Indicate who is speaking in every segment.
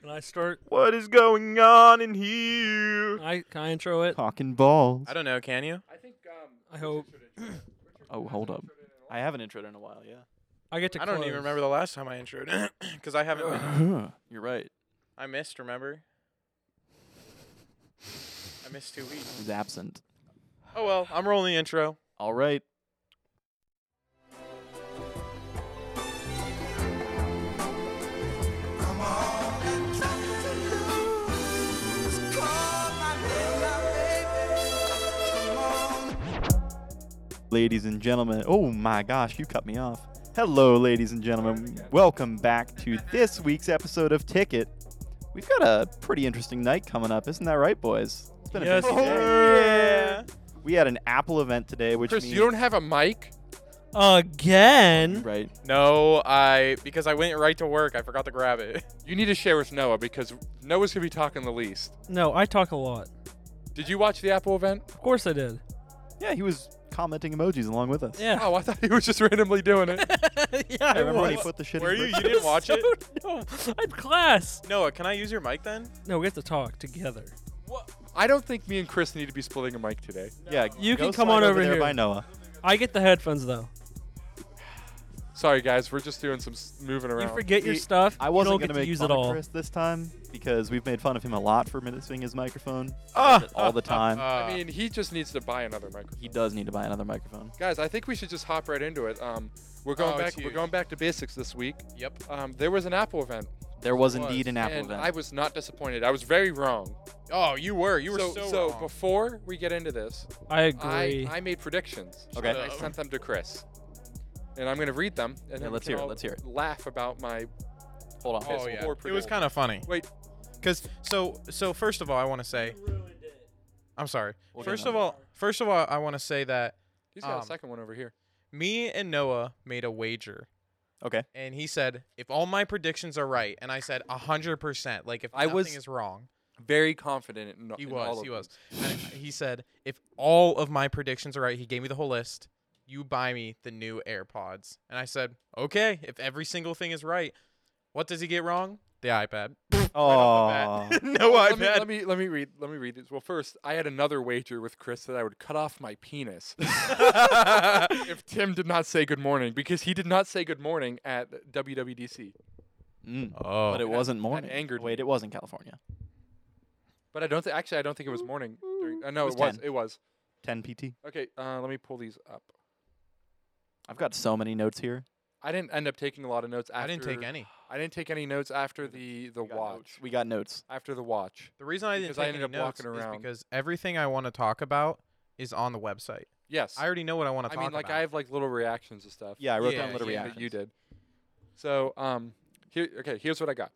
Speaker 1: Can I start?
Speaker 2: What is going on in here?
Speaker 1: I can I intro it?
Speaker 3: Talking balls.
Speaker 2: I don't know. Can you?
Speaker 4: I think. Um,
Speaker 1: I hope
Speaker 3: Oh, hold up. I haven't introed in a while,
Speaker 1: I get to.
Speaker 2: I don't even
Speaker 1: close.
Speaker 2: remember the last time I introed because I haven't. Been,
Speaker 3: yeah. You're right.
Speaker 2: I missed. Remember? I missed two weeks.
Speaker 3: He's absent.
Speaker 2: Oh well, I'm rolling the intro.
Speaker 3: All right. Ladies and gentlemen, oh my gosh, you cut me off. Hello, ladies and gentlemen. Welcome back to this week's episode of Ticket. We've got a pretty interesting night coming up, isn't that right, boys? It's been a
Speaker 1: Yes,
Speaker 3: busy day.
Speaker 2: yeah.
Speaker 3: We had an Apple event today, which
Speaker 4: Chris,
Speaker 3: means
Speaker 4: you don't have a mic.
Speaker 1: again.
Speaker 3: right.
Speaker 2: No, I because I went right to work. I forgot to grab it.
Speaker 4: You need to share with Noah because Noah's gonna be talking the least.
Speaker 1: No, I talk a lot.
Speaker 4: Did you watch the Apple event?
Speaker 1: Of course I did.
Speaker 3: Yeah, he was commenting emojis along with us.
Speaker 1: Yeah.
Speaker 4: Oh, I thought he was just randomly doing it.
Speaker 1: yeah,
Speaker 3: I remember when he
Speaker 1: was.
Speaker 3: put the shit.
Speaker 2: Were
Speaker 3: in
Speaker 2: you? You
Speaker 3: Brit-
Speaker 2: didn't watch it?
Speaker 1: No, I'm class.
Speaker 2: Noah, can I use your mic then?
Speaker 1: No, we have to talk together.
Speaker 4: I don't think me and Chris need to be splitting a mic today.
Speaker 3: Yeah,
Speaker 1: You
Speaker 3: go
Speaker 1: can come
Speaker 3: slide
Speaker 1: on
Speaker 3: over,
Speaker 1: over
Speaker 3: there
Speaker 1: here.
Speaker 3: by Noah.
Speaker 1: I get the headphones though.
Speaker 4: Sorry, guys, we're just doing some s- moving
Speaker 1: You
Speaker 4: around.
Speaker 1: forget your
Speaker 3: You-
Speaker 1: stuff.
Speaker 3: I wasn't
Speaker 1: you don't
Speaker 3: gonna
Speaker 1: get
Speaker 3: make
Speaker 1: to use
Speaker 3: fun
Speaker 1: it all.
Speaker 3: of Chris this time because we've made fun of him a lot for missing his microphone
Speaker 2: Ah,
Speaker 3: all the time.
Speaker 4: I mean, he just needs to buy another microphone.
Speaker 3: he does need to buy another microphone.
Speaker 4: Guys, I think we should just hop right into it. Um, we're going
Speaker 2: Oh, it's
Speaker 4: back. We're
Speaker 2: huge.
Speaker 4: going back to basics this week.
Speaker 2: Yep.
Speaker 4: Um, there was an Apple event,
Speaker 3: There was
Speaker 2: was,
Speaker 3: indeed an Apple
Speaker 4: and
Speaker 3: event.
Speaker 4: I was not disappointed. I was very wrong.
Speaker 2: Oh, you were. You were so.
Speaker 4: so, so
Speaker 2: wrong.
Speaker 4: before we get into this,
Speaker 1: I
Speaker 4: I,
Speaker 1: agree.
Speaker 4: I made predictions.
Speaker 3: Okay.
Speaker 4: And I sent them to Chris. And I'm going to read them. And
Speaker 3: Yeah,
Speaker 4: then we
Speaker 3: let's
Speaker 4: can
Speaker 3: hear it,
Speaker 4: all
Speaker 3: let's hear it.
Speaker 4: Laugh about my.
Speaker 3: Hold on.
Speaker 2: Oh yeah.
Speaker 4: Yes, or
Speaker 2: It was
Speaker 4: predictable.
Speaker 2: kind of funny.
Speaker 4: Wait.
Speaker 2: Because so so first of all, I want to say. I'm sorry.
Speaker 3: We'll get
Speaker 2: first of
Speaker 3: another.
Speaker 2: all, first of all, I want to say that
Speaker 4: He's got
Speaker 2: Um,
Speaker 4: a second one over here.
Speaker 2: me and Noah made a wager.
Speaker 3: Okay.
Speaker 2: And he said, if all my predictions are right, and I said hundred percent, like if
Speaker 4: I
Speaker 2: nothing
Speaker 4: was-
Speaker 2: is wrong,
Speaker 4: Very confident in,
Speaker 2: he
Speaker 4: in all
Speaker 2: was,
Speaker 4: of
Speaker 2: he
Speaker 4: them.
Speaker 2: was. And he said, if all of my predictions are right, he gave me the whole list. You buy me the new AirPods, and I said, okay. If every single thing is right, what does he get wrong? The iPad.
Speaker 3: Oh.
Speaker 2: no
Speaker 4: Let me,
Speaker 2: iPad.
Speaker 4: let me let me read let me read this. Well, first, I had another wager with Chris that I would cut off my penis if Tim did not say good morning because he did not say good morning at WWDC.
Speaker 3: Mm.
Speaker 2: oh.
Speaker 3: But it wasn't morning.
Speaker 4: angered
Speaker 3: Wait, it was in California.
Speaker 4: But I don't think actually I don't think it was morning. During, uh, no,
Speaker 3: It was
Speaker 4: it was
Speaker 3: 10.
Speaker 4: it was.
Speaker 3: 10 PT.
Speaker 4: Okay, uh, let me pull these up.
Speaker 3: I've got so many notes here.
Speaker 4: I didn't end up taking a lot of notes after
Speaker 2: I didn't take any.
Speaker 4: I didn't take any notes after the the watch.
Speaker 3: We got notes.
Speaker 4: After the watch.
Speaker 2: The reason I didn't
Speaker 4: Because I
Speaker 2: take
Speaker 4: ended
Speaker 2: any
Speaker 4: up
Speaker 2: notes
Speaker 4: walking around.
Speaker 2: is because everything I want to talk about is on the website.
Speaker 4: Yes.
Speaker 2: I already know what I want to
Speaker 4: I
Speaker 2: talk
Speaker 4: mean, like
Speaker 2: about.
Speaker 4: I have like little reactions and stuff.
Speaker 3: Yeah, I wrote
Speaker 2: Yeah,
Speaker 3: down little
Speaker 2: yeah.
Speaker 3: reactions.
Speaker 4: That you did. So, um, here. Okay, here's what I got.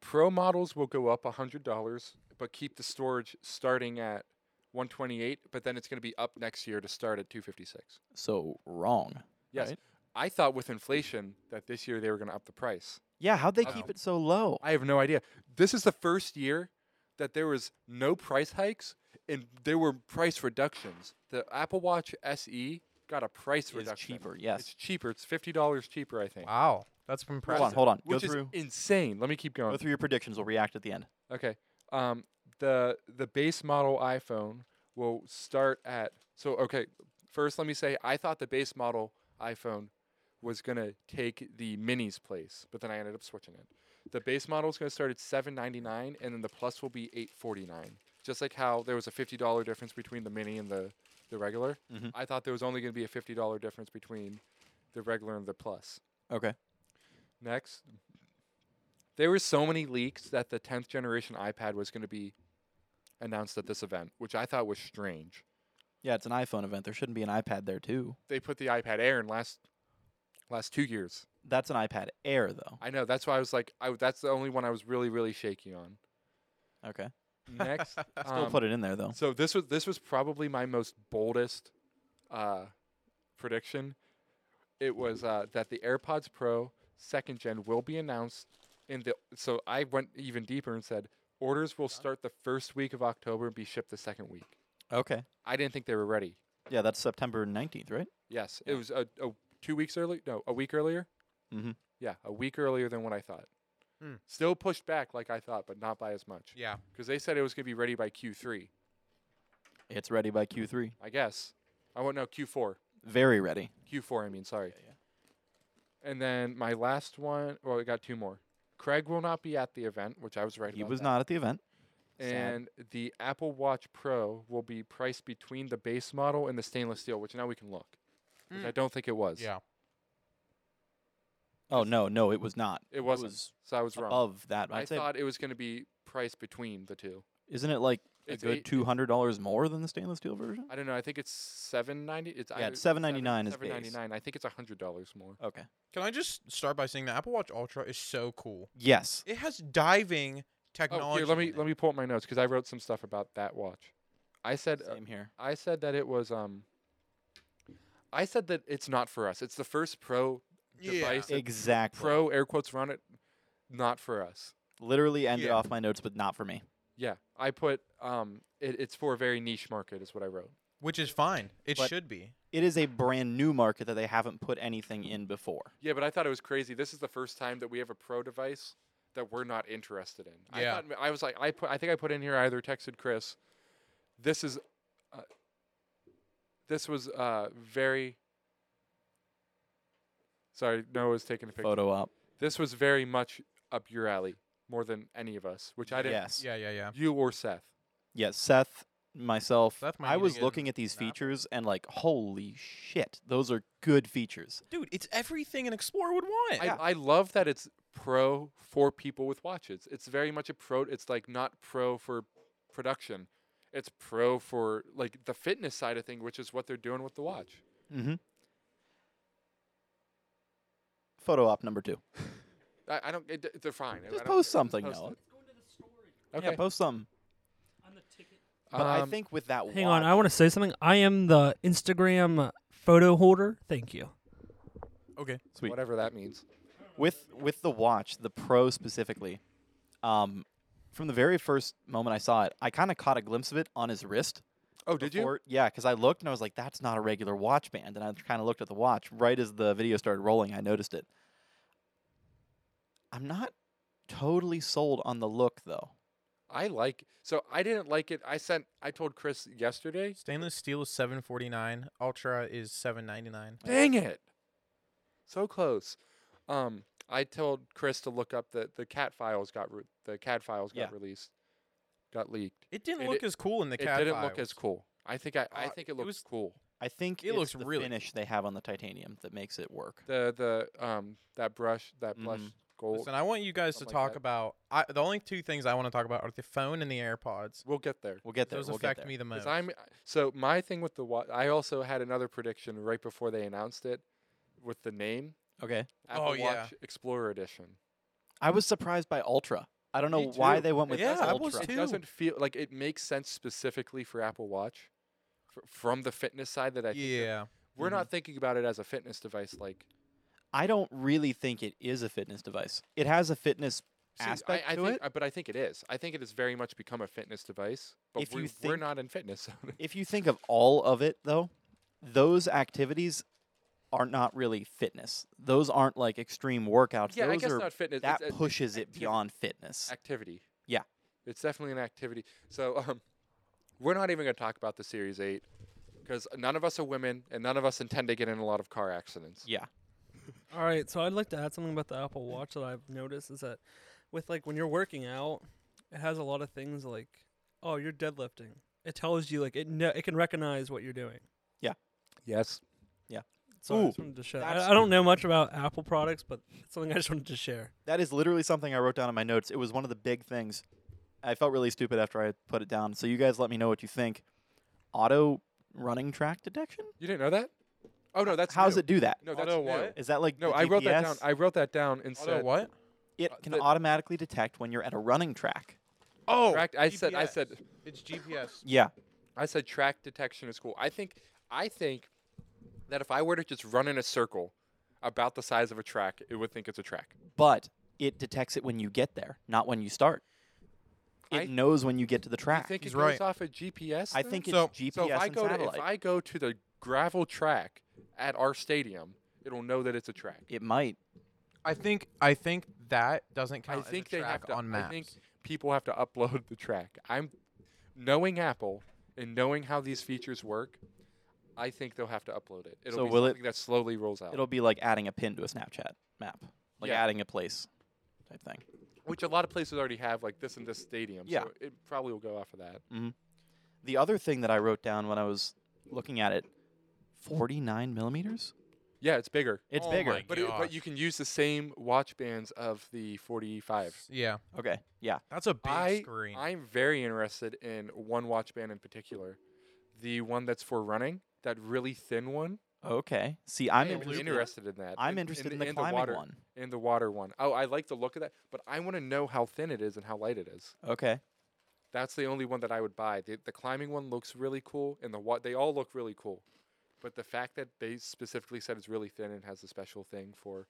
Speaker 4: Pro models will go up hundred dollars, but keep the storage starting at 128. But then it's going to be up next year to start at 256.
Speaker 3: So wrong.
Speaker 4: Yes.
Speaker 3: Right?
Speaker 4: I thought with inflation that this year they were going to up the price.
Speaker 3: Yeah, how'd they
Speaker 4: Oh.
Speaker 3: keep it so low?
Speaker 4: I have no idea. This is the first year that there was no price hikes and there were price reductions. The Apple Watch SE got a price
Speaker 3: It's
Speaker 4: reduction.
Speaker 3: cheaper, yes.
Speaker 4: It's cheaper. It's fifty dollars cheaper, I think.
Speaker 2: wow, that's
Speaker 3: Hold
Speaker 2: impressive.
Speaker 3: on, hold on. Go
Speaker 4: Which is
Speaker 3: through.
Speaker 4: insane. Let me keep
Speaker 3: Go
Speaker 4: going.
Speaker 3: through your predictions. We'll react at the end.
Speaker 4: Okay. Um, the the base model iPhone will start at so okay. First, let me say I thought the base model iPhone was gonna take the Mini's place, but then I ended up switching it. The base model is gonna start at seven ninety nine, and then the Plus will be eight forty nine. Just like how there was a fifty dollar difference between the Mini and the the regular,
Speaker 3: Mhm.
Speaker 4: I thought there was only gonna be a fifty dollar difference between the regular and the Plus.
Speaker 3: Okay.
Speaker 4: Next. There were so many leaks that the 10th generation iPad was going to be announced at this event, which I thought was strange.
Speaker 3: Yeah, it's an iPhone event. There shouldn't be an iPad there too.
Speaker 4: They put the iPad Air in last last 2 years.
Speaker 3: That's an iPad Air though.
Speaker 4: I know, that's why I was like I, that's the only one I was really really shaky on.
Speaker 3: Okay.
Speaker 4: Next.
Speaker 3: Still
Speaker 4: um,
Speaker 3: put it in there though.
Speaker 4: So this was this was probably my most boldest uh, prediction. It was uh, that the AirPods Pro second gen will be announced in the. So I went even deeper and said orders will start the first week of October and be shipped the second week.
Speaker 3: Okay.
Speaker 4: I didn't think they were ready.
Speaker 3: Yeah, that's September 19th, right?
Speaker 4: Yes, it was a, a two weeks early. No, a week earlier.
Speaker 3: Mhm.
Speaker 4: Yeah, a week earlier than what I thought.
Speaker 2: Mm-hmm. Hmm.
Speaker 4: Still pushed back like I thought, but not by as much.
Speaker 2: Yeah.
Speaker 4: Because they said it was going to be ready by Q3,
Speaker 3: It's ready by Q3.
Speaker 4: I guess. I won't know, Q4.
Speaker 3: Very ready.
Speaker 4: Q4, I mean, sorry. And then my last one, well, I got two more. Craig will not be at the event, which I was right
Speaker 3: He
Speaker 4: about
Speaker 3: was
Speaker 4: that.
Speaker 3: not at the event. Sad.
Speaker 4: And the Apple Watch Pro will be priced between the base model and the stainless steel, which now we can look. Which I don't think it was.
Speaker 2: Hmm. Yeah.
Speaker 3: Oh no, no, it was not.
Speaker 4: It wasn't.
Speaker 3: was
Speaker 4: so I was wrong.
Speaker 3: above that.
Speaker 4: I
Speaker 3: I'd say,
Speaker 4: thought it was going to be priced between the two.
Speaker 3: isn't it like a
Speaker 4: It's
Speaker 3: good
Speaker 4: eight-
Speaker 3: two hundred dollars more than the stainless steel version?
Speaker 4: I don't know. I think it's seven ninety. It's
Speaker 3: Yeah, it's
Speaker 4: either
Speaker 3: $7.99 is
Speaker 4: seven
Speaker 3: base.
Speaker 4: ninety nine. I think it's a hundred dollars more.
Speaker 3: Okay.
Speaker 2: Can I just start by saying the Apple Watch Ultra is so cool.
Speaker 3: Yes.
Speaker 2: It has diving
Speaker 4: Oh,
Speaker 2: technology.
Speaker 4: here, let
Speaker 2: in
Speaker 4: me
Speaker 2: it.
Speaker 4: let me pull up my notes because I wrote some stuff about that watch. I said uh,
Speaker 3: Same here.
Speaker 4: I said that it was um. I said that it's not for us. It's the first pro
Speaker 2: Yeah.
Speaker 4: device.
Speaker 3: Exactly.
Speaker 4: pro air quotes around it. Not for us.
Speaker 3: Literally ended
Speaker 2: Yeah.
Speaker 3: off my notes, but not for me.
Speaker 4: Yeah, I put um. It, it's for a very niche market is what I wrote.
Speaker 2: which is fine. It
Speaker 3: But-
Speaker 2: should be.
Speaker 3: It is a brand new market that they haven't put anything in before.
Speaker 4: Yeah, but I thought it was crazy. This is the first time that we have a pro device that we're not interested in.
Speaker 2: Yeah.
Speaker 4: I, thought, I was like, I put, I think I put in here. I either texted Chris. This is, uh, this was uh, very. Sorry, Noah's taking a picture.
Speaker 3: Photo up.
Speaker 4: This was very much up your alley, more than any of us, which I didn't.
Speaker 3: Yes.
Speaker 2: Yeah, yeah, yeah.
Speaker 4: You or Seth.
Speaker 3: Yes, Seth, myself,
Speaker 2: Seth might
Speaker 3: I
Speaker 2: need to
Speaker 3: was
Speaker 2: get
Speaker 3: looking at these
Speaker 2: an Apple.
Speaker 3: features and like, holy shit, those are good features.
Speaker 2: Dude, it's everything an explorer would want.
Speaker 4: I, I love that it's pro for people with watches. It's very much a pro. It's like not pro for production. It's pro for like the fitness side of thing, which is what they're doing with the watch.
Speaker 3: Mm-hmm. Photo op number two.
Speaker 4: I, I don't. It, d- they're fine. I
Speaker 3: Just
Speaker 4: don't-
Speaker 3: post something, Noah.
Speaker 4: it. Okay.
Speaker 3: Yeah, post something. But I
Speaker 4: Um,
Speaker 3: think with that
Speaker 1: Hang
Speaker 3: watch,
Speaker 1: on, I want to say something. I am the Instagram photo holder. Thank you.
Speaker 2: okay.
Speaker 3: Sweet.
Speaker 4: whatever that means.
Speaker 3: with with the watch, the Pro specifically, um, from the very first moment I saw it, I kind of caught a glimpse of it on his wrist.
Speaker 4: Oh, did you?
Speaker 3: before- Yeah, because I looked and I was like, "That's not a regular watch band," and I kind of looked at the watch. Right as the video started rolling, I noticed it. I'm not totally sold on the look though.
Speaker 4: I like. So I didn't like it. I sent. I told Chris yesterday.
Speaker 2: Stainless steel is 749, Ultra is 799.
Speaker 4: Dang it! So close. Um, I told Chris to look up the the cat files got re- the CAD files got
Speaker 3: Yeah.
Speaker 4: released, got leaked.
Speaker 2: It didn't
Speaker 4: And
Speaker 2: look
Speaker 4: it-
Speaker 2: as cool in the
Speaker 4: it
Speaker 2: cat
Speaker 4: didn't look
Speaker 2: files.
Speaker 4: as cool. I think I, I
Speaker 2: Uh,
Speaker 4: think it
Speaker 2: it
Speaker 4: looked
Speaker 2: was-
Speaker 4: cool.
Speaker 3: I think
Speaker 2: It
Speaker 3: it's
Speaker 2: looks
Speaker 3: the
Speaker 2: really-
Speaker 3: finish they have on the titanium that makes it work.
Speaker 4: The the um that brush that blush
Speaker 3: Mhm.
Speaker 4: gold.
Speaker 2: Mm-hmm. Listen, I want you guys to
Speaker 4: Something like
Speaker 2: talk
Speaker 4: that.
Speaker 2: about I, the only two things I want to talk about are the phone and the AirPods.
Speaker 4: we'll get there.
Speaker 3: We'll get there.
Speaker 2: Those
Speaker 3: we'll get
Speaker 2: affect
Speaker 3: there.
Speaker 2: me the
Speaker 4: 'Cause
Speaker 2: most.
Speaker 4: I'm so my thing with the watch. I also had another prediction right before they announced it with the name
Speaker 3: Okay.
Speaker 4: Apple
Speaker 2: Oh,
Speaker 4: Watch
Speaker 2: yeah.
Speaker 4: Explorer Edition.
Speaker 3: I was surprised by Ultra. I don't know
Speaker 4: Me
Speaker 3: why
Speaker 4: too.
Speaker 3: they went
Speaker 4: It
Speaker 3: with
Speaker 2: Hmm? Yeah,
Speaker 4: doesn't-
Speaker 2: I
Speaker 3: Ultra.
Speaker 2: was
Speaker 4: It
Speaker 2: too.
Speaker 4: doesn't feel like it makes sense specifically for Apple Watch, fr- from the fitness side that I think that-
Speaker 2: yeah.
Speaker 4: we're not thinking about it as a fitness device like
Speaker 3: I don't really think it is a fitness device. It has a fitness
Speaker 4: See, I-
Speaker 3: aspect
Speaker 4: I,
Speaker 3: to
Speaker 4: think,
Speaker 3: it.
Speaker 4: uh, but I think it is. I think it has very much become a fitness device. But
Speaker 3: If
Speaker 4: we,
Speaker 3: you
Speaker 4: we're
Speaker 3: think-
Speaker 4: not in fitness. so-
Speaker 3: If you think of all of it, though, those activities are not really fitness. Those aren't like extreme workouts.
Speaker 4: yeah,
Speaker 3: Those
Speaker 4: I guess
Speaker 3: are
Speaker 4: not fitness.
Speaker 3: that
Speaker 4: it's, a-
Speaker 3: pushes it
Speaker 4: activi-
Speaker 3: beyond fitness.
Speaker 4: activity.
Speaker 3: Yeah.
Speaker 4: it's definitely an activity. So um, we're not even going to talk about the Series Eight because none of us are women and none of us intend to get in a lot of car accidents.
Speaker 3: Yeah.
Speaker 1: All right, so I'd like to add something about the Apple Watch that I've noticed is that with like when you're working out, it has a lot of things like oh, you're deadlifting. It tells you like it kno- it can recognize what you're doing.
Speaker 4: Yes.
Speaker 1: So I
Speaker 3: Ooh,
Speaker 1: just wanted to share.
Speaker 3: that's
Speaker 1: I, I don't know much about Apple products, but it's something I just wanted to share.
Speaker 3: That is literally something I wrote down in my notes. It was one of the big things. I felt really stupid after I put it down. So you guys let me know what you think. Auto running track detection?
Speaker 4: You didn't know that? Oh no, that's
Speaker 3: How's
Speaker 4: new.
Speaker 3: it do that?
Speaker 4: No, that's
Speaker 2: Auto
Speaker 4: new.
Speaker 2: what?
Speaker 3: Is that like
Speaker 4: No,
Speaker 3: the
Speaker 4: I wrote that down.
Speaker 3: GPS?
Speaker 4: I wrote that down and
Speaker 2: Auto
Speaker 4: said.
Speaker 2: what?
Speaker 3: it
Speaker 4: uh,
Speaker 3: can
Speaker 4: the-
Speaker 3: automatically detect when you're at a running track.
Speaker 2: Oh,
Speaker 4: Correct. I said. I
Speaker 2: GPS.
Speaker 4: said.
Speaker 2: it's GPS.
Speaker 3: Yeah.
Speaker 4: I said track detection is cool. I think I think that if I were to just run in a circle about the size of a track, it would think it's a track.
Speaker 3: But it detects it when you get there, not when you start. It
Speaker 4: I-
Speaker 3: knows when you get to the
Speaker 4: I
Speaker 3: track.
Speaker 4: think
Speaker 2: He's
Speaker 4: it goes
Speaker 2: right.
Speaker 4: off of GPS?
Speaker 3: I
Speaker 4: then?
Speaker 3: think it's
Speaker 2: So-
Speaker 3: GPS
Speaker 4: so if I
Speaker 3: and
Speaker 4: go to
Speaker 3: satellite.
Speaker 4: if I go to the gravel track at our stadium, it'll know that it's a track.
Speaker 3: it might.
Speaker 2: I think I think that doesn't
Speaker 4: I
Speaker 2: count. as a
Speaker 4: think they have
Speaker 2: track
Speaker 4: to-
Speaker 2: on maps.
Speaker 4: I think people have to upload the track. I'm knowing Apple and knowing how these features work. I think they'll have to upload it. It'll
Speaker 3: So
Speaker 4: be
Speaker 3: will it-
Speaker 4: something that slowly rolls out.
Speaker 3: It'll be like adding a pin to a Snapchat map, like
Speaker 4: Yeah.
Speaker 3: adding a place type thing.
Speaker 4: which a lot of places already have, like this and this stadium.
Speaker 3: Yeah.
Speaker 4: So it probably will go off of that.
Speaker 3: The other thing that I wrote down when I was looking at it, 49 millimeters.
Speaker 4: Yeah, it's bigger.
Speaker 3: It's
Speaker 2: Oh
Speaker 3: bigger.
Speaker 2: my
Speaker 4: But, it, but
Speaker 2: Gosh.
Speaker 4: you can use the same watch bands of the 45.
Speaker 2: yeah,
Speaker 3: Okay, yeah.
Speaker 2: that's a big
Speaker 4: I-
Speaker 2: screen.
Speaker 4: I'm very interested in one watch band in particular, the one that's for running, that really thin one.
Speaker 3: Okay. See,
Speaker 4: I'm
Speaker 3: I'm interested.
Speaker 4: interested in that.
Speaker 3: I'm
Speaker 4: and-
Speaker 3: interested in
Speaker 4: and
Speaker 3: the,
Speaker 4: and
Speaker 3: climbing
Speaker 4: water,
Speaker 3: one.
Speaker 4: In the water one. Oh, I like the look of that, but I want to know how thin it is and how light it is.
Speaker 3: Okay.
Speaker 4: That's the only one that I would buy. The, the climbing one looks really cool, and the wa- they all look really cool. But the fact that they specifically said it's really thin and has a special thing for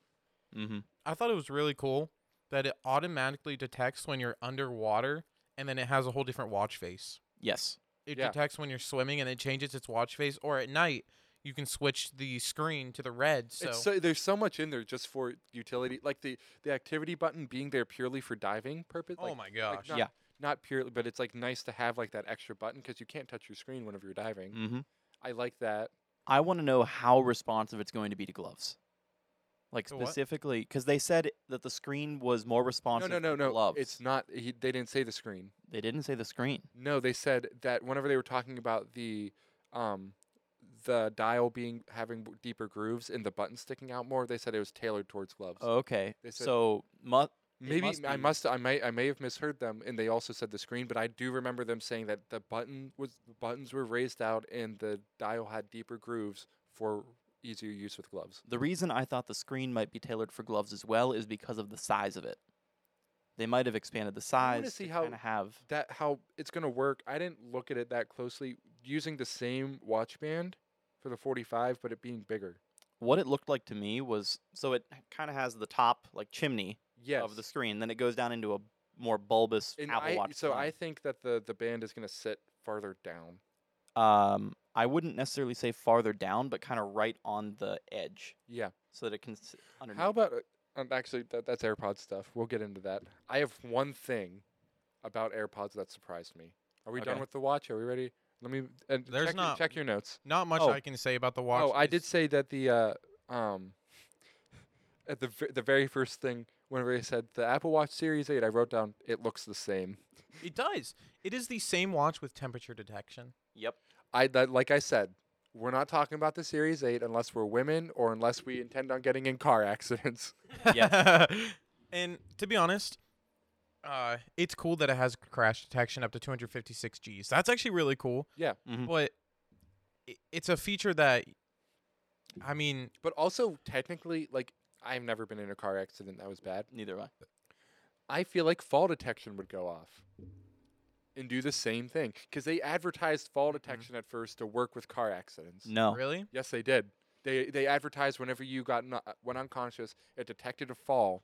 Speaker 3: Mm-hmm.
Speaker 2: I thought it was really cool that it automatically detects when you're underwater, and then it has a whole different watch face.
Speaker 3: Yes.
Speaker 2: It
Speaker 4: Yeah.
Speaker 2: detects when you're swimming, and it changes its watch face. Or at night, you can switch the screen to the red. So,
Speaker 4: It's so there's so much in there just for utility, like the the activity button being there purely for diving purpose.
Speaker 2: oh
Speaker 4: like,
Speaker 2: my
Speaker 4: like
Speaker 2: gosh,
Speaker 4: not,
Speaker 3: Yeah.
Speaker 4: not purely, but it's like nice to have like that extra button because you can't touch your screen whenever you're diving.
Speaker 3: Mm-hmm.
Speaker 4: I like that.
Speaker 3: I want to know how responsive it's going to be to gloves. Like
Speaker 2: To what?
Speaker 3: specifically, because they said that the screen was more
Speaker 4: No,
Speaker 3: responsive.
Speaker 4: no, no,
Speaker 3: to
Speaker 4: no.
Speaker 3: gloves.
Speaker 4: It's not. He, they didn't say the screen.
Speaker 3: They didn't say the screen.
Speaker 4: No, they said that whenever they were talking about the, um, the dial being having w- deeper grooves and the button sticking out more, they said it was tailored towards gloves.
Speaker 3: Okay.
Speaker 4: Oh, They said-
Speaker 3: So mu- Oh,
Speaker 4: Maybe
Speaker 3: must
Speaker 4: I
Speaker 3: be.
Speaker 4: must I may I may have misheard them and they also said the screen, but I do remember them saying that the button was the buttons were raised out and the dial had deeper grooves for easier use with gloves.
Speaker 3: The reason I thought the screen might be tailored for gloves as well is because of the size of it. They might have expanded the
Speaker 4: I
Speaker 3: size
Speaker 4: wanna see
Speaker 3: to
Speaker 4: how-
Speaker 3: kind of have.
Speaker 4: That how it's gonna work. I didn't look at it that closely using the same watch band for the 45, but it being bigger.
Speaker 3: What it looked like to me was so it kind of has the top like chimney
Speaker 4: Yes.
Speaker 3: of the screen, then it goes down into a more bulbous
Speaker 4: and
Speaker 3: Apple
Speaker 4: I,
Speaker 3: Watch.
Speaker 4: so I
Speaker 3: design.
Speaker 4: think that the the band is gonna sit farther down.
Speaker 3: um I wouldn't necessarily say farther down, but kind of right on the edge,
Speaker 4: Yeah.
Speaker 3: so that it can sit underneath.
Speaker 4: How about uh, um, actually that, that's AirPod stuff. We'll get into that. I have one thing about AirPods that surprised me. Are we done
Speaker 3: Okay.
Speaker 4: with the watch? Are we ready? Let me and
Speaker 2: There's
Speaker 4: check, your,
Speaker 2: not-
Speaker 4: check your notes.
Speaker 2: not much
Speaker 4: Oh.
Speaker 2: I can say about the watch.
Speaker 4: oh, I
Speaker 2: is-
Speaker 4: did say that the uh, um at the ver- the very first thing whenever I said the Apple Watch Series 8, I wrote down it looks the same.
Speaker 2: It does. It is the same watch with temperature detection.
Speaker 3: Yep.
Speaker 4: I that, like I said, we're not talking about the Series 8 unless we're women or unless we intend on getting in car accidents.
Speaker 2: Yeah. and to be honest, uh, it's cool that it has crash detection up to 256 Gs. That's actually really cool.
Speaker 4: Yeah. Mm-hmm.
Speaker 3: Mhm.
Speaker 2: But i it's a feature that, I mean,
Speaker 4: But also technically like I've never been in a car accident that was bad.
Speaker 3: Neither way.
Speaker 4: I feel like fall detection would go off and do the same thing because they advertised fall detection at first to work with car accidents.
Speaker 3: No.
Speaker 2: really,
Speaker 4: Yes, they did. They they advertised whenever you got nu- uh, went unconscious, it detected a fall,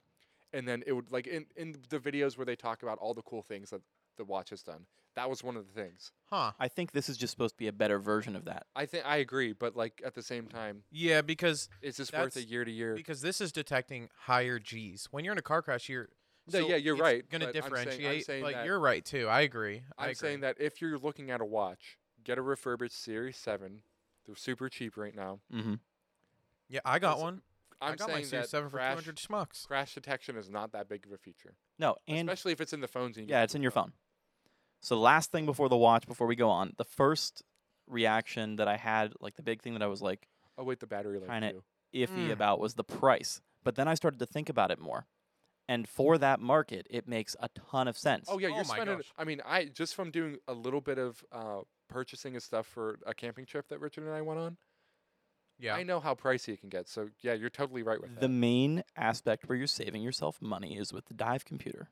Speaker 4: and then it would like in in the videos where they talk about all the cool things that the watch has done. That was one of the things.
Speaker 2: huh?
Speaker 3: I think this is just supposed to be a better version of that.
Speaker 4: I think I agree, but like at the same time,
Speaker 2: Yeah, because
Speaker 4: is this worth a
Speaker 2: That's
Speaker 4: year to year?
Speaker 2: because this is detecting higher Gs. When you're in a car crash, you're
Speaker 4: No, yeah, you're
Speaker 2: it's
Speaker 4: right,
Speaker 2: Gonna
Speaker 4: but I'm saying- I'm
Speaker 2: differentiate.
Speaker 4: saying
Speaker 2: like
Speaker 4: that-
Speaker 2: you're right too. I agree. I
Speaker 4: I'm saying
Speaker 2: agree.
Speaker 4: that if you're looking at a watch, get a refurbished Series Seven. They're super cheap right now.
Speaker 3: Mm-hmm.
Speaker 2: Yeah, I got
Speaker 4: That's-
Speaker 2: one.
Speaker 4: I'm
Speaker 2: got my
Speaker 4: saying
Speaker 2: Series
Speaker 4: that
Speaker 2: 7 for
Speaker 4: crash-
Speaker 2: 200 schmucks.
Speaker 4: crash detection is not that big of a feature,
Speaker 3: No, and
Speaker 4: especially if it's in the phones. And you
Speaker 3: Yeah,
Speaker 4: need
Speaker 3: it's
Speaker 4: to
Speaker 3: in
Speaker 4: look
Speaker 3: your
Speaker 4: it up.
Speaker 3: phone. So the last thing before the watch, before we go on, the first reaction that I had, like the big thing that I was like
Speaker 4: Oh wait, the battery life
Speaker 3: Kinda-
Speaker 4: too.
Speaker 3: iffy
Speaker 2: Mm.
Speaker 3: about was the price. But then I started to think about it more. And for that market, it makes a ton of sense.
Speaker 4: Oh yeah,
Speaker 2: Oh
Speaker 4: you're
Speaker 2: my
Speaker 4: spending.
Speaker 2: gosh.
Speaker 4: I mean, I just from doing a little bit of uh, purchasing and stuff for a camping trip that Richard and I went on.
Speaker 2: Yeah.
Speaker 4: I know how pricey it can get. So yeah, you're totally right with
Speaker 3: the
Speaker 4: that.
Speaker 3: main aspect where you're saving yourself money is with the dive computer.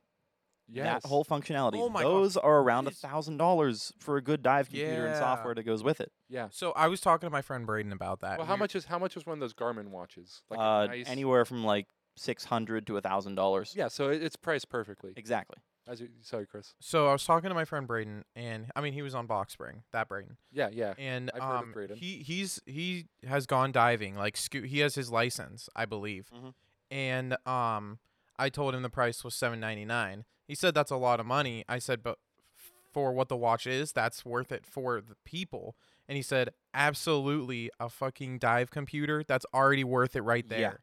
Speaker 4: Yes.
Speaker 3: That whole functionality.
Speaker 2: Oh my gosh,
Speaker 3: Those are around a
Speaker 2: that is-
Speaker 3: thousand dollars for a good dive computer and
Speaker 2: Yeah.
Speaker 3: software that goes with it.
Speaker 4: yeah.
Speaker 2: So I was talking to my friend Braden about that.
Speaker 4: Well, how
Speaker 2: We-
Speaker 4: much is how much is one of those Garmin watches? Like a
Speaker 3: uh,
Speaker 4: nice-
Speaker 3: Anywhere from like six hundred to a thousand dollars.
Speaker 4: Yeah, so it, it's priced perfectly.
Speaker 3: Exactly.
Speaker 4: As you, sorry, Chris.
Speaker 2: So I was talking to my friend Braden, and I mean he was on Box Spring, that Braden,
Speaker 4: Yeah, yeah.
Speaker 2: and
Speaker 4: I've heard of
Speaker 2: um,
Speaker 4: Braden. Mm-hmm.
Speaker 2: he he's he has gone diving, like sco- he has his license, I believe,
Speaker 3: Mhm.
Speaker 2: and um I told him the price was 7.99. He said that's a lot of money. I said but for what the watch is, that's worth it for the people. And he said absolutely a fucking dive computer that's already worth it right
Speaker 3: Yeah.
Speaker 2: there.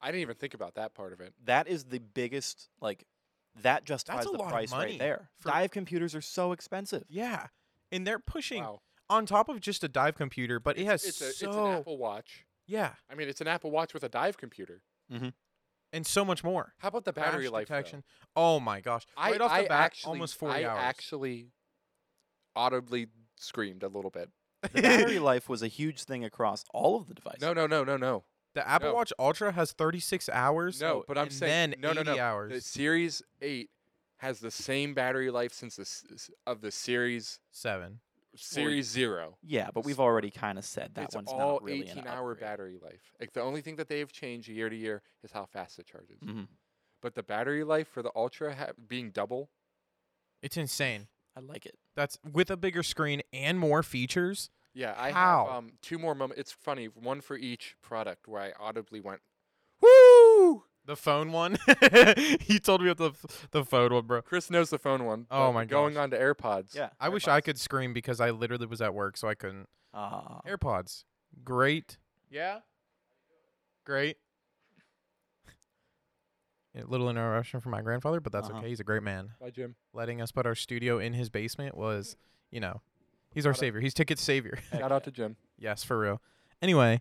Speaker 4: I didn't even think about that part of it.
Speaker 3: That is the biggest like that justifies
Speaker 2: a
Speaker 3: the
Speaker 2: lot of
Speaker 3: price
Speaker 2: money
Speaker 3: right there.
Speaker 2: for-
Speaker 3: Dive computers are so expensive.
Speaker 2: Yeah. And they're pushing
Speaker 4: Wow.
Speaker 2: on top of just a dive computer, but it has
Speaker 4: It's, a,
Speaker 2: so
Speaker 4: it's an Apple Watch.
Speaker 2: yeah,
Speaker 4: I mean, it's an Apple Watch with a dive computer.
Speaker 2: and so much more.
Speaker 4: How about the battery
Speaker 2: Crash
Speaker 4: life? though?
Speaker 2: detection. Oh my gosh!
Speaker 4: I,
Speaker 2: right off
Speaker 4: I
Speaker 2: the bat,
Speaker 4: actually,
Speaker 2: almost 40
Speaker 4: I
Speaker 2: hours.
Speaker 4: actually audibly screamed a little bit.
Speaker 3: The battery life was a huge thing across all of the devices.
Speaker 4: No, no, no, no, no.
Speaker 2: the Apple
Speaker 4: No.
Speaker 2: Watch Ultra has 36 hours. Oh,
Speaker 4: No, but I'm
Speaker 2: and
Speaker 4: saying
Speaker 2: then
Speaker 4: no, no,
Speaker 2: 80
Speaker 4: no.
Speaker 2: hours.
Speaker 4: The Series Eight has the same battery life since the s- of the Series
Speaker 2: Seven.
Speaker 4: Series Zero.
Speaker 3: Yeah, but we've already kind of said that
Speaker 4: it's
Speaker 3: one's
Speaker 4: all
Speaker 3: not really
Speaker 4: 18
Speaker 3: an
Speaker 4: hour
Speaker 3: upgrade.
Speaker 4: battery life. Like the only thing that they've changed year to year is how fast it charges.
Speaker 3: Mhm.
Speaker 4: But the battery life for the Ultra ha- being double,
Speaker 2: It's insane.
Speaker 3: I like it.
Speaker 2: That's with a bigger screen and more features.
Speaker 4: yeah, I
Speaker 2: How?
Speaker 4: have um, two more moments. It's funny, one for each product where I audibly went, "Woo!"
Speaker 2: The phone one. you told me about the f- the phone one, bro.
Speaker 4: Chris knows the phone one.
Speaker 2: Oh
Speaker 4: but
Speaker 2: my
Speaker 4: Going
Speaker 2: gosh.
Speaker 4: on to AirPods.
Speaker 3: Yeah.
Speaker 2: I wish I could scream because I literally was at work, so I couldn't.
Speaker 3: Ah.
Speaker 2: AirPods, great,
Speaker 4: Yeah.
Speaker 2: great. A little interruption from my grandfather, but that's
Speaker 3: Uh-huh.
Speaker 2: okay. He's a great man.
Speaker 4: Bye, Jim.
Speaker 2: letting us put our studio in his basement was, you know, he's our
Speaker 4: Shout out-
Speaker 2: savior. He's ticket savior.
Speaker 3: Heck
Speaker 4: Shout out to
Speaker 3: yeah.
Speaker 4: Jim.
Speaker 2: yes, for real. Anyway,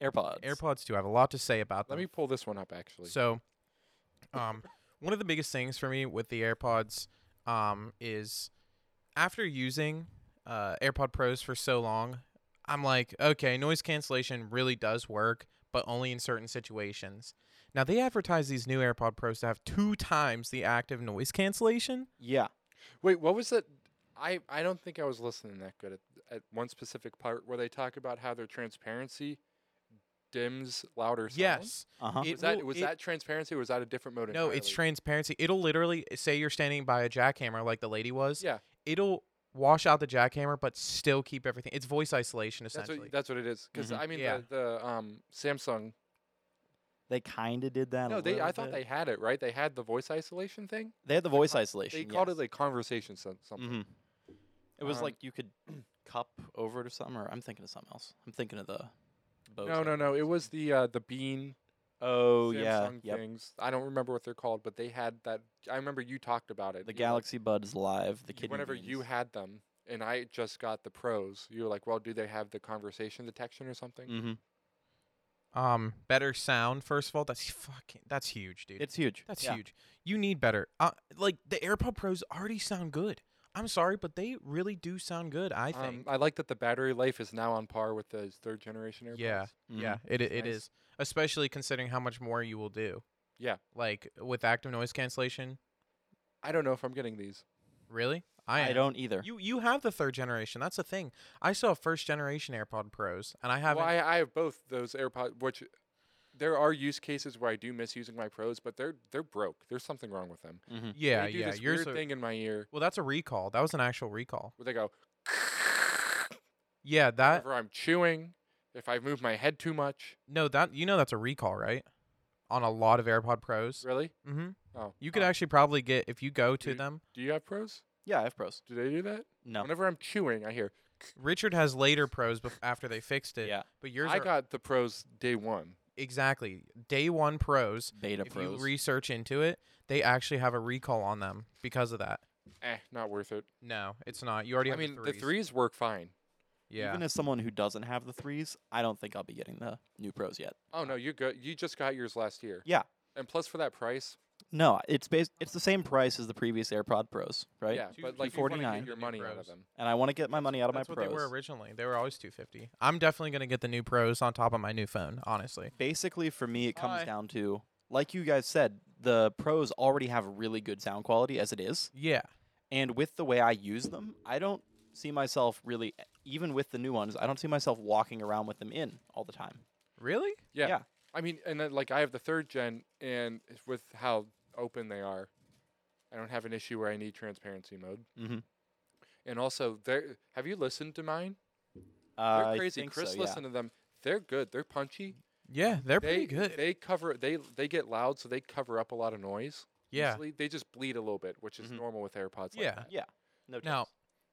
Speaker 3: AirPods.
Speaker 2: AirPods too. I have a lot to say about
Speaker 4: Let
Speaker 2: them.
Speaker 4: me pull this one up actually.
Speaker 2: so, um, one of the biggest things for me with the AirPods, um, is after using uh, AirPod Pros for so long, I'm like, okay, noise cancellation really does work, but only in certain situations. Now they advertise these new AirPod Pros to have two times the active noise cancellation.
Speaker 3: Yeah.
Speaker 4: Wait, what was that? I, I don't think I was listening that good at, at one specific part where they talk about how their transparency dims louder sound.
Speaker 2: Yes,
Speaker 3: Uh huh.
Speaker 2: It
Speaker 4: Was that
Speaker 2: will-
Speaker 4: was
Speaker 2: it-
Speaker 4: that transparency or was that a different mode?
Speaker 2: No, it's
Speaker 4: entirely?
Speaker 2: transparency. It'll literally say you're standing by a jackhammer like the lady was.
Speaker 4: Yeah.
Speaker 2: It'll wash out the jackhammer but still keep everything. It's voice isolation
Speaker 4: That's
Speaker 2: essentially. Mm-hmm.
Speaker 4: what, that's what it is. Because
Speaker 3: Mhm.
Speaker 4: I mean,
Speaker 2: Yeah.
Speaker 4: the, the um, Samsung.
Speaker 3: They kind of did that. a
Speaker 4: No, they.
Speaker 3: little
Speaker 4: I thought
Speaker 3: bit.
Speaker 4: they had it right. They had the voice isolation thing.
Speaker 3: They had the voice isolation.
Speaker 4: They Mm-hmm. called
Speaker 3: yes.
Speaker 4: it like conversation some, something.
Speaker 3: Mhm. It was
Speaker 4: Um,
Speaker 3: like you could cup over it or something. Or I'm thinking of something else. I'm thinking of the. Bose
Speaker 4: No, no, no. It was the uh, the Bean
Speaker 3: Oh yeah.
Speaker 4: Samsung
Speaker 3: Yep.
Speaker 4: things. I don't remember what they're called, but they had that. I remember you talked about it.
Speaker 3: The
Speaker 4: you were like,
Speaker 3: Galaxy Buds Live. The
Speaker 4: you-
Speaker 3: kidney
Speaker 4: whenever you
Speaker 3: beans.
Speaker 4: had them and I just got the pros, you were like, well, do they have the conversation detection or something?
Speaker 3: Mhm.
Speaker 2: um better sound first of all. That's fucking that's huge, dude.
Speaker 3: It's huge.
Speaker 2: that's
Speaker 3: Yeah.
Speaker 2: huge. You need better. Uh, like the AirPod Pros already sound good. I'm sorry, but they really do sound good, I think.
Speaker 4: Um, I like that the battery life is now on par with the third generation AirPods.
Speaker 2: Yeah.
Speaker 3: Mhm.
Speaker 2: Yeah, it it
Speaker 4: mm-hmm. Nice.
Speaker 2: is. Especially considering how much more you will do.
Speaker 4: Yeah.
Speaker 2: Like with active noise cancellation,
Speaker 4: I don't know if I'm getting these.
Speaker 2: really?
Speaker 3: I,
Speaker 2: am.
Speaker 3: don't either.
Speaker 2: You you have the third generation. That's the thing. I still have first generation AirPod Pros, and I haven't.
Speaker 4: well, I, I have both those AirPods, which there are use cases where I do miss using my pros, but they're they're broke. There's something wrong with them.
Speaker 3: Mhm.
Speaker 2: yeah,
Speaker 4: um, they do
Speaker 2: yeah.
Speaker 4: this
Speaker 2: Yours.
Speaker 4: weird
Speaker 2: Are,
Speaker 4: thing in my ear
Speaker 2: well, that's a recall. That was an actual recall.
Speaker 4: where they go
Speaker 2: Yeah, that.
Speaker 4: whenever I'm chewing, if I move my head too much.
Speaker 2: No, that you know that's a recall, right? On a lot of AirPod Pros.
Speaker 4: Really?
Speaker 2: Mm-hmm.
Speaker 4: Oh,
Speaker 2: You could
Speaker 4: oh.
Speaker 2: actually probably get if you go to
Speaker 4: Dude.
Speaker 2: them.
Speaker 4: Do you have pros?
Speaker 3: Yeah, I have pros.
Speaker 4: Do they do that?
Speaker 3: No.
Speaker 4: Whenever I'm chewing, I hear.
Speaker 2: Richard has later Pros bef- after they fixed it.
Speaker 3: Yeah.
Speaker 2: but yours
Speaker 4: I
Speaker 2: are
Speaker 4: got the pros day one.
Speaker 2: exactly day one Pros.
Speaker 3: Beta
Speaker 2: if
Speaker 3: pros.
Speaker 2: you research into it, they actually have a recall on them because of that.
Speaker 4: Eh, not worth it.
Speaker 2: No, it's not. You already
Speaker 4: I
Speaker 2: have
Speaker 4: mean,
Speaker 2: the,
Speaker 4: the
Speaker 2: threes.
Speaker 4: threes work fine.
Speaker 2: Yeah.
Speaker 3: Even as someone who doesn't have the threes, I don't think I'll be getting the new pros yet.
Speaker 4: Oh no, you go. You just got yours last year.
Speaker 3: Yeah.
Speaker 4: And plus for that price,
Speaker 3: No, it's based. It's the same price as the previous AirPod Pros, right?
Speaker 4: yeah.
Speaker 2: Two-
Speaker 4: But like, you want to
Speaker 3: 249.
Speaker 4: get your
Speaker 2: The new
Speaker 4: money out of
Speaker 2: pros.
Speaker 4: them.
Speaker 3: And I want to get my money out of
Speaker 2: That's
Speaker 3: my
Speaker 2: what
Speaker 3: pros.
Speaker 2: they were originally. They were always 250. I'm definitely gonna get the new pros on top of my new phone. Honestly,
Speaker 3: Basically, for me, it comes
Speaker 2: Hi.
Speaker 3: down to, like you guys said, the pros already have really good sound quality as it is,
Speaker 2: yeah,
Speaker 3: and with the way I use them, I don't see myself really, even with the new ones, I don't see myself walking around with them in all the time.
Speaker 2: really.
Speaker 4: Yeah.
Speaker 3: Yeah.
Speaker 4: I mean, and then like I have the third gen, and it's with how open they are, I don't have an issue where I need transparency mode.
Speaker 3: Mhm.
Speaker 4: And also, they're have you listened to mine?
Speaker 3: Uh,
Speaker 4: They're
Speaker 3: I
Speaker 4: crazy.
Speaker 3: think
Speaker 4: Chris
Speaker 3: so, yeah.
Speaker 4: listened to them. They're good. They're punchy.
Speaker 2: Yeah, they're pretty
Speaker 4: they,
Speaker 2: good.
Speaker 4: They cover they they get loud, so they cover up a lot of noise.
Speaker 2: yeah.
Speaker 4: easily. they just bleed a little bit, which is
Speaker 5: Mhm.
Speaker 4: normal with AirPods. like
Speaker 2: Yeah.
Speaker 4: that.
Speaker 5: No. Tips.
Speaker 2: Now,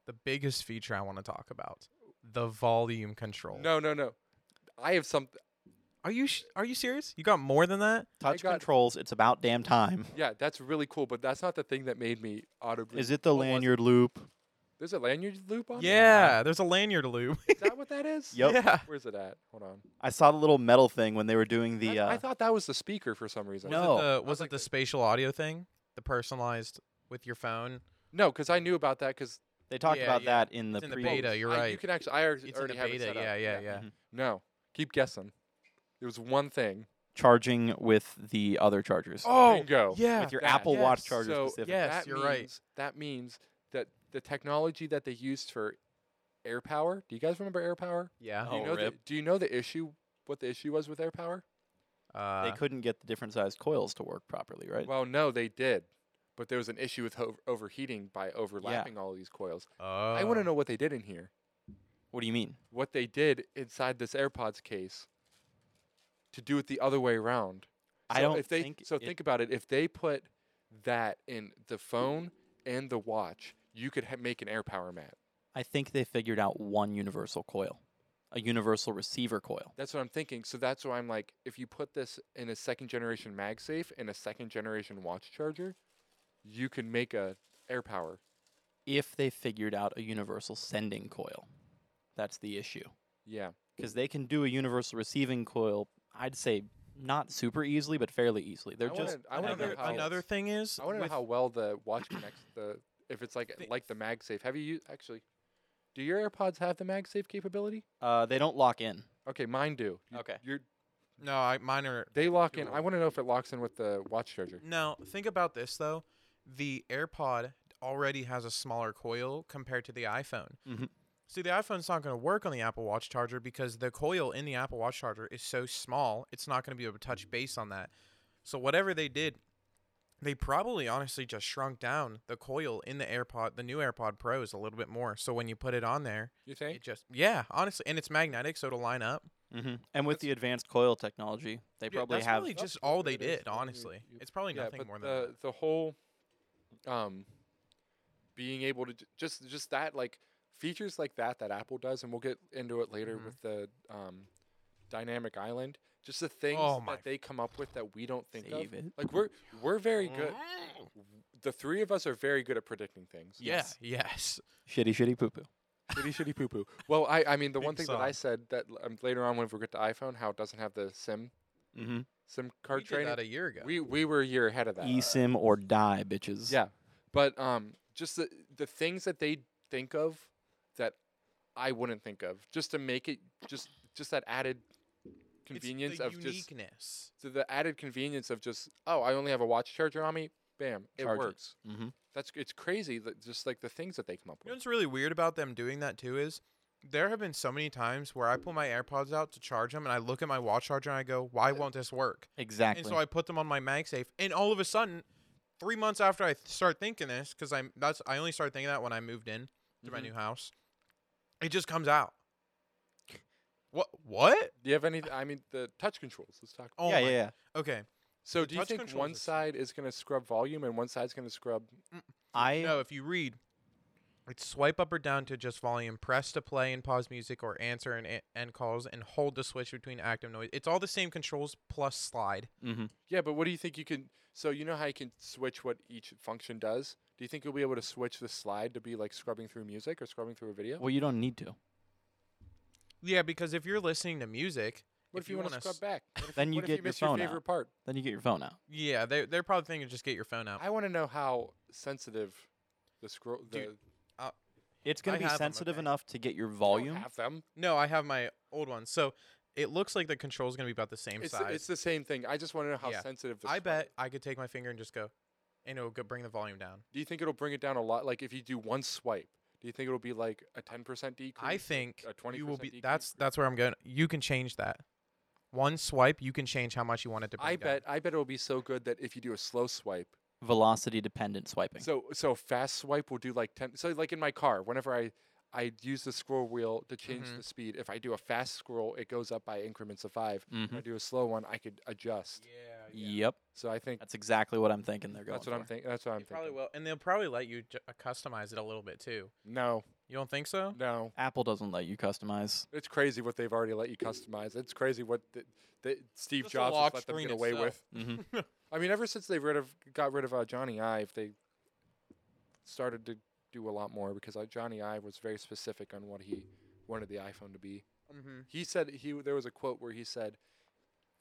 Speaker 2: the biggest feature I want to talk about, the volume control.
Speaker 4: No, no, no. I have some.
Speaker 2: Are you sh- are you serious? You got more than that?
Speaker 5: touch
Speaker 4: got-
Speaker 5: controls. It's about damn time.
Speaker 4: Yeah, that's really cool, but that's not the thing that made me audibly.
Speaker 5: Is it the
Speaker 4: What was it?
Speaker 5: lanyard loop?
Speaker 4: There's a lanyard loop on.
Speaker 2: yeah, there's a lanyard loop.
Speaker 4: It? Is that what that is?
Speaker 5: Yep.
Speaker 2: Yeah.
Speaker 4: Where's it at? Hold on.
Speaker 5: I saw the little metal thing when they were doing the.
Speaker 4: I,
Speaker 5: uh,
Speaker 4: I thought that was the speaker for some reason.
Speaker 5: No.
Speaker 2: Was it the, was
Speaker 4: like
Speaker 2: it the
Speaker 4: that.
Speaker 2: spatial audio thing? The personalized with your phone?
Speaker 4: No, because I knew about that because
Speaker 5: they talked
Speaker 2: Yeah,
Speaker 5: about
Speaker 2: yeah.
Speaker 5: that in the
Speaker 2: It's in the
Speaker 5: previous-
Speaker 2: beta. You're
Speaker 4: You
Speaker 2: right.
Speaker 4: can actually. Oh, I alre- already
Speaker 2: It's in the
Speaker 4: have it
Speaker 2: beta.
Speaker 4: set up. Mm-hmm.
Speaker 2: Yeah, yeah, yeah.
Speaker 5: Mhm.
Speaker 4: No, keep guessing. It was one thing.
Speaker 5: charging with the other chargers.
Speaker 2: Oh,
Speaker 4: Bingo.
Speaker 2: yeah.
Speaker 5: with your
Speaker 4: that.
Speaker 5: Apple Watch
Speaker 2: Yes.
Speaker 5: charger
Speaker 4: So,
Speaker 5: specifically.
Speaker 2: yes,
Speaker 4: that
Speaker 2: you're
Speaker 4: means,
Speaker 2: right.
Speaker 4: That means that the technology that they used for air power. Do you guys remember air power?
Speaker 2: yeah.
Speaker 4: Do you
Speaker 5: Oh,
Speaker 4: know the,
Speaker 5: rip.
Speaker 4: Do you know the issue? What the issue was with air power?
Speaker 2: Uh,
Speaker 5: they couldn't get the different sized coils to work properly, right?
Speaker 4: Well, no, they did, but there was an issue with ho- overheating by overlapping all these coils. I want to
Speaker 2: oh.
Speaker 4: know what they did in here.
Speaker 5: what do you mean?
Speaker 4: What they did inside this AirPods case to do it the other way around.
Speaker 5: I
Speaker 4: So
Speaker 5: don't
Speaker 4: if they,
Speaker 5: think.
Speaker 4: so.
Speaker 5: it-
Speaker 4: think about it. If they put that in the phone and the watch, you could ha- make an air power mat.
Speaker 5: I think they figured out one universal coil, a universal receiver coil.
Speaker 4: That's what I'm thinking. So that's why I'm like, if you put this in a second generation MagSafe and a second generation watch charger, you can make a air power.
Speaker 5: If they figured out a universal sending coil, that's the issue.
Speaker 4: Yeah.
Speaker 5: Because they can do a universal receiving coil, I'd say not super easily, but fairly easily. They're
Speaker 4: I
Speaker 5: just
Speaker 4: wanna- I wanna know
Speaker 2: Another,
Speaker 4: how
Speaker 2: another
Speaker 4: it's-
Speaker 2: thing is
Speaker 4: I want to know
Speaker 2: with-
Speaker 4: how well the watch connects the if it's like
Speaker 2: Thi-
Speaker 4: like the MagSafe. Have you used, actually? Do your AirPods have the MagSafe capability?
Speaker 5: uh, they don't lock in.
Speaker 4: Okay, mine do. You-
Speaker 5: Okay.
Speaker 4: You're,
Speaker 2: No, I mine are
Speaker 4: they lock in.
Speaker 2: Dual.
Speaker 4: I want to know if it locks in with the watch charger.
Speaker 2: Now, think about this though. The AirPod already has a smaller coil compared to the iPhone.
Speaker 5: Mhm.
Speaker 2: See, the iPhone's not going to work on the Apple Watch charger because the coil in the Apple Watch charger is so small, it's not going to be able to touch base on that. So, whatever they did, they probably honestly just shrunk down the coil in the AirPod, the new AirPod Pros, a little bit more. So, when you put it on there,
Speaker 4: You think?
Speaker 2: it just, yeah, honestly, and it's magnetic, so it'll line up.
Speaker 5: Mm-hmm. And with the advanced coil technology, they
Speaker 2: Yeah,
Speaker 5: probably
Speaker 2: that's
Speaker 5: have.
Speaker 2: probably
Speaker 4: That's
Speaker 2: just all
Speaker 4: what
Speaker 2: they
Speaker 4: it is,
Speaker 2: did,
Speaker 4: I mean,
Speaker 2: honestly.
Speaker 4: you-
Speaker 2: It's probably
Speaker 4: yeah,
Speaker 2: nothing
Speaker 4: but
Speaker 2: more than
Speaker 4: the
Speaker 2: that.
Speaker 4: the whole um being able to j- just just that like features like that that Apple does, and we'll get into it later
Speaker 2: Mhm.
Speaker 4: with the um dynamic island. Just the things
Speaker 2: Oh my-
Speaker 4: that they come up with that we don't think
Speaker 5: Save
Speaker 4: of.
Speaker 5: it.
Speaker 4: Like we're we're very good.
Speaker 5: Mm.
Speaker 4: The three of us are very good at predicting things.
Speaker 2: Yeah, yes.
Speaker 5: Shitty, shitty poo poo.
Speaker 4: Shitty, shitty, poo poo. Well, I, I mean, the one
Speaker 2: Big
Speaker 4: thing that I
Speaker 2: song.
Speaker 4: said that l- um, later on when we get to iPhone, how it doesn't have the SIM
Speaker 5: Mm-hmm.
Speaker 4: SIM card
Speaker 2: we did
Speaker 4: training.
Speaker 2: that a year ago.
Speaker 4: We we were a year ahead of that.
Speaker 3: E
Speaker 5: eSIM or die, bitches.
Speaker 4: Yeah, but um, just the the things that they think of that I wouldn't think of, just to make it just just that added convenience
Speaker 2: it's the
Speaker 4: of just
Speaker 2: uniqueness.
Speaker 4: so the added convenience of just oh I only have a watch charger on me, bam, it
Speaker 5: Charge it.
Speaker 4: works.
Speaker 5: Mhm.
Speaker 4: That's it's crazy that just like the things that they come up
Speaker 2: You know
Speaker 4: with.
Speaker 2: what's really weird about them doing that too is there have been so many times where I pull my AirPods out to charge them and I look at my watch charger and I go, why won't this work?
Speaker 5: Exactly.
Speaker 2: And so I put them on my MagSafe and all of a sudden, three months after I th- start thinking this, because I'm that's I only started thinking that when I moved in to my
Speaker 4: Mhm.
Speaker 2: new house, it just comes out. What? What?
Speaker 4: Do you have any? I mean, the touch controls. Let's talk.
Speaker 2: Oh
Speaker 5: yeah, yeah,
Speaker 2: my-
Speaker 5: yeah.
Speaker 2: Okay.
Speaker 4: So,
Speaker 2: The
Speaker 4: do you
Speaker 2: touch
Speaker 4: think
Speaker 2: controls
Speaker 4: one
Speaker 2: is-
Speaker 4: side is going to scrub volume and one side's going to scrub?
Speaker 5: I
Speaker 2: No, if you read, it's swipe up or down to adjust volume, press to play and pause music, or answer and a- end calls, and hold the switch between active noise. It's all the same controls plus slide.
Speaker 3: Mm-hmm.
Speaker 5: Mhm.
Speaker 4: Yeah, but what do you think you can? So, you know how you can switch what each function does? Do you think you'll be able to switch the slide to be like scrubbing through music or scrubbing through a video?
Speaker 5: Well, you don't need to.
Speaker 2: Yeah, because if you're listening to music,
Speaker 4: What if, you, want to
Speaker 2: wanna
Speaker 4: scrub
Speaker 2: s-
Speaker 4: back? What if
Speaker 5: Then you
Speaker 4: what if
Speaker 5: get
Speaker 4: you
Speaker 5: your
Speaker 4: miss
Speaker 5: phone out.
Speaker 4: your favorite part.
Speaker 5: Then you get your phone out.
Speaker 2: yeah, they they're probably thinking just get your phone out.
Speaker 4: I want to know how sensitive the scroll. The,
Speaker 2: Dude,
Speaker 5: It's going
Speaker 2: I
Speaker 5: to be
Speaker 2: have 'em,
Speaker 5: sensitive
Speaker 2: okay.
Speaker 5: enough to get your
Speaker 4: I don't
Speaker 5: volume.
Speaker 4: have them.
Speaker 2: no, I have my old one, so it looks like the control's gonna be about the same
Speaker 4: It's the,
Speaker 2: size.
Speaker 4: it's the same thing. I just want to know how
Speaker 2: Yeah.
Speaker 4: sensitive. The
Speaker 2: I
Speaker 4: scrub
Speaker 2: bet
Speaker 4: is.
Speaker 2: I could take my finger and just go, and it'll go bring the volume down.
Speaker 4: Do you think it'll bring it down a lot? Like if you do one swipe, do you think it'll be like a ten percent decrease?
Speaker 2: I think
Speaker 4: a
Speaker 2: you will
Speaker 4: 20%
Speaker 2: be.
Speaker 4: decrease
Speaker 2: That's that's where I'm going. You can change that. One swipe, you can change how much you want it to. Bring
Speaker 4: I
Speaker 2: down.
Speaker 4: bet. I bet it'll be so good that if you do a slow swipe,
Speaker 5: Velocity dependent swiping.
Speaker 4: So so fast swipe will do like ten. So like in my car, whenever I I use the scroll wheel to change
Speaker 2: Mhm.
Speaker 4: the speed. If I do a fast scroll, it goes up by increments of 5 If I
Speaker 3: Mhm.
Speaker 4: do a slow one, I could adjust.
Speaker 3: Yep.
Speaker 4: So I think
Speaker 3: That's exactly what I'm thinking they're going
Speaker 4: that's what I'm
Speaker 3: for.
Speaker 4: thinking. That's what I'm
Speaker 2: They probably
Speaker 4: thinking.
Speaker 2: will, and they'll probably let you ju- uh, customize it a little bit too.
Speaker 4: No,
Speaker 2: You don't think so?
Speaker 4: no,
Speaker 3: Apple doesn't let you customize.
Speaker 4: it's crazy what they've already let you customize. It's crazy what the, the Steve
Speaker 2: Just a
Speaker 4: Jobs
Speaker 2: lock
Speaker 4: just let them
Speaker 2: screen
Speaker 4: get away
Speaker 2: itself.
Speaker 4: with.
Speaker 3: Mhm.
Speaker 4: I mean, ever since they rid of got rid of uh, Johnny Ive, they started to do a lot more because uh, Johnny Ive was very specific on what he wanted the iPhone to be.
Speaker 2: Mm-hmm.
Speaker 4: He said he there was a quote where he said,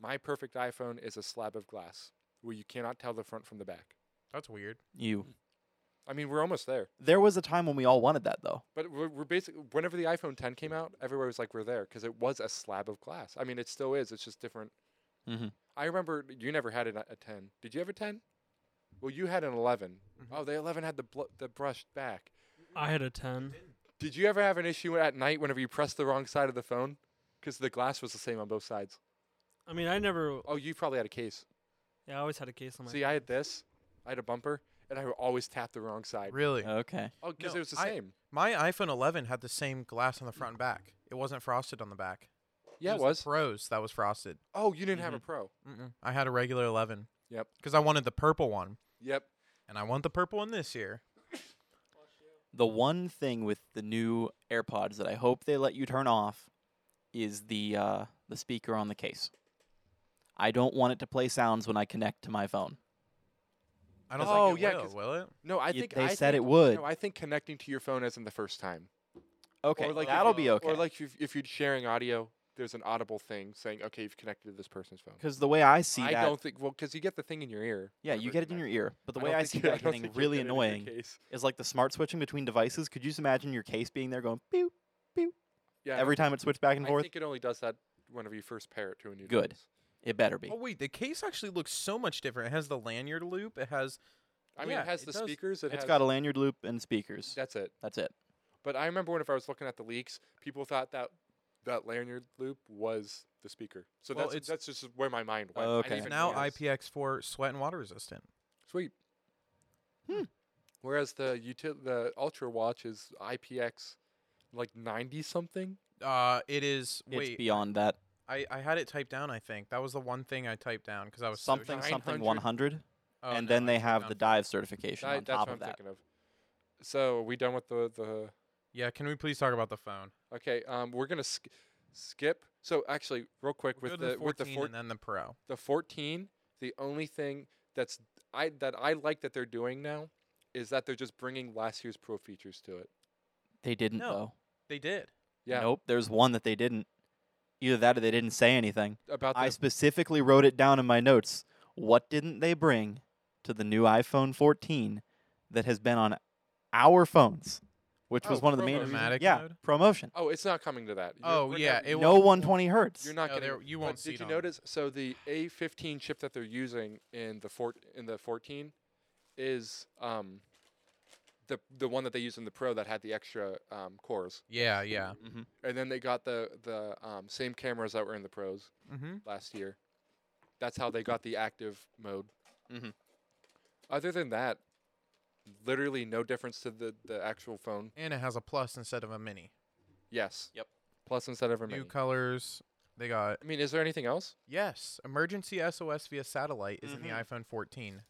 Speaker 4: "My perfect iPhone is a slab of glass where you cannot tell the front from the back."
Speaker 2: That's weird.
Speaker 3: You.
Speaker 4: I mean, we're almost there.
Speaker 3: There was a time when we all wanted that though.
Speaker 4: But we're, we're basically whenever the iPhone 10 came out, everywhere was like we're there because it was a slab of glass. I mean, it still is. It's just different.
Speaker 3: Mhm.
Speaker 4: I remember you never had an, a 10. Did you have a 10? Well, you had an 11. Oh, the 11 had the bl- the brushed back.
Speaker 1: I had a ten.
Speaker 4: Did you ever have an issue at night whenever you pressed the wrong side of the phone because the glass was the same on both sides?
Speaker 1: I mean, I never.
Speaker 4: Oh, you probably had a case.
Speaker 1: Yeah, I always had a case on my.
Speaker 4: See, I had this. I had a bumper, and I would always tap the wrong side.
Speaker 2: Really?
Speaker 3: Okay.
Speaker 4: Oh, because
Speaker 2: No,
Speaker 4: it was the
Speaker 2: I-
Speaker 4: same.
Speaker 2: My iPhone 11 had the same glass on the front and back. It wasn't frosted on the back.
Speaker 4: Yeah, it
Speaker 2: the
Speaker 4: was.
Speaker 2: Pros that was frosted.
Speaker 4: Oh, you didn't have a
Speaker 3: Mhm.
Speaker 4: Pro.
Speaker 2: Mm-mm. I had a regular 11.
Speaker 4: Yep.
Speaker 2: Because I wanted the purple one,
Speaker 4: Yep.
Speaker 2: and I want the purple one this year.
Speaker 3: The one thing with the new AirPods that I hope they let you turn off is the uh, the speaker on the case. I don't want it to play sounds when I connect to my phone.
Speaker 2: I don't
Speaker 4: Oh,
Speaker 2: think it
Speaker 4: yeah,
Speaker 2: will.
Speaker 4: 'cause-
Speaker 2: Will it?
Speaker 4: No, I
Speaker 3: You-
Speaker 4: think
Speaker 3: they
Speaker 4: I
Speaker 3: said
Speaker 4: think-
Speaker 3: it would.
Speaker 4: No, I think connecting to your phone isn't the first time.
Speaker 3: Okay,
Speaker 4: Or like if
Speaker 3: that'll
Speaker 4: you-
Speaker 3: be okay.
Speaker 4: Or like if, if you're sharing audio, there's an audible thing saying, "Okay, you've connected to this person's phone."
Speaker 3: because the way I see
Speaker 4: I
Speaker 3: that,
Speaker 4: don't think well, because you get the thing in your ear.
Speaker 3: yeah, you get it in your ear. But the way I, see that getting really annoying is like the smart switching between devices. Could you just imagine your case being there going pew pew
Speaker 4: Yeah,
Speaker 3: every time it switched back and
Speaker 4: I
Speaker 3: forth?
Speaker 4: think it only does that whenever you first pair it to a new.
Speaker 3: Good.
Speaker 4: device.
Speaker 3: It better be.
Speaker 2: Oh wait, the case actually looks so much different. It has the lanyard loop. It has.
Speaker 4: I mean,
Speaker 2: Yeah,
Speaker 4: it has
Speaker 2: it
Speaker 4: the
Speaker 2: does.
Speaker 4: speakers. It
Speaker 3: It's
Speaker 4: has,
Speaker 3: got a lanyard loop and speakers.
Speaker 4: That's it.
Speaker 3: That's it.
Speaker 4: But I remember whenever I was looking at the leaks, people thought that that lanyard loop was the speaker. So
Speaker 2: Well,
Speaker 4: that's
Speaker 2: it's-
Speaker 4: that's just where my mind went. I
Speaker 3: Okay.
Speaker 4: didn't
Speaker 2: It's
Speaker 4: even
Speaker 2: now
Speaker 4: notice.
Speaker 2: IPX4 sweat and water resistant.
Speaker 4: Sweet.
Speaker 3: Hmm.
Speaker 4: Whereas the util- the Ultra Watch is IPX like 90 something.
Speaker 2: Uh, it is.
Speaker 3: It's
Speaker 2: Wait,
Speaker 3: beyond that.
Speaker 2: I, I had it typed down. I think that was the one thing I typed down because I was so
Speaker 3: Something
Speaker 2: shocked.
Speaker 3: something
Speaker 4: 900.
Speaker 3: 100,
Speaker 2: Oh,
Speaker 3: and
Speaker 2: no,
Speaker 3: then
Speaker 2: I
Speaker 3: they
Speaker 2: typed
Speaker 3: have
Speaker 2: down-
Speaker 3: the dive certification
Speaker 4: That-
Speaker 3: on
Speaker 4: that's
Speaker 3: top
Speaker 4: what
Speaker 3: of
Speaker 4: I'm
Speaker 3: that.
Speaker 4: thinking of. So are we done with the the
Speaker 2: Yeah, can we please talk about the phone?
Speaker 4: okay. Um, we're gonna sk- skip. So actually, real quick
Speaker 2: We'll
Speaker 4: with
Speaker 2: go to
Speaker 4: the, with the
Speaker 2: 14
Speaker 4: four-
Speaker 2: and then the Pro.
Speaker 4: the 14. The only thing that's I that I like that they're doing now is that they're just bringing last year's Pro features to it.
Speaker 3: They didn't
Speaker 2: No.
Speaker 3: though.
Speaker 2: They did.
Speaker 4: Yeah.
Speaker 3: Nope. There's one that they didn't. Either that or they didn't say anything.
Speaker 4: About the
Speaker 3: I specifically wrote it down in my notes. What didn't they bring to the new iPhone 14 that has been on our phones, which was
Speaker 4: Oh,
Speaker 3: one of the main
Speaker 4: promotion.
Speaker 3: reasons?
Speaker 2: Automatic
Speaker 3: Yeah,
Speaker 2: mode?
Speaker 3: promotion.
Speaker 4: oh, it's not coming to that. You're-
Speaker 2: Oh,
Speaker 4: we're
Speaker 2: yeah,
Speaker 4: never-
Speaker 2: it
Speaker 4: you're
Speaker 2: will-
Speaker 3: No 120 hertz.
Speaker 4: You're not
Speaker 2: No,
Speaker 4: gonna.
Speaker 2: there- you
Speaker 4: but
Speaker 2: won't see
Speaker 4: Did
Speaker 2: it
Speaker 4: you
Speaker 2: on there.
Speaker 4: notice? So the A15 chip that they're using in the four, in the 14 is um the the one that they use in the Pro that had the extra um, cores,
Speaker 2: Yeah, yeah.
Speaker 4: and then they got the the um, same cameras that were in the Pros
Speaker 2: Mm-hmm.
Speaker 4: last year. That's how they got the active mode.
Speaker 3: Mhm.
Speaker 4: Other than that, literally no difference to the the actual phone.
Speaker 2: And it has a plus instead of a mini.
Speaker 4: Yes.
Speaker 3: Yep.
Speaker 4: Plus instead of a
Speaker 2: New
Speaker 4: mini.
Speaker 2: colors. They got
Speaker 4: I mean, is there anything else?
Speaker 2: yes. Emergency SOS via satellite is in the
Speaker 3: Mhm.
Speaker 2: iPhone 14.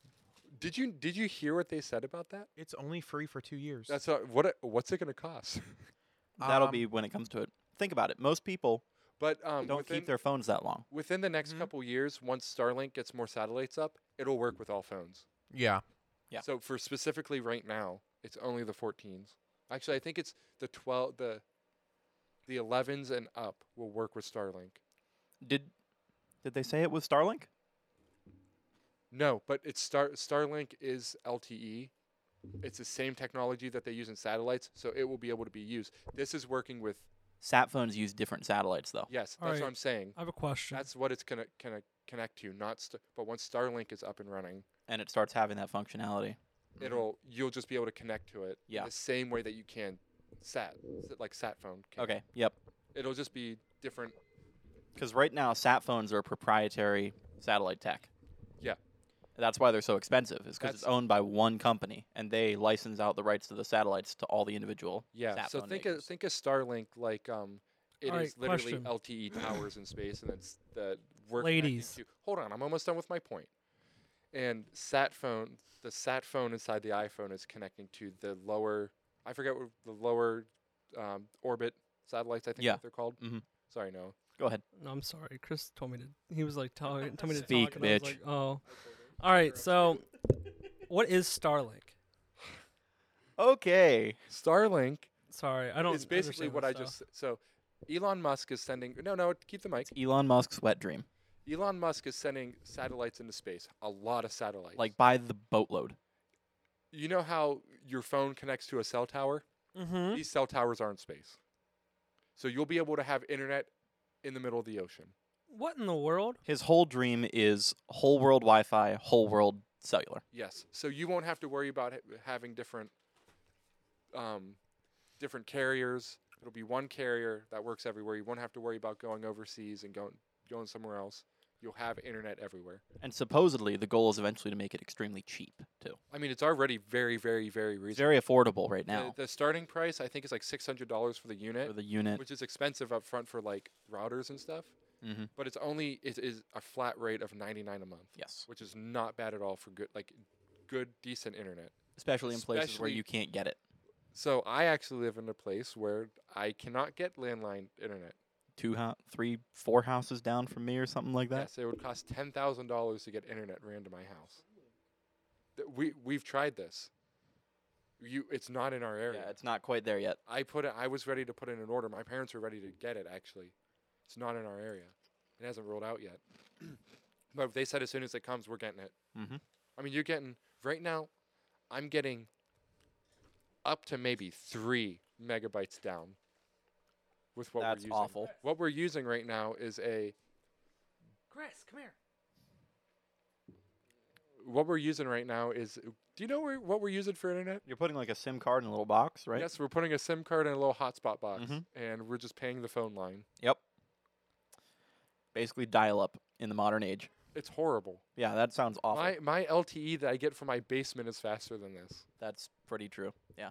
Speaker 4: Did you did you hear what they said about that?
Speaker 2: It's only free for two years.
Speaker 4: That's not, what it- what's it going to cost?
Speaker 3: That'll
Speaker 2: Um,
Speaker 3: be when it comes to it. Think about it. Most people
Speaker 4: But um,
Speaker 3: don't
Speaker 4: within,
Speaker 3: keep their phones that long.
Speaker 4: within the next
Speaker 2: Mhm.
Speaker 4: couple years, once Starlink gets more satellites up, it'll work with all phones.
Speaker 2: yeah.
Speaker 3: Yeah.
Speaker 4: So for specifically right now, it's only the 14s. Actually, I think it's the 12, the the 11s and up will work with Starlink.
Speaker 3: Did did they say it was Starlink?
Speaker 4: No, but it's Star Starlink is LTE. It's the same technology that they use in satellites, so it will be able to be used. This is working with
Speaker 3: Sat phones use different satellites though.
Speaker 4: yes.
Speaker 1: All
Speaker 4: that's
Speaker 1: right.
Speaker 4: what I'm saying.
Speaker 1: I have a question.
Speaker 4: That's what it's gonna gonna connect to. Not st- but once Starlink is up and running,
Speaker 3: And it starts having that functionality.
Speaker 4: it'll you'll just be able to connect to it.
Speaker 3: Mm-hmm. Yeah.
Speaker 4: The same way that you can sat s- like sat phone. can.
Speaker 3: Okay. Yep.
Speaker 4: It'll just be different.
Speaker 3: Because right now, sat phones are proprietary satellite tech. That's why they're so expensive, is because it's
Speaker 4: That's-
Speaker 3: owned by one company and they license out the rights to the satellites to all the individual.
Speaker 4: Yeah.
Speaker 3: sat
Speaker 4: so
Speaker 3: phone
Speaker 4: think of,
Speaker 3: makers.
Speaker 4: think of Starlink like um, it is
Speaker 1: Alright,
Speaker 4: literally
Speaker 1: question.
Speaker 4: LTE towers in space, and it's the we're
Speaker 1: Ladies.
Speaker 4: connecting to- Hold on, I'm almost done with my point. And sat phone, the sat phone inside the iPhone is connecting to the lower. I forget what the lower um, orbit satellites. I think
Speaker 3: Yeah.
Speaker 4: they're called.
Speaker 3: Mhm.
Speaker 4: Sorry, no.
Speaker 3: Go ahead.
Speaker 1: No, I'm sorry. Chris told me to. He was like, tell, tell me to
Speaker 3: Speak,
Speaker 1: talk, and I was
Speaker 3: bitch.
Speaker 1: like, oh. All right. So, what is Starlink?
Speaker 3: Okay.
Speaker 4: Starlink
Speaker 1: Sorry, I don't.
Speaker 4: is basically
Speaker 1: understand
Speaker 4: what
Speaker 1: this
Speaker 4: I
Speaker 1: stuff.
Speaker 4: just. So Elon Musk is sending. No, no, keep the mic.
Speaker 3: Elon Musk's wet dream.
Speaker 4: Elon Musk is sending satellites into space. A lot of satellites.
Speaker 3: Like by the boatload.
Speaker 4: you know how your phone connects to a cell tower?
Speaker 1: Mhm.
Speaker 4: These cell towers are in space. So you'll be able to have internet in the middle of the ocean.
Speaker 1: What in the world?
Speaker 3: His whole dream is whole world Wi Fi, whole world cellular.
Speaker 4: Yes. So you won't have to worry about ha- having different um, different carriers. It'll be one carrier that works everywhere. You won't have to worry about going overseas and going going somewhere else. You'll have internet everywhere.
Speaker 3: And supposedly the goal is eventually to make it extremely cheap too.
Speaker 4: I mean, it's already very, very, very
Speaker 3: It's
Speaker 4: reasonable.
Speaker 3: very affordable right now
Speaker 4: The, the starting price I think is like six hundred dollars for the unit,
Speaker 3: for the unit.
Speaker 4: which is expensive up front for like routers and stuff.
Speaker 3: Mm-hmm.
Speaker 4: but it's only it is a flat rate of 99 a month
Speaker 3: Yes.
Speaker 4: which is not bad at all for good like good decent internet
Speaker 3: Especially in places where
Speaker 4: Especially-
Speaker 3: you can't get it.
Speaker 4: so i actually live in a place where i cannot get landline internet
Speaker 3: Two, ho- three, four houses down from me or something like that.
Speaker 4: yes it would cost $10000 to get internet ran to my house Th- we we've tried this you it's not in our area
Speaker 3: Yeah, it's not quite there yet.
Speaker 4: i put it i was ready to put in an order my parents were ready to get it actually it's not in our area it hasn't rolled out yet but they said as soon as it comes we're getting it
Speaker 3: Mm-hmm.
Speaker 4: I mean, you're getting right now. I'm getting up to maybe three megabytes down with what
Speaker 3: That's
Speaker 4: we're using.
Speaker 3: awful.
Speaker 4: What we're using right now is a
Speaker 1: Chris, come here.
Speaker 4: what we're using right now is. Do you know where, what we're using for internet?
Speaker 3: You're putting like a SIM card in a little box, right?
Speaker 4: Yes, we're putting a SIM card in a little hotspot box,
Speaker 3: Mhm.
Speaker 4: and we're just paying the phone line.
Speaker 3: Basically, dial up in the modern age.
Speaker 4: It's horrible.
Speaker 3: Yeah, that sounds awful.
Speaker 4: My my LTE that I get from my basement is faster than this.
Speaker 3: That's pretty true. Yeah.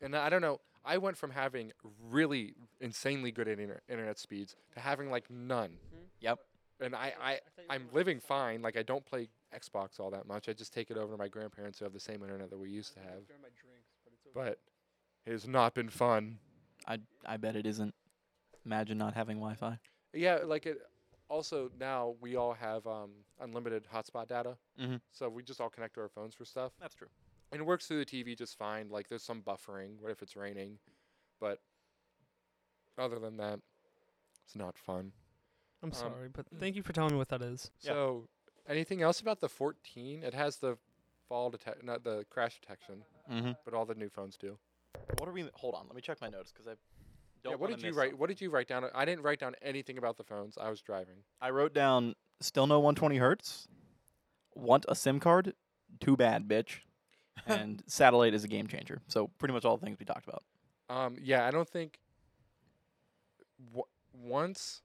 Speaker 4: And I don't know. I went from having really insanely good inter- internet speeds to having like none.
Speaker 3: Mm-hmm. Yep.
Speaker 4: And I, I, I'm living fine. Like I don't play Xbox all that much. I just take it over to my grandparents who have the same internet that we used to have. But it has not been fun.
Speaker 3: I I bet it isn't. Imagine not having Wi-Fi.
Speaker 4: Yeah, like it. Also now we all have um, unlimited hotspot data,
Speaker 3: Mhm.
Speaker 4: so we just all connect to our phones for stuff,
Speaker 3: That's true.
Speaker 4: and it works through the TV just fine. Like there's some buffering. What if it's raining? But other than that, it's not fun.
Speaker 1: I'm
Speaker 4: Um,
Speaker 1: sorry, but thank you for telling me what that is.
Speaker 3: Yeah.
Speaker 4: So anything else about the 14? It has the fall detect, not the crash detection,
Speaker 3: Mm-hmm.
Speaker 4: but all the new phones do.
Speaker 3: What are we? Hold on. Let me check my notes because I don't.
Speaker 4: Yeah, what
Speaker 3: wanna
Speaker 4: did you
Speaker 3: miss
Speaker 4: write?
Speaker 3: something.
Speaker 4: What did you write down? I didn't write down anything about the phones. I was driving.
Speaker 3: I wrote down. Still no 120 hertz. Want a SIM card? Too bad, bitch. and satellite is a game changer. So pretty much all the things we talked about.
Speaker 4: Um, yeah, I don't think w- once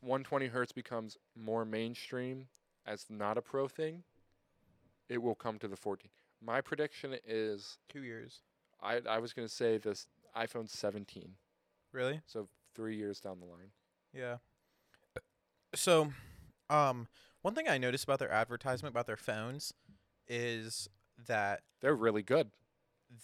Speaker 4: 120 hertz becomes more mainstream as not a pro thing, it will come to the 14. My prediction is
Speaker 2: Two years.
Speaker 4: I I was gonna say this iPhone 17,
Speaker 2: Really?
Speaker 4: so three years down the line.
Speaker 2: Yeah. So, um, one thing I noticed about their advertisement about their phones is that
Speaker 4: They're really good.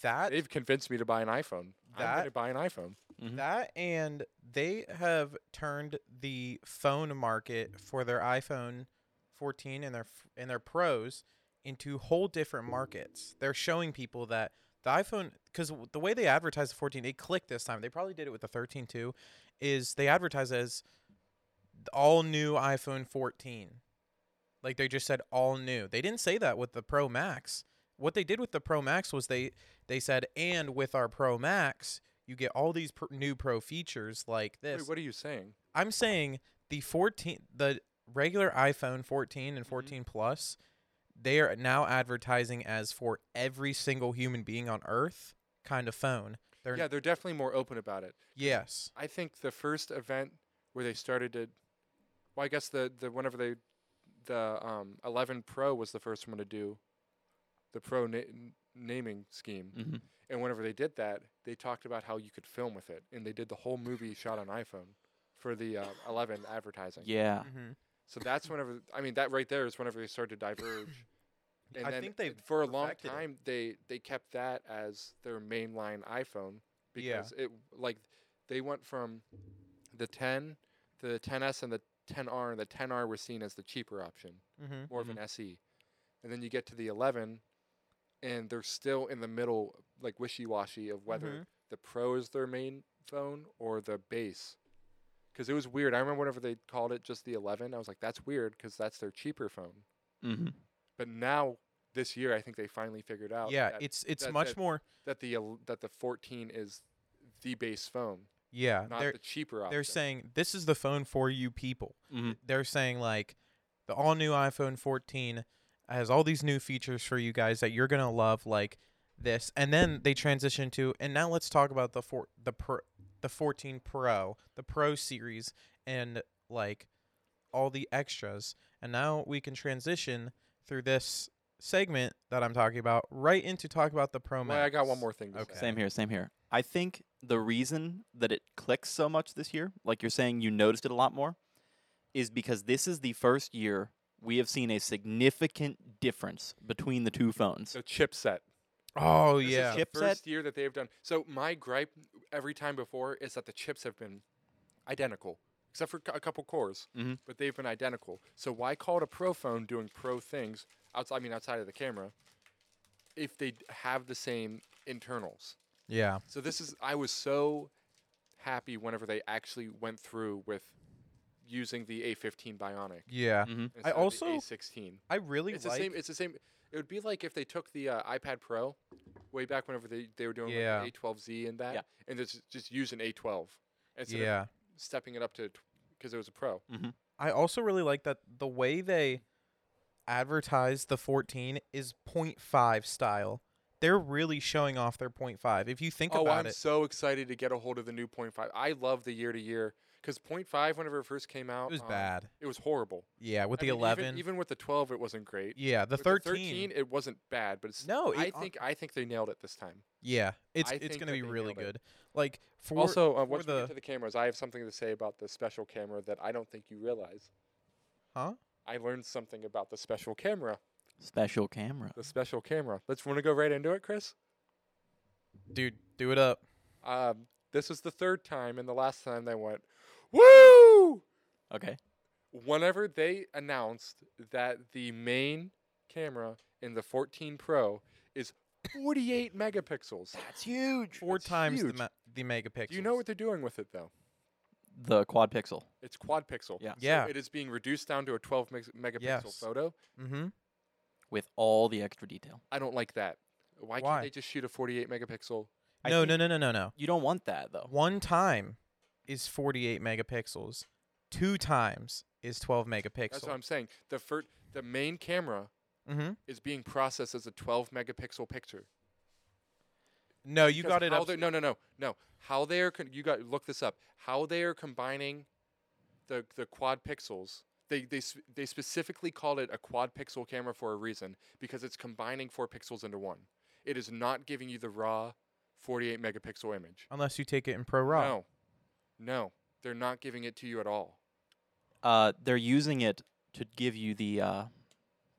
Speaker 2: that
Speaker 4: They've convinced me to buy an iPhone. I'm
Speaker 2: That-
Speaker 4: gonna buy an iPhone.
Speaker 3: Mhm.
Speaker 2: That and they have turned the phone market for their iPhone 14 and their f- and their Pros into whole different markets. They're showing people that the iPhone cuz the way they advertise the 14, they clicked this time. They probably did it with the 13 too, is they advertise as the all new iPhone 14. Like they just said all new. They didn't say that with the Pro Max. What they did with the Pro Max was they they said and with our Pro Max you get all these pr- new pro features like this.
Speaker 4: Wait, what are you saying?
Speaker 2: I'm saying the 14, the regular iPhone 14 and 14 Plus, they are now advertising as for every single human being on Earth kind of phone. They're
Speaker 4: Yeah, they're definitely more open about it.
Speaker 2: yes,
Speaker 4: I think the first event where they started to, well, I guess the, the whenever they, the um, 11 Pro was the first one to do the Pro na- n- naming scheme.
Speaker 5: Mm-hmm.
Speaker 4: And whenever they did that, they talked about how you could film with it, and they did the whole movie shot on iPhone for the uh, 11 advertising.
Speaker 5: Yeah.
Speaker 2: Mm-hmm.
Speaker 4: So that's whenever I mean that right there is whenever they started to diverge. And
Speaker 2: I
Speaker 4: then
Speaker 2: think they've
Speaker 4: for a long
Speaker 2: perfected it.
Speaker 4: time they they kept that as their mainline iPhone
Speaker 2: Yeah.
Speaker 4: because it like they went from the 10, the 10s and the 10R and the 10R was seen as the cheaper option,
Speaker 2: Mm-hmm.
Speaker 4: more of an SE. And then you get to the 11 and they're still in the middle like wishy-washy of whether
Speaker 2: Mm-hmm.
Speaker 1: Mhm.
Speaker 4: the Pro is their main phone or the base. Because it was weird. I remember whenever they called it just the 11, I was like, that's weird because that's their cheaper phone.
Speaker 5: Mm-hmm.
Speaker 4: But now, this year, I think they finally figured out
Speaker 2: Yeah,
Speaker 4: that,
Speaker 2: it's it's
Speaker 4: that's
Speaker 2: much
Speaker 4: it.
Speaker 2: more.
Speaker 4: that, the, el- that the 14 is the base phone,
Speaker 2: Yeah,
Speaker 4: not
Speaker 2: they're
Speaker 4: the cheaper option.
Speaker 2: they're saying this is the phone for you people.
Speaker 5: Mm-hmm.
Speaker 2: They're saying like the all new iPhone 14 has all these new features for you guys that you're gonna love, like this. And then they transition to and now let's talk about the four the pro, the 14 Pro, the Pro series, and like all the extras. And now we can transition through this segment that I'm talking about right into talk about the Pro Max.
Speaker 4: Well, I got one more thing to
Speaker 2: Okay.
Speaker 4: say.
Speaker 5: Same here, same here. I think the reason that it clicks so much this year, like you're saying, you noticed it a lot more, is because this is the first year we have seen a significant difference between the two phones.
Speaker 4: The chipset.
Speaker 2: Oh
Speaker 4: This
Speaker 2: yeah.
Speaker 4: is the
Speaker 5: Chipset?
Speaker 4: first year that they've done. So my gripe every time before is that the chips have been identical, except for c- a couple cores,
Speaker 2: Mm-hmm.
Speaker 5: Mhm.
Speaker 4: but they've been identical. So why call it a pro phone doing pro things outside? I mean, outside of the camera, if they d- have the same internals.
Speaker 2: Yeah.
Speaker 4: So this is. I was so happy whenever they actually went through with using the A15 Bionic.
Speaker 2: Yeah.
Speaker 5: Mm-hmm.
Speaker 4: instead of the
Speaker 2: also
Speaker 4: A16.
Speaker 2: I really
Speaker 4: Mm. It's
Speaker 2: like
Speaker 4: the same. It's the same. It would be like if they took the uh, iPad Pro, way back whenever they, they were doing
Speaker 2: Yeah.
Speaker 4: like the A12Z and that,
Speaker 5: Yeah.
Speaker 4: and just just use an A12 instead of
Speaker 2: yeah.
Speaker 4: stepping it up to because it was a Pro.
Speaker 2: I also really like that the way they advertise the 14 is 0.5 style. They're really showing off their 0.5. If you think
Speaker 4: oh,
Speaker 2: about
Speaker 4: I'm
Speaker 2: it,
Speaker 4: so excited to get a hold of the new .5. I love the year to year because .5 whenever it first came out,
Speaker 2: it was
Speaker 4: um,
Speaker 2: bad.
Speaker 4: It was horrible.
Speaker 2: Yeah, with
Speaker 4: I
Speaker 2: the
Speaker 4: mean, even-
Speaker 2: 11.
Speaker 4: even, with the 12, it wasn't great.
Speaker 2: yeah, the
Speaker 4: With
Speaker 2: 13.
Speaker 4: 13, it wasn't bad, but it's
Speaker 2: no,
Speaker 4: I
Speaker 2: it-
Speaker 4: think I think they nailed it this time.
Speaker 2: yeah, it's
Speaker 4: I
Speaker 2: it's
Speaker 4: think
Speaker 2: going to
Speaker 4: that
Speaker 2: be
Speaker 4: they
Speaker 2: really
Speaker 4: nailed it.
Speaker 2: good. Like for
Speaker 4: also, uh,
Speaker 2: for
Speaker 4: once we
Speaker 2: the-
Speaker 4: get to the cameras, I have something to say about the special camera that I don't think you realize.
Speaker 2: Huh?
Speaker 4: I learned something about the special camera.
Speaker 5: Special camera.
Speaker 4: The special camera. Let's want to go right into it, Chris.
Speaker 2: dude, do it up.
Speaker 4: Um, this was the third time, and the last time they went, woo!
Speaker 5: Okay.
Speaker 4: Whenever they announced that the main camera in the 14 Pro is 48 megapixels.
Speaker 5: That's huge.
Speaker 2: Four
Speaker 4: That's
Speaker 2: times the
Speaker 4: huge.
Speaker 2: ma- the megapixels.
Speaker 4: Do you know what they're doing with it though?
Speaker 5: The quad pixel.
Speaker 4: It's quad pixel.
Speaker 5: Yeah.
Speaker 4: So
Speaker 2: Yeah.
Speaker 4: it is being reduced down to a 12 meg- megapixel
Speaker 2: Yes.
Speaker 4: photo.
Speaker 2: Mhm.
Speaker 5: with all the extra detail.
Speaker 4: I don't like that. Why,
Speaker 2: Why?
Speaker 4: can't they just shoot a 48 megapixel?
Speaker 5: I
Speaker 2: No,
Speaker 5: think-
Speaker 2: no, no, no, no, no.
Speaker 5: You don't want that though.
Speaker 2: One time is 48 megapixels. Two times is 12 megapixels.
Speaker 4: That's what I'm saying. The fir- the main camera
Speaker 2: Mhm.
Speaker 4: is being processed as a 12 megapixel picture.
Speaker 2: No, you
Speaker 4: Because
Speaker 2: got it
Speaker 4: how
Speaker 2: up.
Speaker 4: they- No, no, no, no. How they are? Con- you got look this up. How they are combining the the quad pixels. They they s- they specifically called it a quad pixel camera for a reason because it's combining four pixels into one. It is not giving you the raw 48 megapixel image.
Speaker 2: unless you take it in Pro Raw.
Speaker 4: No, no, they're not giving it to you at all.
Speaker 5: Uh, they're using it to give you the uh,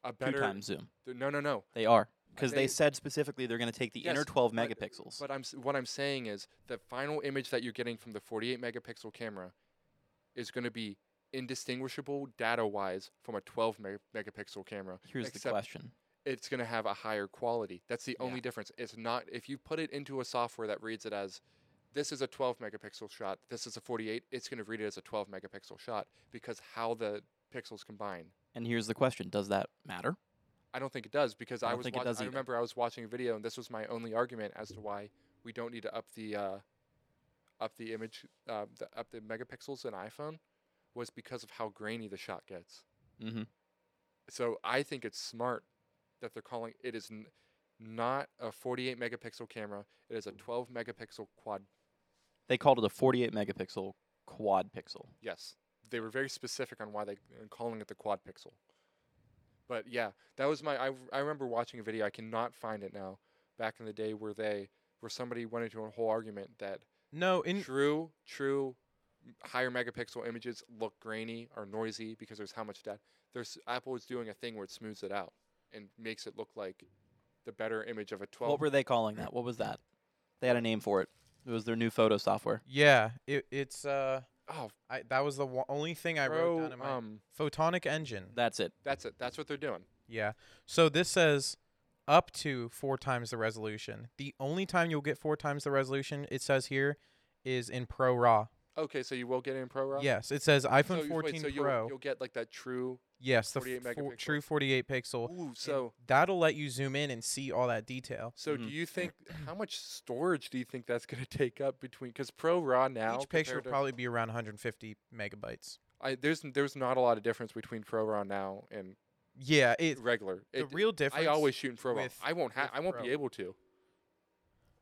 Speaker 4: A
Speaker 5: two
Speaker 4: better
Speaker 5: times zoom.
Speaker 4: th- no, no, no.
Speaker 5: They are because they
Speaker 4: they-
Speaker 5: said specifically they're going to take the inner
Speaker 4: Yes,
Speaker 5: 12
Speaker 4: but-
Speaker 5: megapixels.
Speaker 4: But I'm s- what I'm saying is the final image that you're getting from the 48 megapixel camera is going to be indistinguishable data-wise from a 12 meg- megapixel camera.
Speaker 5: Here's the
Speaker 4: except
Speaker 5: question.
Speaker 4: It's going to have a higher quality. That's the
Speaker 5: Yeah.
Speaker 4: only difference. It's not if you put it into a software that reads it as this is a 12 megapixel shot, this is a 48, it's going to read it as a 12 megapixel shot because how the pixels combine.
Speaker 5: And here's the question: Does that matter?
Speaker 4: I don't think it does because
Speaker 5: I
Speaker 4: I,
Speaker 5: don't
Speaker 4: was
Speaker 5: think it
Speaker 4: watch-
Speaker 5: does
Speaker 4: I
Speaker 5: either.
Speaker 4: remember I was watching a video and this was my only argument as to why we don't need to up the uh, up the image uh, the, up the megapixels in iPhone was because of how grainy the shot gets.
Speaker 5: Mm-hmm.
Speaker 4: So I think it's smart that they're calling it is n- not a 48 megapixel camera. It
Speaker 5: Mm.
Speaker 4: is a 12 megapixel quad.
Speaker 5: They called it a 48 megapixel quad pixel.
Speaker 4: Yes, they were very specific on why they are calling it the quad pixel. But yeah, that was my. I, r- I remember watching a video. I cannot find it now. Back in the day, where they where somebody went into a whole argument that
Speaker 2: No, in
Speaker 4: true true m- higher megapixel images look grainy or noisy because there's how much data. There's Apple is doing a thing where it smooths it out and makes it look like the better image of a 12.
Speaker 3: What were they calling that? What was that? They had a name for it. It was their new photo software.
Speaker 2: yeah, it, it's uh,
Speaker 4: oh,
Speaker 2: I that was the wa- only thing I wrote
Speaker 4: bro,
Speaker 2: down in my
Speaker 4: um,
Speaker 2: photonic engine.
Speaker 3: That's it.
Speaker 4: that's it. That's what they're doing.
Speaker 2: Yeah. So this says up to four times the resolution. The only time you'll get four times the resolution, it says here, is in Pro Raw.
Speaker 4: Okay, so you will get it in Pro Raw.
Speaker 2: Yes, it says
Speaker 4: So
Speaker 2: iPhone
Speaker 4: you- wait,
Speaker 2: 14
Speaker 4: so you'll,
Speaker 2: Pro.
Speaker 4: You'll get like that true.
Speaker 2: yes, the
Speaker 4: 48
Speaker 2: f- four-
Speaker 4: megapixel.
Speaker 2: true 48 pixel. and
Speaker 4: Ooh, so
Speaker 2: that'll let you zoom in and see all that detail.
Speaker 4: so
Speaker 3: Mhm.
Speaker 4: do you think how much storage do you think that's going to take up between because Pro Raw now
Speaker 2: Each picture
Speaker 4: compared
Speaker 2: will
Speaker 4: to-
Speaker 2: probably be around 150 megabytes.
Speaker 4: I, there's there's not a lot of difference between Pro Raw now and
Speaker 2: Yeah, it.
Speaker 4: regular.
Speaker 2: The
Speaker 4: It,
Speaker 2: real difference.
Speaker 4: I always shoot in Pro Raw.
Speaker 2: with-
Speaker 4: I won't ha-
Speaker 2: with
Speaker 4: I won't be
Speaker 2: Pro.
Speaker 4: able to.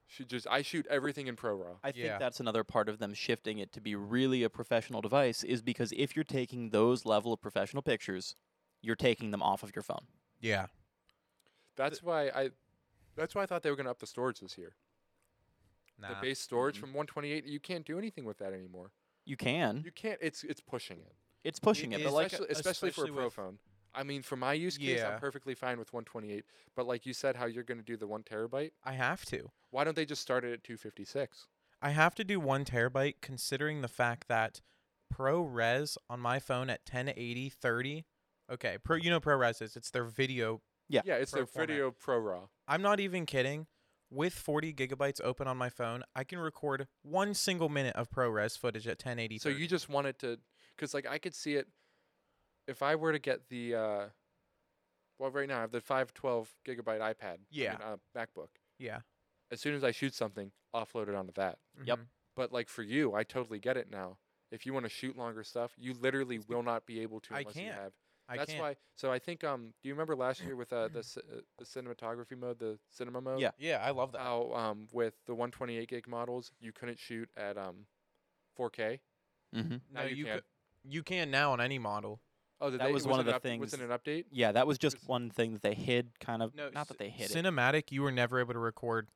Speaker 4: Should just I shoot everything in Pro Raw.
Speaker 3: I think
Speaker 2: Yeah.
Speaker 3: that's another part of them shifting it to be really a professional device is because if you're taking those level of professional pictures, you're taking them off of your phone.
Speaker 2: Yeah.
Speaker 4: That's why I that's why I thought they were going to up the storage this year. The
Speaker 2: Nah.
Speaker 4: base storage
Speaker 3: Mhm.
Speaker 4: from 128, you can't do anything with that anymore.
Speaker 3: You can.
Speaker 4: You can't it's it's pushing it.
Speaker 3: It's pushing it,
Speaker 2: it
Speaker 3: but
Speaker 2: is
Speaker 3: like
Speaker 4: especially, especially for a
Speaker 2: especially
Speaker 4: pro
Speaker 2: with-
Speaker 4: phone. I mean, for my use case,
Speaker 2: Yeah.
Speaker 4: I'm perfectly fine with 128. But like you said, how you're going to do the one terabyte?
Speaker 2: I have to.
Speaker 4: Why don't they just start it at 256?
Speaker 2: I have to do one terabyte considering the fact that ProRes on my phone at 1080 30. Okay, Pro, you know ProRes is it's their video.
Speaker 3: Yeah,
Speaker 4: Yeah, it's
Speaker 2: pro
Speaker 4: the
Speaker 2: format.
Speaker 4: video pro raw.
Speaker 2: I'm not even kidding. With 40 gigabytes open on my phone, I can record one single minute of ProRes footage at 1080.
Speaker 4: So you just want it to, because like I could see it. If I were to get the, uh, well, right now I have the 512 gigabyte iPad. I mean,
Speaker 2: Yeah.
Speaker 4: uh, MacBook.
Speaker 2: yeah.
Speaker 4: As soon as I shoot something, offload it onto that.
Speaker 3: Yep.
Speaker 2: mhm.
Speaker 4: But like for you, I totally get it now. If you want to shoot longer stuff, you literally will not be able to
Speaker 2: I
Speaker 4: unless you
Speaker 2: can't.
Speaker 4: have.
Speaker 2: I
Speaker 4: That's
Speaker 2: can't.
Speaker 4: why. So I think um, do you remember last year with uh, the ci- uh, the cinematography mode, the cinema mode?
Speaker 3: Yeah.
Speaker 2: Yeah, I love that.
Speaker 4: How um with the 128 gig models, you couldn't shoot at um 4K.
Speaker 3: hmm
Speaker 4: Now
Speaker 2: No,
Speaker 4: you
Speaker 2: you
Speaker 4: can.
Speaker 2: cou- you can now on any model.
Speaker 4: Oh, did
Speaker 3: That
Speaker 4: they,
Speaker 3: was one
Speaker 4: it
Speaker 3: of
Speaker 4: an
Speaker 3: the
Speaker 4: up- Was it
Speaker 3: things-
Speaker 4: an update?
Speaker 3: Yeah, that was just
Speaker 4: Just-
Speaker 3: one thing that they hid kind of
Speaker 2: No,
Speaker 3: not
Speaker 2: c-
Speaker 3: that they hid it.
Speaker 2: Cinematic, you were never able to record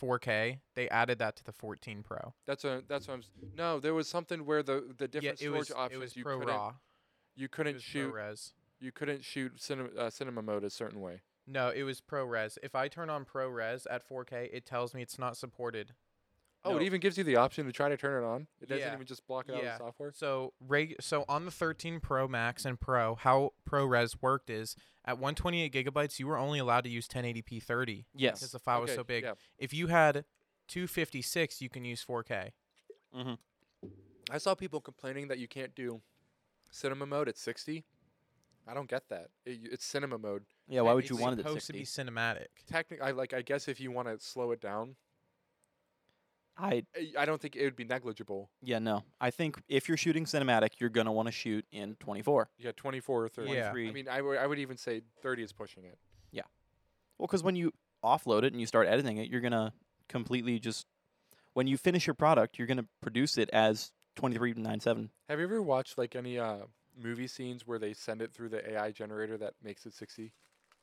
Speaker 2: 4K. They added that to the 14 Pro.
Speaker 4: That's what. That's what I'm. s- No, there was something where the the different
Speaker 2: yeah, it
Speaker 4: storage
Speaker 2: was
Speaker 4: options
Speaker 2: it was
Speaker 4: you
Speaker 2: Pro
Speaker 4: couldn't
Speaker 2: Raw.
Speaker 4: you
Speaker 2: It
Speaker 4: couldn't
Speaker 2: was
Speaker 4: shoot
Speaker 2: ProRes.
Speaker 4: you couldn't shoot cinema uh, cinema mode a certain way.
Speaker 2: No, it was ProRes. If I turn on ProRes at 4K, it tells me it's not supported.
Speaker 4: Oh,
Speaker 2: No.
Speaker 4: it even gives you the option to try to turn it on. It doesn't
Speaker 2: Yeah.
Speaker 4: even just block it out
Speaker 2: Yeah.
Speaker 4: of the software.
Speaker 2: So reg- so on the 13 Pro Max and Pro, how ProRes worked is at 128 gigabytes, you were only allowed to use 1080p 30 because
Speaker 3: Yes.
Speaker 2: the file was
Speaker 4: Okay,
Speaker 2: so big.
Speaker 4: Yeah,
Speaker 2: If you had 256, you can use 4K.
Speaker 4: I saw people complaining that you can't do cinema mode at 60. I don't get that. It, it's cinema mode.
Speaker 3: Yeah, why
Speaker 2: And
Speaker 3: would you
Speaker 2: it's
Speaker 3: want it at
Speaker 2: supposed to be
Speaker 3: 60?
Speaker 2: cinematic?
Speaker 4: Technically, I like. I guess if you want to slow it down,
Speaker 3: I
Speaker 4: I- I don't think it would be negligible.
Speaker 3: yeah, no. I think if you're shooting cinematic, you're going to want to shoot in 24.
Speaker 4: Yeah, 24 or 30.
Speaker 2: Yeah.
Speaker 3: 23.
Speaker 4: I mean, I would- I would even say 30 is pushing it.
Speaker 3: Well, because when you offload it and you start editing it, you're gonna completely just when you finish your product, you're gonna produce it as twenty three nine seven.
Speaker 4: Have you ever watched like any uh, movie scenes where they send it through the AI generator that makes it 60?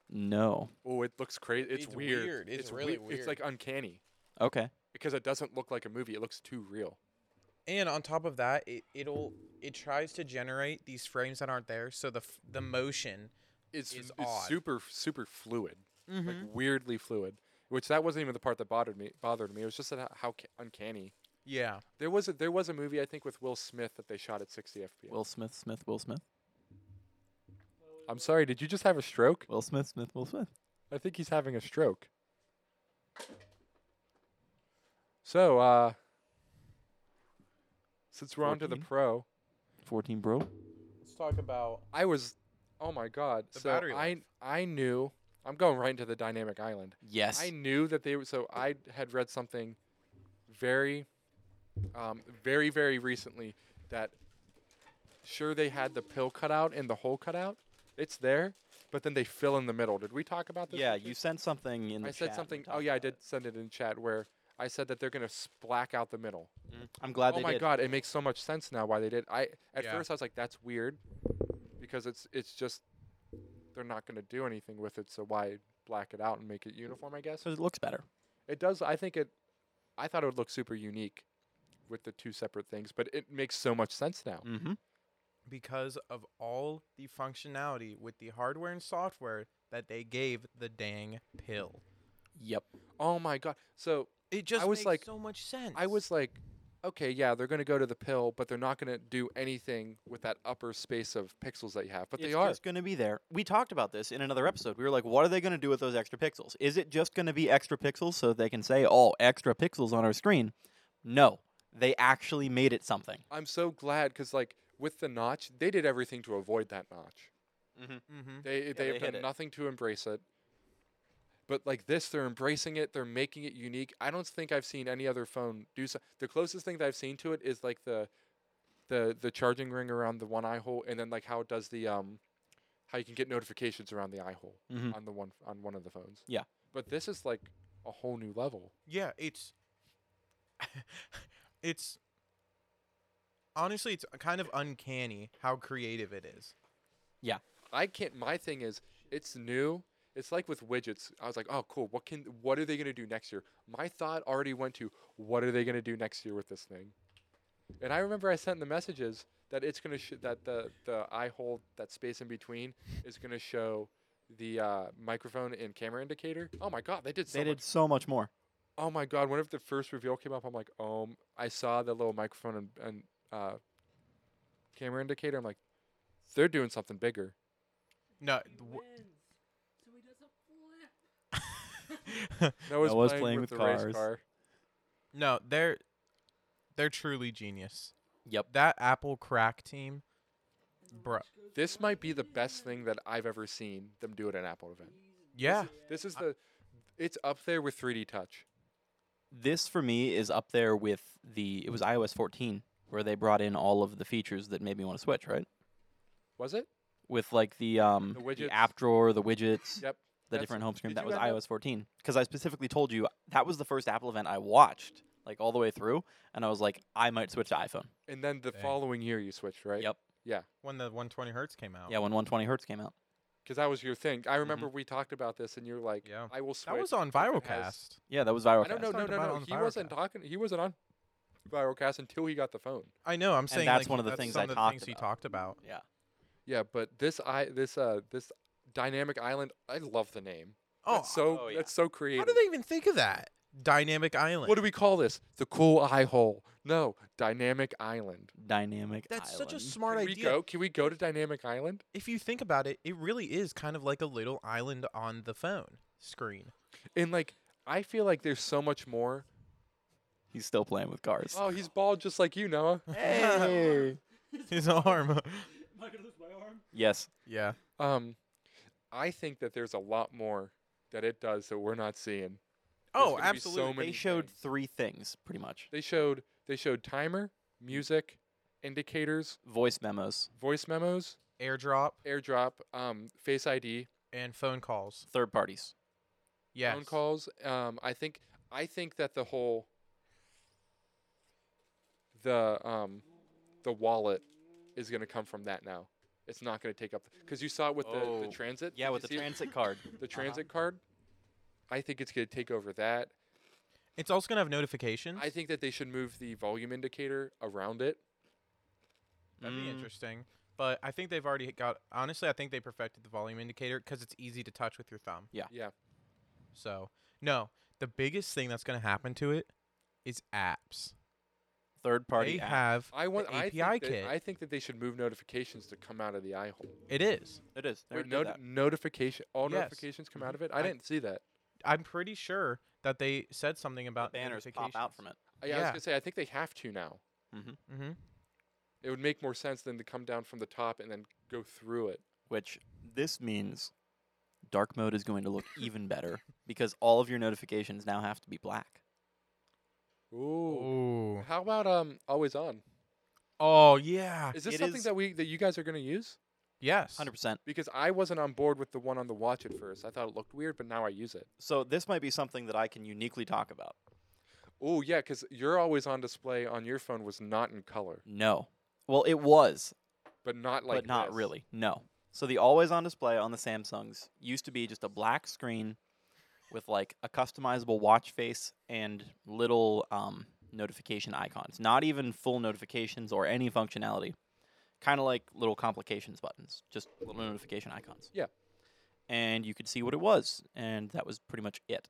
Speaker 3: No.
Speaker 4: Oh, it looks crazy. It's,
Speaker 2: It's
Speaker 4: weird.
Speaker 2: weird. It's really
Speaker 4: wee- It's like uncanny
Speaker 3: Okay.
Speaker 4: because it doesn't look like a movie. It looks too real.
Speaker 2: And on top of that, it, it'll it tries to generate these frames that aren't there, so the f- the
Speaker 3: Mm.
Speaker 2: motion.
Speaker 4: It's,
Speaker 2: It's
Speaker 4: it's,
Speaker 2: odd. Mm-hmm.
Speaker 4: super super fluid, like weirdly fluid. Which that wasn't even the part that bothered me. Bothered me. It was just that how ca- uncanny.
Speaker 2: Yeah.
Speaker 4: There was a there was a movie I think with Will Smith that they shot at 60 FPS.
Speaker 3: Will Smith, Smith, Will Smith,
Speaker 4: I'm sorry. Did you just have a stroke?
Speaker 3: Will Smith, Smith, Will Smith.
Speaker 4: I think he's having a stroke. So, uh, since we're on to the
Speaker 3: 14?
Speaker 4: pro,
Speaker 3: Fourteen Pro.
Speaker 2: Let's talk about
Speaker 4: I was, oh my god!
Speaker 2: The
Speaker 4: so
Speaker 2: battery
Speaker 4: I
Speaker 2: life.
Speaker 4: I knew I'm going right into the dynamic island.
Speaker 3: Yes.
Speaker 4: I knew that they were. So I had read something very, um, very very recently that sure they had the pill cut out and the hole cut out. It's there, but then they fill in the middle. Did we talk about this?
Speaker 3: yeah,
Speaker 4: with
Speaker 3: you sent something in the
Speaker 4: I said
Speaker 3: chat
Speaker 4: something.
Speaker 3: and we
Speaker 4: Oh
Speaker 3: talked
Speaker 4: yeah, I
Speaker 3: about
Speaker 4: did
Speaker 3: it.
Speaker 4: send it in chat where I said that they're gonna splack out the middle.
Speaker 3: I'm glad
Speaker 4: oh
Speaker 3: they
Speaker 4: my
Speaker 3: did.
Speaker 4: god, it makes so much sense now why they did. I at
Speaker 2: Yeah.
Speaker 4: first I was like, that's weird, because it's it's just they're not going to do anything with it. So why black it out and make it uniform? I guess
Speaker 3: So it looks better.
Speaker 4: it does. I think it. I thought it would look super unique with the two separate things, but it makes so much sense now.
Speaker 3: Mm-hmm.
Speaker 2: because of all the functionality with the hardware and software that they gave the dang pill.
Speaker 3: Yep.
Speaker 4: Oh my god! So
Speaker 2: It just
Speaker 4: was
Speaker 2: makes
Speaker 4: like-
Speaker 2: so much sense.
Speaker 4: I was like, okay, yeah, they're going to go to the pill, but they're not going to do anything with that upper space of pixels that you have. But they
Speaker 3: It's
Speaker 4: are.
Speaker 3: just going to be there. We talked about this in another episode. We were like, what are they going to do with those extra pixels? Is it just going to be extra pixels so they can say, oh, extra pixels on our screen? No. They actually made it something.
Speaker 4: I'm so glad because, like, with the notch, they did everything to avoid that notch.
Speaker 2: mm-hmm.
Speaker 4: They they,
Speaker 3: they
Speaker 4: have
Speaker 3: hid
Speaker 4: done
Speaker 3: it.
Speaker 4: nothing to embrace it. But like this, they're embracing it. They're making it unique. I don't think I've seen any other phone do so. The closest thing that I've seen to it is like the, the the charging ring around the one eye hole, and then like how it does the um, how you can get notifications around the eye hole.
Speaker 3: Mm-hmm.
Speaker 4: on the one on one of the phones.
Speaker 3: Yeah.
Speaker 4: But this is like a whole new level.
Speaker 2: Yeah, it's it's honestly it's kind of uncanny how creative it is.
Speaker 4: I can't my thing is it's new. It's like with widgets. I was like, "Oh, cool. What can what are they going to do next year?" My thought already went to what are they going to do next year with this thing? And I remember I sent in the messages that it's going to sh- that the the eye hole that space in between is going to show the uh, microphone and camera indicator. Oh my god, they did so
Speaker 3: They
Speaker 4: much
Speaker 3: did so much more.
Speaker 4: oh my god whenever the first reveal came up i'm like oh m- i saw the little microphone and, and uh, camera indicator i'm like they're doing something bigger
Speaker 2: No, w-
Speaker 4: Noah's,
Speaker 3: Noah's playing with
Speaker 4: the race
Speaker 3: cars.
Speaker 4: car
Speaker 2: no, they're they're truly genius.
Speaker 3: Yep.
Speaker 2: That Apple crack team, bro.
Speaker 4: this might be the best thing that i've ever seen them do at an apple event
Speaker 2: Yeah,
Speaker 4: this is the it's up there with 3d touch
Speaker 3: This, for me, is up there with the, it was iOS 14, where they brought in all of the features that made me want to switch, right?
Speaker 4: was it
Speaker 3: With like the, um,
Speaker 4: The widgets.
Speaker 3: app drawer, the widgets.
Speaker 4: Yep.
Speaker 3: The
Speaker 4: That's-
Speaker 3: different home screen.
Speaker 4: did
Speaker 3: That
Speaker 4: you
Speaker 3: was iOS
Speaker 4: have that?
Speaker 3: 14. Because I specifically told you that was the first Apple event I watched, like all the way through. And I was like, I might switch to iPhone.
Speaker 4: and then the
Speaker 2: Dang.
Speaker 4: following year you switched right
Speaker 3: Yep.
Speaker 2: when the 120 hertz came
Speaker 4: Oh.
Speaker 2: out.
Speaker 3: Yeah, when 120 hertz came out.
Speaker 4: because that was your thing
Speaker 3: Mm-hmm.
Speaker 4: i remember we talked about this and you're like
Speaker 2: Yeah.
Speaker 4: i will switch
Speaker 2: that was on
Speaker 4: if it has-
Speaker 2: Viralcast.
Speaker 3: Yeah, that was viral.
Speaker 4: i don't know
Speaker 2: Let's
Speaker 4: no
Speaker 2: talk
Speaker 4: no
Speaker 2: about it
Speaker 4: no
Speaker 2: on
Speaker 4: he wasn't
Speaker 2: Viralcast.
Speaker 4: talking he wasn't on viralcast until he got the phone
Speaker 2: I know. I'm saying
Speaker 3: that's
Speaker 2: like,
Speaker 3: one of the
Speaker 2: that's
Speaker 3: things
Speaker 2: some
Speaker 3: I
Speaker 2: of the
Speaker 3: talked
Speaker 2: things he
Speaker 3: about.
Speaker 2: talked about.
Speaker 4: Yeah, but this I this uh this dynamic island, I love the name.
Speaker 2: Oh,
Speaker 4: that's so
Speaker 3: oh, yeah.
Speaker 4: that's so creative.
Speaker 2: how do they even think of that? Dynamic Island.
Speaker 4: what do we call this? The cool eye hole. No, dynamic island.
Speaker 3: Dynamic.
Speaker 2: That's such a
Speaker 3: Island.
Speaker 2: smart
Speaker 4: Can we
Speaker 2: idea.
Speaker 4: go? Can we go to dynamic island?
Speaker 2: If you think about it, it really is kind of like a little island on the phone screen.
Speaker 4: And like I feel like there's so much more.
Speaker 3: He's still playing with cars.
Speaker 4: Oh, he's bald just like you, Noah.
Speaker 2: His arm.
Speaker 3: Yes.
Speaker 2: yeah.
Speaker 4: Um, I think that there's a lot more that it does that we're not seeing. gonna
Speaker 2: Oh,
Speaker 4: be so
Speaker 2: absolutely.
Speaker 4: many
Speaker 3: They showed
Speaker 4: things.
Speaker 3: three things pretty much:
Speaker 4: They showed they showed timer, music, indicators,
Speaker 3: voice memos,
Speaker 4: voice memos,
Speaker 2: AirDrop
Speaker 4: airdrop, um, face ID,
Speaker 2: and phone calls.
Speaker 3: third parties.
Speaker 2: Yes.
Speaker 4: phone calls. Um, I think I think that the whole the um the wallet is going to come from that now. It's not going to take up because you saw it with the,
Speaker 3: Oh,
Speaker 4: the transit.
Speaker 3: Yeah,
Speaker 4: Did
Speaker 3: with
Speaker 4: you
Speaker 3: the
Speaker 4: see it?
Speaker 3: transit card.
Speaker 4: the transit card. I think it's going to take over that.
Speaker 2: It's also gonna have notifications.
Speaker 4: I think that they should move the volume indicator around it.
Speaker 2: That'd be
Speaker 3: Mm.
Speaker 2: interesting. But I think they've already got. Honestly, I think they perfected the volume indicator because it's easy to touch with your thumb.
Speaker 4: Yeah,
Speaker 2: So no, the biggest thing that's gonna happen to it is apps.
Speaker 3: Third party.
Speaker 2: they
Speaker 3: app.
Speaker 2: have.
Speaker 4: I want. I think,
Speaker 2: API
Speaker 4: that,
Speaker 2: kit.
Speaker 4: I think that they should move notifications to come out of the eye hole.
Speaker 2: It is.
Speaker 3: It is. They
Speaker 4: Wait,
Speaker 3: already did
Speaker 4: noti- notification. All
Speaker 2: Yes.
Speaker 4: notifications come out of it. I,
Speaker 2: I-
Speaker 4: didn't see that.
Speaker 2: I'm pretty sure that they said something
Speaker 3: that.
Speaker 2: about
Speaker 3: Banners pop out from it.
Speaker 4: Yeah, I was
Speaker 2: Yeah.
Speaker 4: gonna say. I think they have to now.
Speaker 2: Mm-hmm.
Speaker 4: It would make more sense than to come down from the top and then go through it.
Speaker 3: Which this means dark mode is going to look even better because all of your notifications now have to be black.
Speaker 4: Ooh.
Speaker 2: Mm-hmm. Ooh.
Speaker 4: How about um always on?
Speaker 2: Oh yeah.
Speaker 4: Uh, Is this
Speaker 3: It
Speaker 4: something
Speaker 3: is-
Speaker 4: that we that you guys are gonna use?
Speaker 2: Yes.
Speaker 3: Hundred percent.
Speaker 4: Because I wasn't on board with the one on the watch at first. I thought it looked weird, but now I use it.
Speaker 3: So this might be something that I can uniquely talk about.
Speaker 4: Oh yeah, because your always on display on your phone was not in color,
Speaker 3: No. Well, it was,
Speaker 4: but not like
Speaker 3: but not
Speaker 4: this.
Speaker 3: really. No. So the always on display on the Samsungs used to be just a black screen with like a customizable watch face and little um, notification icons. Not even full notifications or any functionality. Kind of like little complications buttons, just little notification icons.
Speaker 4: Yeah.
Speaker 3: And you could see what it was, and that was pretty much it.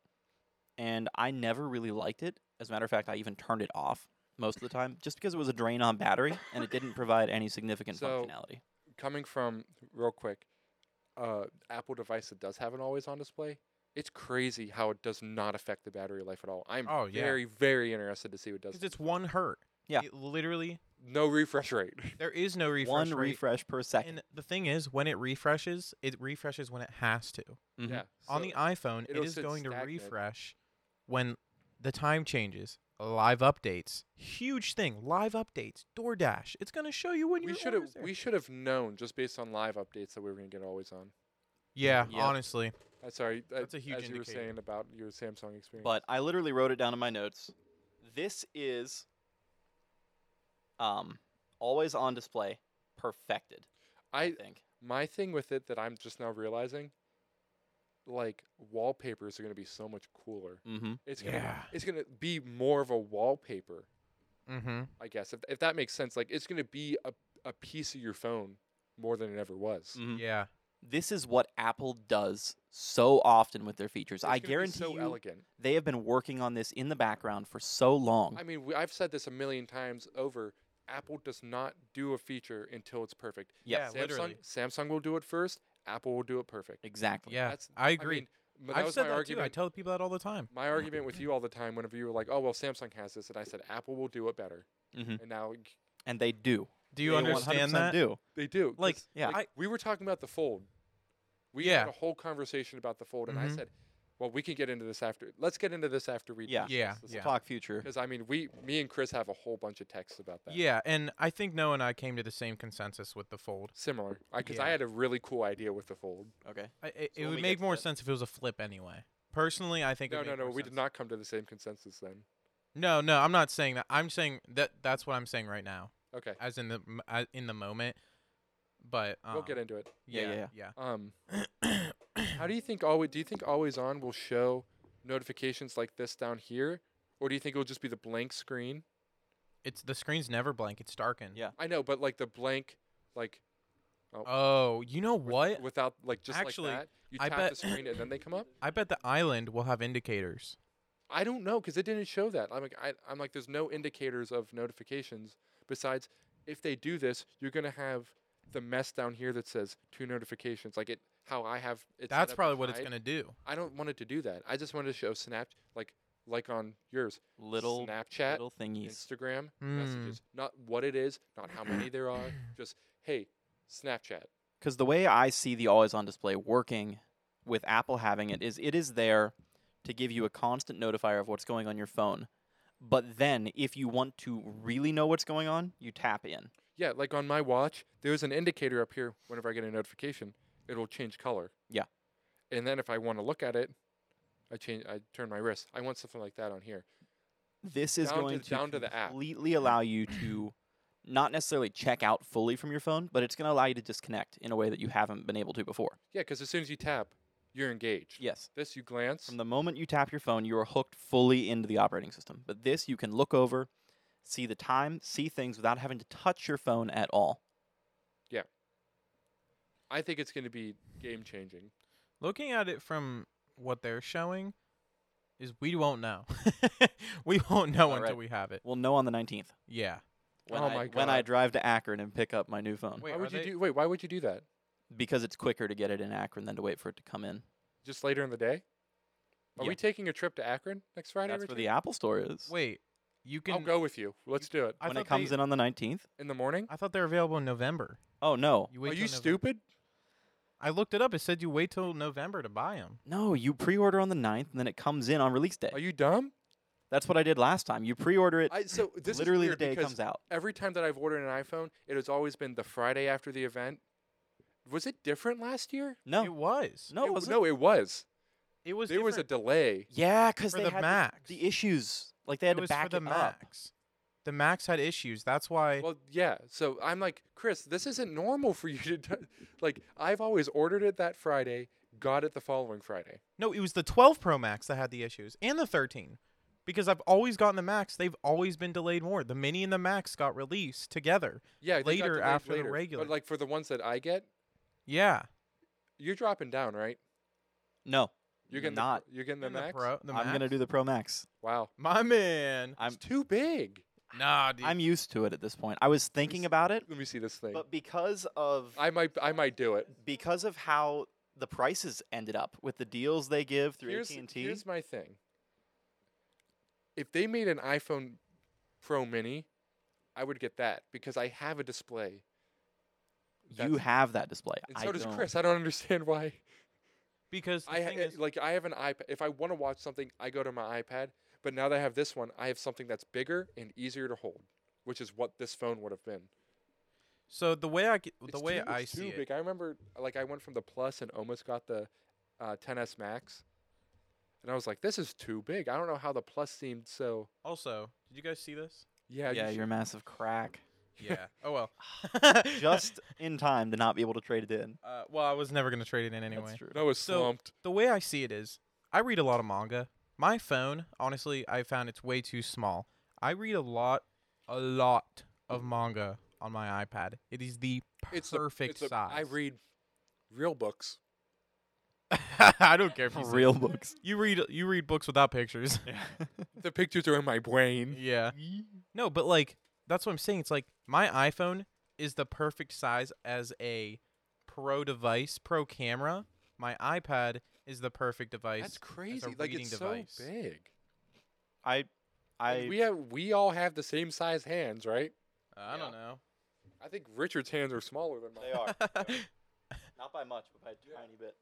Speaker 3: And I never really liked it. As a matter of fact, I even turned it off most of the time just because it was a drain on battery and it didn't provide any significant
Speaker 4: So-
Speaker 3: functionality.
Speaker 4: coming from real quick, uh, Apple device that does have an always on display. It's crazy how it does not affect the battery life at all. I'm
Speaker 2: Oh, yeah.
Speaker 4: very, very interested to see what it does.
Speaker 2: Because it's one hertz.
Speaker 3: Yeah.
Speaker 2: It literally,
Speaker 4: No refresh rate.
Speaker 2: there is no refresh.
Speaker 3: One
Speaker 2: rate.
Speaker 3: refresh per second.
Speaker 2: And the thing is, when it refreshes, it refreshes when it has to.
Speaker 3: Mhm.
Speaker 4: Yeah.
Speaker 2: Mm-hmm. On
Speaker 4: so
Speaker 2: the iPhone, it
Speaker 4: it'll
Speaker 2: is
Speaker 4: sit
Speaker 2: going to
Speaker 4: stagnant.
Speaker 2: refresh when the time changes. Live updates, huge thing. Live updates, DoorDash. It's going to show you when
Speaker 4: we
Speaker 2: you
Speaker 4: should have we should have known just based on live updates that we were gonna get always on.
Speaker 2: Yeah,
Speaker 3: Yep.
Speaker 2: honestly,
Speaker 4: Uh, sorry, uh,
Speaker 2: That's a huge
Speaker 4: as you were
Speaker 2: indicator.
Speaker 4: saying about your Samsung experience.
Speaker 3: But I literally wrote it down in my notes. This is um always on display perfected, I
Speaker 4: I
Speaker 3: think.
Speaker 4: my thing with it that I'm just now realizing, like wallpapers are gonna be so much cooler.
Speaker 3: Mm-hmm.
Speaker 4: It's gonna
Speaker 2: Yeah.
Speaker 4: it's gonna be more of a wallpaper.
Speaker 2: mm-hmm.
Speaker 4: I guess if, if that makes sense, like it's gonna be a, a piece of your phone more than it ever was.
Speaker 3: Mhm.
Speaker 2: yeah,
Speaker 3: This is what Apple does so often with their features.
Speaker 4: It's
Speaker 3: I
Speaker 4: gonna be
Speaker 3: guarantee
Speaker 4: so
Speaker 3: you
Speaker 4: elegant.
Speaker 3: they have been working on this in the background for so long.
Speaker 4: I mean, we, I've said this a million times over. Apple does not do a feature until it's perfect.
Speaker 3: Yeah,
Speaker 4: Samsung,
Speaker 2: literally.
Speaker 4: Samsung will do it first. Apple will do it perfect.
Speaker 3: exactly.
Speaker 2: yeah.
Speaker 4: That's-
Speaker 2: I agree.
Speaker 4: mean, but that
Speaker 2: I've
Speaker 4: was
Speaker 2: said
Speaker 4: my
Speaker 2: that too. I
Speaker 4: argument.
Speaker 2: tell people that all the time.
Speaker 4: my argument with you all the time whenever you were like, "Oh well, Samsung has this," and I said, "Apple will do it better."
Speaker 2: Mm-hmm.
Speaker 3: Mhm.
Speaker 4: And now g-
Speaker 3: And they do.
Speaker 2: Do you
Speaker 4: They
Speaker 3: 100%
Speaker 2: understand that?
Speaker 3: do.
Speaker 4: they do. 'cause,
Speaker 2: Like,
Speaker 3: Yeah.
Speaker 2: I-
Speaker 4: we were talking about the fold. We had
Speaker 2: Yeah.
Speaker 4: a whole conversation about the fold, and
Speaker 2: Mhm.
Speaker 4: I said, "Well, we can get into this after. Let's get into this after we."
Speaker 3: Yeah.
Speaker 2: Yeah, yeah.
Speaker 3: Talk future.
Speaker 4: Because I mean, we, me and Chris have a whole bunch of texts about that.
Speaker 2: Yeah, and I think Noah and I came to the same consensus with the fold.
Speaker 4: Similar. Because I
Speaker 2: Yeah.
Speaker 4: had a really cool idea with the fold.
Speaker 3: Okay.
Speaker 2: I, it
Speaker 3: So when
Speaker 2: it
Speaker 3: we
Speaker 2: would
Speaker 3: get
Speaker 2: make
Speaker 3: to
Speaker 2: more
Speaker 3: that-
Speaker 2: sense if it was a flip anyway. Personally, I think. it
Speaker 4: No,
Speaker 2: would
Speaker 4: no,
Speaker 2: make
Speaker 4: no.
Speaker 2: more
Speaker 4: We
Speaker 2: sense.
Speaker 4: did not come to the same consensus then.
Speaker 2: No, no, I'm not saying that. I'm saying that that's what I'm saying right now,
Speaker 4: Okay,
Speaker 2: as in the m- uh, in the moment. But um,
Speaker 4: we'll get into it.
Speaker 3: Yeah,
Speaker 2: Yeah, yeah.
Speaker 4: Um, how do you think always? Do you think always on will show notifications like this down here, or do you think it'll just be the blank screen?
Speaker 2: It's the screen's never blank. It's darkened.
Speaker 3: Yeah.
Speaker 4: I know, but like the blank, like
Speaker 2: Oh, you know
Speaker 4: with-
Speaker 2: what?
Speaker 4: Without like just
Speaker 2: Actually,
Speaker 4: like that, you
Speaker 2: I
Speaker 4: tap
Speaker 2: bet-
Speaker 4: the screen and then they come up.
Speaker 2: I bet the island will have indicators.
Speaker 4: I don't know because it didn't show that. I'm like, I, I'm like, there's no indicators of notifications. Besides, if they do this, you're gonna have the mess down here that says two notifications. Like it, how I have. It set up
Speaker 2: That's
Speaker 4: to
Speaker 2: probably what it's
Speaker 4: hide.
Speaker 2: gonna do.
Speaker 4: I don't want it to do that. I just wanted to show Snap, like, like on yours,
Speaker 3: Little
Speaker 4: Snapchat,
Speaker 3: little thingies.
Speaker 4: Instagram
Speaker 2: Hmm.
Speaker 4: messages,
Speaker 3: Mm.
Speaker 4: not what it is, not how many there are, just hey, Snapchat.
Speaker 3: because the way I see the always on display working with Apple having it is it is there to give you a constant notifier of what's going on your phone. But then if you want to really know what's going on, you tap in.
Speaker 4: Yeah, like on my watch, there's an indicator up here. Whenever I get a notification, it'll change color.
Speaker 3: Yeah.
Speaker 4: And then if I want to look at it, I change. I turn my wrist. I want something like that on here.
Speaker 3: This is
Speaker 4: Down to
Speaker 3: going
Speaker 4: the-
Speaker 3: to,
Speaker 4: down to the app.
Speaker 3: completely allow you to not necessarily check out fully from your phone, but it's going to allow you to disconnect in a way that you haven't been able to before.
Speaker 4: Yeah, because as soon as you tap, you're engaged.
Speaker 3: Yes.
Speaker 4: This you glance.
Speaker 3: From the moment you tap your phone, you are hooked fully into the operating system. But this you can look over, see the time, see things without having to touch your phone at all.
Speaker 4: I think it's going to be game changing.
Speaker 2: Looking at it from what they're showing, is we won't know. we won't know
Speaker 3: All
Speaker 2: until
Speaker 3: right.
Speaker 2: we have it.
Speaker 3: We'll know on the 19th.
Speaker 2: Yeah.
Speaker 3: when,
Speaker 4: Oh
Speaker 3: I,
Speaker 4: my
Speaker 3: when I
Speaker 4: God.
Speaker 3: drive to Akron and pick up my new phone
Speaker 2: Wait,
Speaker 4: why
Speaker 2: are
Speaker 4: would you
Speaker 2: they-
Speaker 4: do? Wait, why would you do that?
Speaker 3: because it's quicker to get it in Akron than to wait for it to come in.
Speaker 4: Just later in the day. Are
Speaker 3: Yeah.
Speaker 4: we taking a trip to Akron next Friday?
Speaker 3: That's where
Speaker 4: Richard?
Speaker 3: the Apple Store is.
Speaker 2: Wait, you can.
Speaker 4: I'll go with you. Let's do it
Speaker 2: I
Speaker 3: when it
Speaker 2: thought
Speaker 3: comes
Speaker 2: they-
Speaker 3: in on the 19th?
Speaker 4: in the morning.
Speaker 2: I thought they're available in November.
Speaker 3: Oh no.
Speaker 2: You
Speaker 4: Are
Speaker 2: wait till
Speaker 4: you
Speaker 2: November.
Speaker 4: stupid?
Speaker 2: I looked it up. It said you wait till November to buy them.
Speaker 3: No, you pre-order on the 9th and then it comes in on release day.
Speaker 4: Are you dumb?
Speaker 3: That's what I did last time. You pre-order it
Speaker 4: I, so this is
Speaker 3: literally the
Speaker 4: weird
Speaker 3: day it
Speaker 4: because
Speaker 3: comes out.
Speaker 4: every time that I've ordered an iPhone, it has always been the Friday after the event. Was it different last year?
Speaker 3: No.
Speaker 2: It was.
Speaker 3: no, it
Speaker 4: it,
Speaker 3: wasn't.
Speaker 4: no, it was.
Speaker 2: It was.
Speaker 4: there was a
Speaker 2: different
Speaker 4: delay.
Speaker 3: Yeah, cuz
Speaker 2: for
Speaker 3: they
Speaker 2: the
Speaker 3: had
Speaker 2: Max.
Speaker 3: the, the issues. Like they had
Speaker 2: it
Speaker 3: to
Speaker 2: was
Speaker 3: back
Speaker 2: for the
Speaker 3: it up.
Speaker 2: Max. The Max had issues. That's why.
Speaker 4: Well, yeah. So I'm like, Chris, this isn't normal for you to, do-" like. I've always ordered it that Friday, got it the following Friday.
Speaker 2: No, it was the 12 Pro Max that had the issues and the 13. Because I've always gotten the Max, they've always been delayed more. The Mini and the Max got released together.
Speaker 4: Yeah, they got
Speaker 2: Later
Speaker 4: delayed
Speaker 2: after the
Speaker 4: later.
Speaker 2: regular.
Speaker 4: But like for the ones that I get,
Speaker 2: Yeah.
Speaker 4: you're dropping down, right?
Speaker 3: No,
Speaker 4: You're
Speaker 3: Mm,
Speaker 4: getting the-
Speaker 3: not.
Speaker 4: you're getting the
Speaker 2: And the
Speaker 4: max.
Speaker 2: Pro- the
Speaker 5: I'm gonna
Speaker 2: Max?
Speaker 5: do the Pro Max.
Speaker 4: Wow,
Speaker 2: My man.
Speaker 3: I'm
Speaker 4: it's too big.
Speaker 2: Nah, dude.
Speaker 3: I'm used to it at this point. I was thinking about it,
Speaker 4: Let me see this thing.
Speaker 3: but because of
Speaker 4: I might I might do it.
Speaker 3: because of how the prices ended up with the deals they give through
Speaker 4: Here's,
Speaker 3: AT and T.
Speaker 4: here's my thing. If they made an iPhone Pro Mini, I would get that because I have a display.
Speaker 3: You
Speaker 4: That's-
Speaker 3: have that display.
Speaker 4: And
Speaker 3: I
Speaker 4: so does
Speaker 3: don't.
Speaker 4: Chris. I don't understand why.
Speaker 2: because the
Speaker 4: I ha-
Speaker 2: thing is,
Speaker 4: like I have an iPad. If I want to watch something, I go to my iPad. But now that I have this one, I have something that's bigger and easier to hold, which is what this phone would have been.
Speaker 2: so the way I g- the
Speaker 4: It's
Speaker 2: way
Speaker 4: too,
Speaker 2: I
Speaker 4: it's
Speaker 2: see
Speaker 4: too
Speaker 2: it,
Speaker 4: big. I remember like I went from the Plus and almost got the uh, 10s Max, and I was like, "This is too big." I don't know how the Plus seemed so.
Speaker 2: Also, did you guys see this?
Speaker 4: Yeah,
Speaker 3: Yeah,
Speaker 4: you
Speaker 3: you're a massive crack.
Speaker 2: Yeah. oh well.
Speaker 3: Just in time to not be able to trade it in.
Speaker 2: Uh, well, I was never gonna trade it in anyway.
Speaker 3: That's true.
Speaker 4: No, it's
Speaker 2: So-
Speaker 4: slumped.
Speaker 2: The way I see it is, I read a lot of manga. My phone, honestly, I found it's way too small. I read a lot, a lot of manga on my iPad. It is the
Speaker 4: It's the-
Speaker 2: perfect
Speaker 4: it's the-
Speaker 2: size.
Speaker 4: I read real books.
Speaker 2: I don't care if you say-
Speaker 3: Real books.
Speaker 2: You read you read books without pictures.
Speaker 4: The pictures are in my brain.
Speaker 2: yeah. No, but like that's what I'm saying. It's like my iPhone is the perfect size as a pro device, pro camera. My iPad is the perfect device.
Speaker 4: That's crazy.
Speaker 2: as a
Speaker 4: like
Speaker 2: reading
Speaker 4: it's
Speaker 2: device.
Speaker 4: so big.
Speaker 3: I,
Speaker 4: And
Speaker 3: I.
Speaker 4: we have we all have the same size hands, right?
Speaker 2: I
Speaker 3: Yeah.
Speaker 2: don't know.
Speaker 4: I think Richard's hands are smaller than mine.
Speaker 3: They are not by much, but by a tiny bit.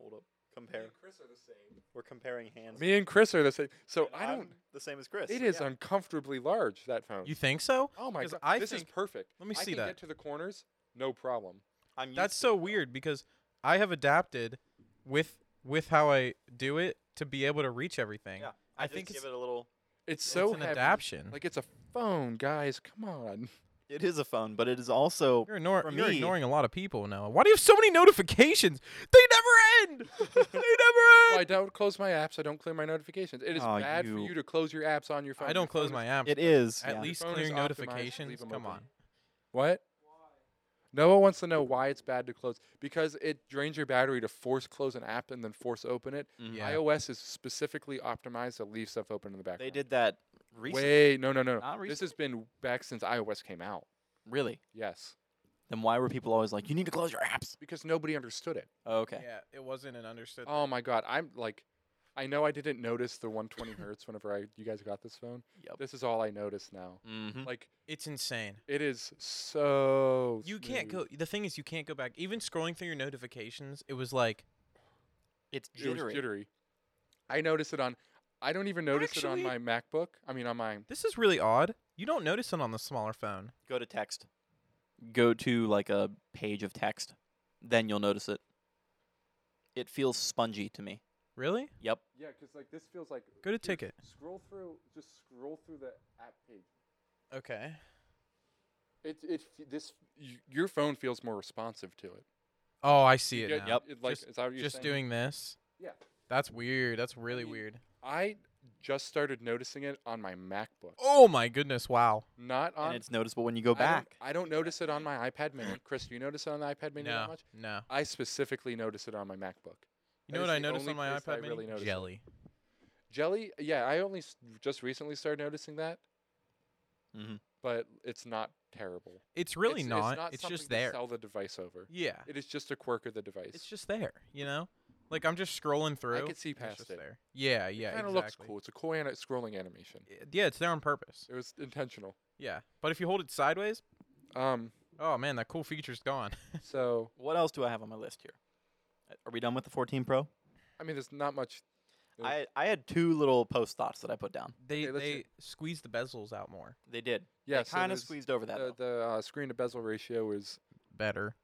Speaker 3: Hold up. Compare.
Speaker 4: Chris are the same.
Speaker 3: We're comparing hands.
Speaker 4: Me and Chris are the same. So
Speaker 3: and
Speaker 4: I
Speaker 3: I'm
Speaker 4: don't.
Speaker 3: the same as Chris.
Speaker 4: It is
Speaker 3: Yeah.
Speaker 4: uncomfortably large that phone.
Speaker 2: you think so?
Speaker 4: oh my
Speaker 2: 'cause
Speaker 4: god,
Speaker 2: I
Speaker 4: this is
Speaker 2: think-
Speaker 4: perfect.
Speaker 2: let me
Speaker 4: I
Speaker 2: see
Speaker 4: can
Speaker 2: that.
Speaker 4: Get to the corners, no problem.
Speaker 3: I'm used
Speaker 2: That's
Speaker 3: to
Speaker 2: so
Speaker 3: it, though.
Speaker 2: weird because I have adapted with with how I do it to be able to reach everything.
Speaker 3: Yeah.
Speaker 2: I,
Speaker 3: I, just
Speaker 2: think it's,
Speaker 3: give it a little.
Speaker 4: It's
Speaker 2: it's
Speaker 4: so
Speaker 2: an
Speaker 4: heavy.
Speaker 2: adaptation.
Speaker 4: Like it's a phone, guys. Come on.
Speaker 3: It is a phone, but it is also
Speaker 2: you're, ignor-
Speaker 3: for
Speaker 2: you're
Speaker 3: me-
Speaker 2: ignoring a lot of people now. Why do you have so many notifications? They never end. they never end.
Speaker 4: Well, I don't close my apps. I don't clear my notifications. It is
Speaker 5: Aw,
Speaker 4: bad for
Speaker 5: you-
Speaker 4: you to close your apps on your phone.
Speaker 2: I don't close my
Speaker 4: apps.
Speaker 2: apps.
Speaker 5: It is.
Speaker 2: At
Speaker 5: yeah.
Speaker 2: least
Speaker 4: phone is
Speaker 2: clearing
Speaker 4: optimized to leave
Speaker 2: notifications.
Speaker 4: 'em
Speaker 2: Come
Speaker 4: open.
Speaker 2: on.
Speaker 4: What? Noah wants to know why it's bad to close because it drains your battery to force close an app and then force open it.
Speaker 3: Mm-hmm.
Speaker 2: Yeah.
Speaker 4: iOS is specifically optimized to leave stuff open in the background.
Speaker 3: They did that recently.
Speaker 4: Wait, no, no, no.
Speaker 3: Not
Speaker 4: This has been back since iOS came out.
Speaker 3: Really?
Speaker 4: Yes,
Speaker 3: Then why were people always like, "You need to close your apps"?
Speaker 4: because nobody understood it.
Speaker 3: Oh, Okay.
Speaker 2: Yeah, it wasn't an understood.
Speaker 4: Oh my god, I'm like, I know I didn't notice the 120 hertz whenever I you guys got this phone.
Speaker 3: Yep.
Speaker 4: This is all I notice now.
Speaker 3: Mm-hmm.
Speaker 4: Like
Speaker 2: It's insane.
Speaker 4: it is so.
Speaker 2: You can't
Speaker 4: smooth.
Speaker 2: go. The thing is, you can't go back. Even scrolling through your notifications, it was like,
Speaker 3: It's
Speaker 4: It was
Speaker 3: jittery.
Speaker 4: jittery. I notice it on. I don't even notice it
Speaker 2: Actually-
Speaker 4: on my MacBook. I mean, on my.
Speaker 2: this is really odd. You don't notice it on the smaller phone.
Speaker 3: Go to text. Go to like a page of text, then you'll notice it. It feels spongy to me.
Speaker 2: Really?
Speaker 3: Yep.
Speaker 4: Yeah, because like this feels like.
Speaker 2: Go to ticket.
Speaker 4: Scroll through. Just scroll through the app page.
Speaker 2: Okay.
Speaker 4: It it f- this y- your phone feels more responsive to it.
Speaker 2: Oh, I see it
Speaker 4: Yeah,
Speaker 2: now.
Speaker 3: Yep.
Speaker 4: it, like,
Speaker 2: Just-
Speaker 4: is that what you're
Speaker 2: Just
Speaker 4: saying?
Speaker 2: doing this.
Speaker 4: Yeah.
Speaker 2: That's weird. That's really
Speaker 4: mean-
Speaker 2: weird.
Speaker 4: I just started noticing it on my MacBook,
Speaker 2: Oh my goodness! Wow.
Speaker 4: not on.
Speaker 3: and it's noticeable when you go
Speaker 4: I don't-
Speaker 3: back.
Speaker 4: I don't, notice it on my iPad Mini. Chris, do you notice it on the iPad Mini that
Speaker 2: No.
Speaker 4: much?
Speaker 2: No.
Speaker 4: I specifically notice it on my MacBook.
Speaker 2: You
Speaker 4: That
Speaker 2: know
Speaker 4: is
Speaker 2: what I
Speaker 4: the
Speaker 2: noticed
Speaker 4: only
Speaker 2: on my
Speaker 4: place that I
Speaker 2: iPad? Mini?
Speaker 4: really noticed it.
Speaker 2: Jelly.
Speaker 4: Jelly, yeah, I only s- just recently started noticing that,
Speaker 3: Mhm.
Speaker 4: but it's not terrible.
Speaker 2: It's really
Speaker 4: it's, it's
Speaker 2: not.
Speaker 4: not
Speaker 2: It's,
Speaker 4: something
Speaker 2: just
Speaker 4: to
Speaker 2: there.
Speaker 4: Sell the device over.
Speaker 2: Yeah.
Speaker 4: It is just a quirk of the device.
Speaker 2: It's just there. You know. Like I'm just scrolling through.
Speaker 4: could see
Speaker 2: and it's
Speaker 4: past
Speaker 2: just
Speaker 4: it.
Speaker 2: There. Yeah. Yeah.
Speaker 4: it kind
Speaker 2: exactly.
Speaker 4: of looks cool. It's a cool ana- scrolling animation.
Speaker 2: I- Yeah, it's there on purpose.
Speaker 4: It was intentional.
Speaker 2: Yeah, but if you hold it sideways,
Speaker 4: Um,
Speaker 2: oh man, that cool feature's gone.
Speaker 4: so
Speaker 3: What else do I have on my list here? Uh, Are we done with the 14 Pro?
Speaker 4: I mean, there's not much. Yeah.
Speaker 3: I I had two little post thoughts that I put down.
Speaker 2: They
Speaker 4: Okay, let's
Speaker 2: they
Speaker 4: hear-
Speaker 2: squeeze the bezels out more.
Speaker 3: They did.
Speaker 4: Yeah,
Speaker 3: they
Speaker 4: so
Speaker 3: kind of
Speaker 4: there's
Speaker 3: squeezed over that.
Speaker 4: The, the uh, screen to bezel ratio is
Speaker 2: Better.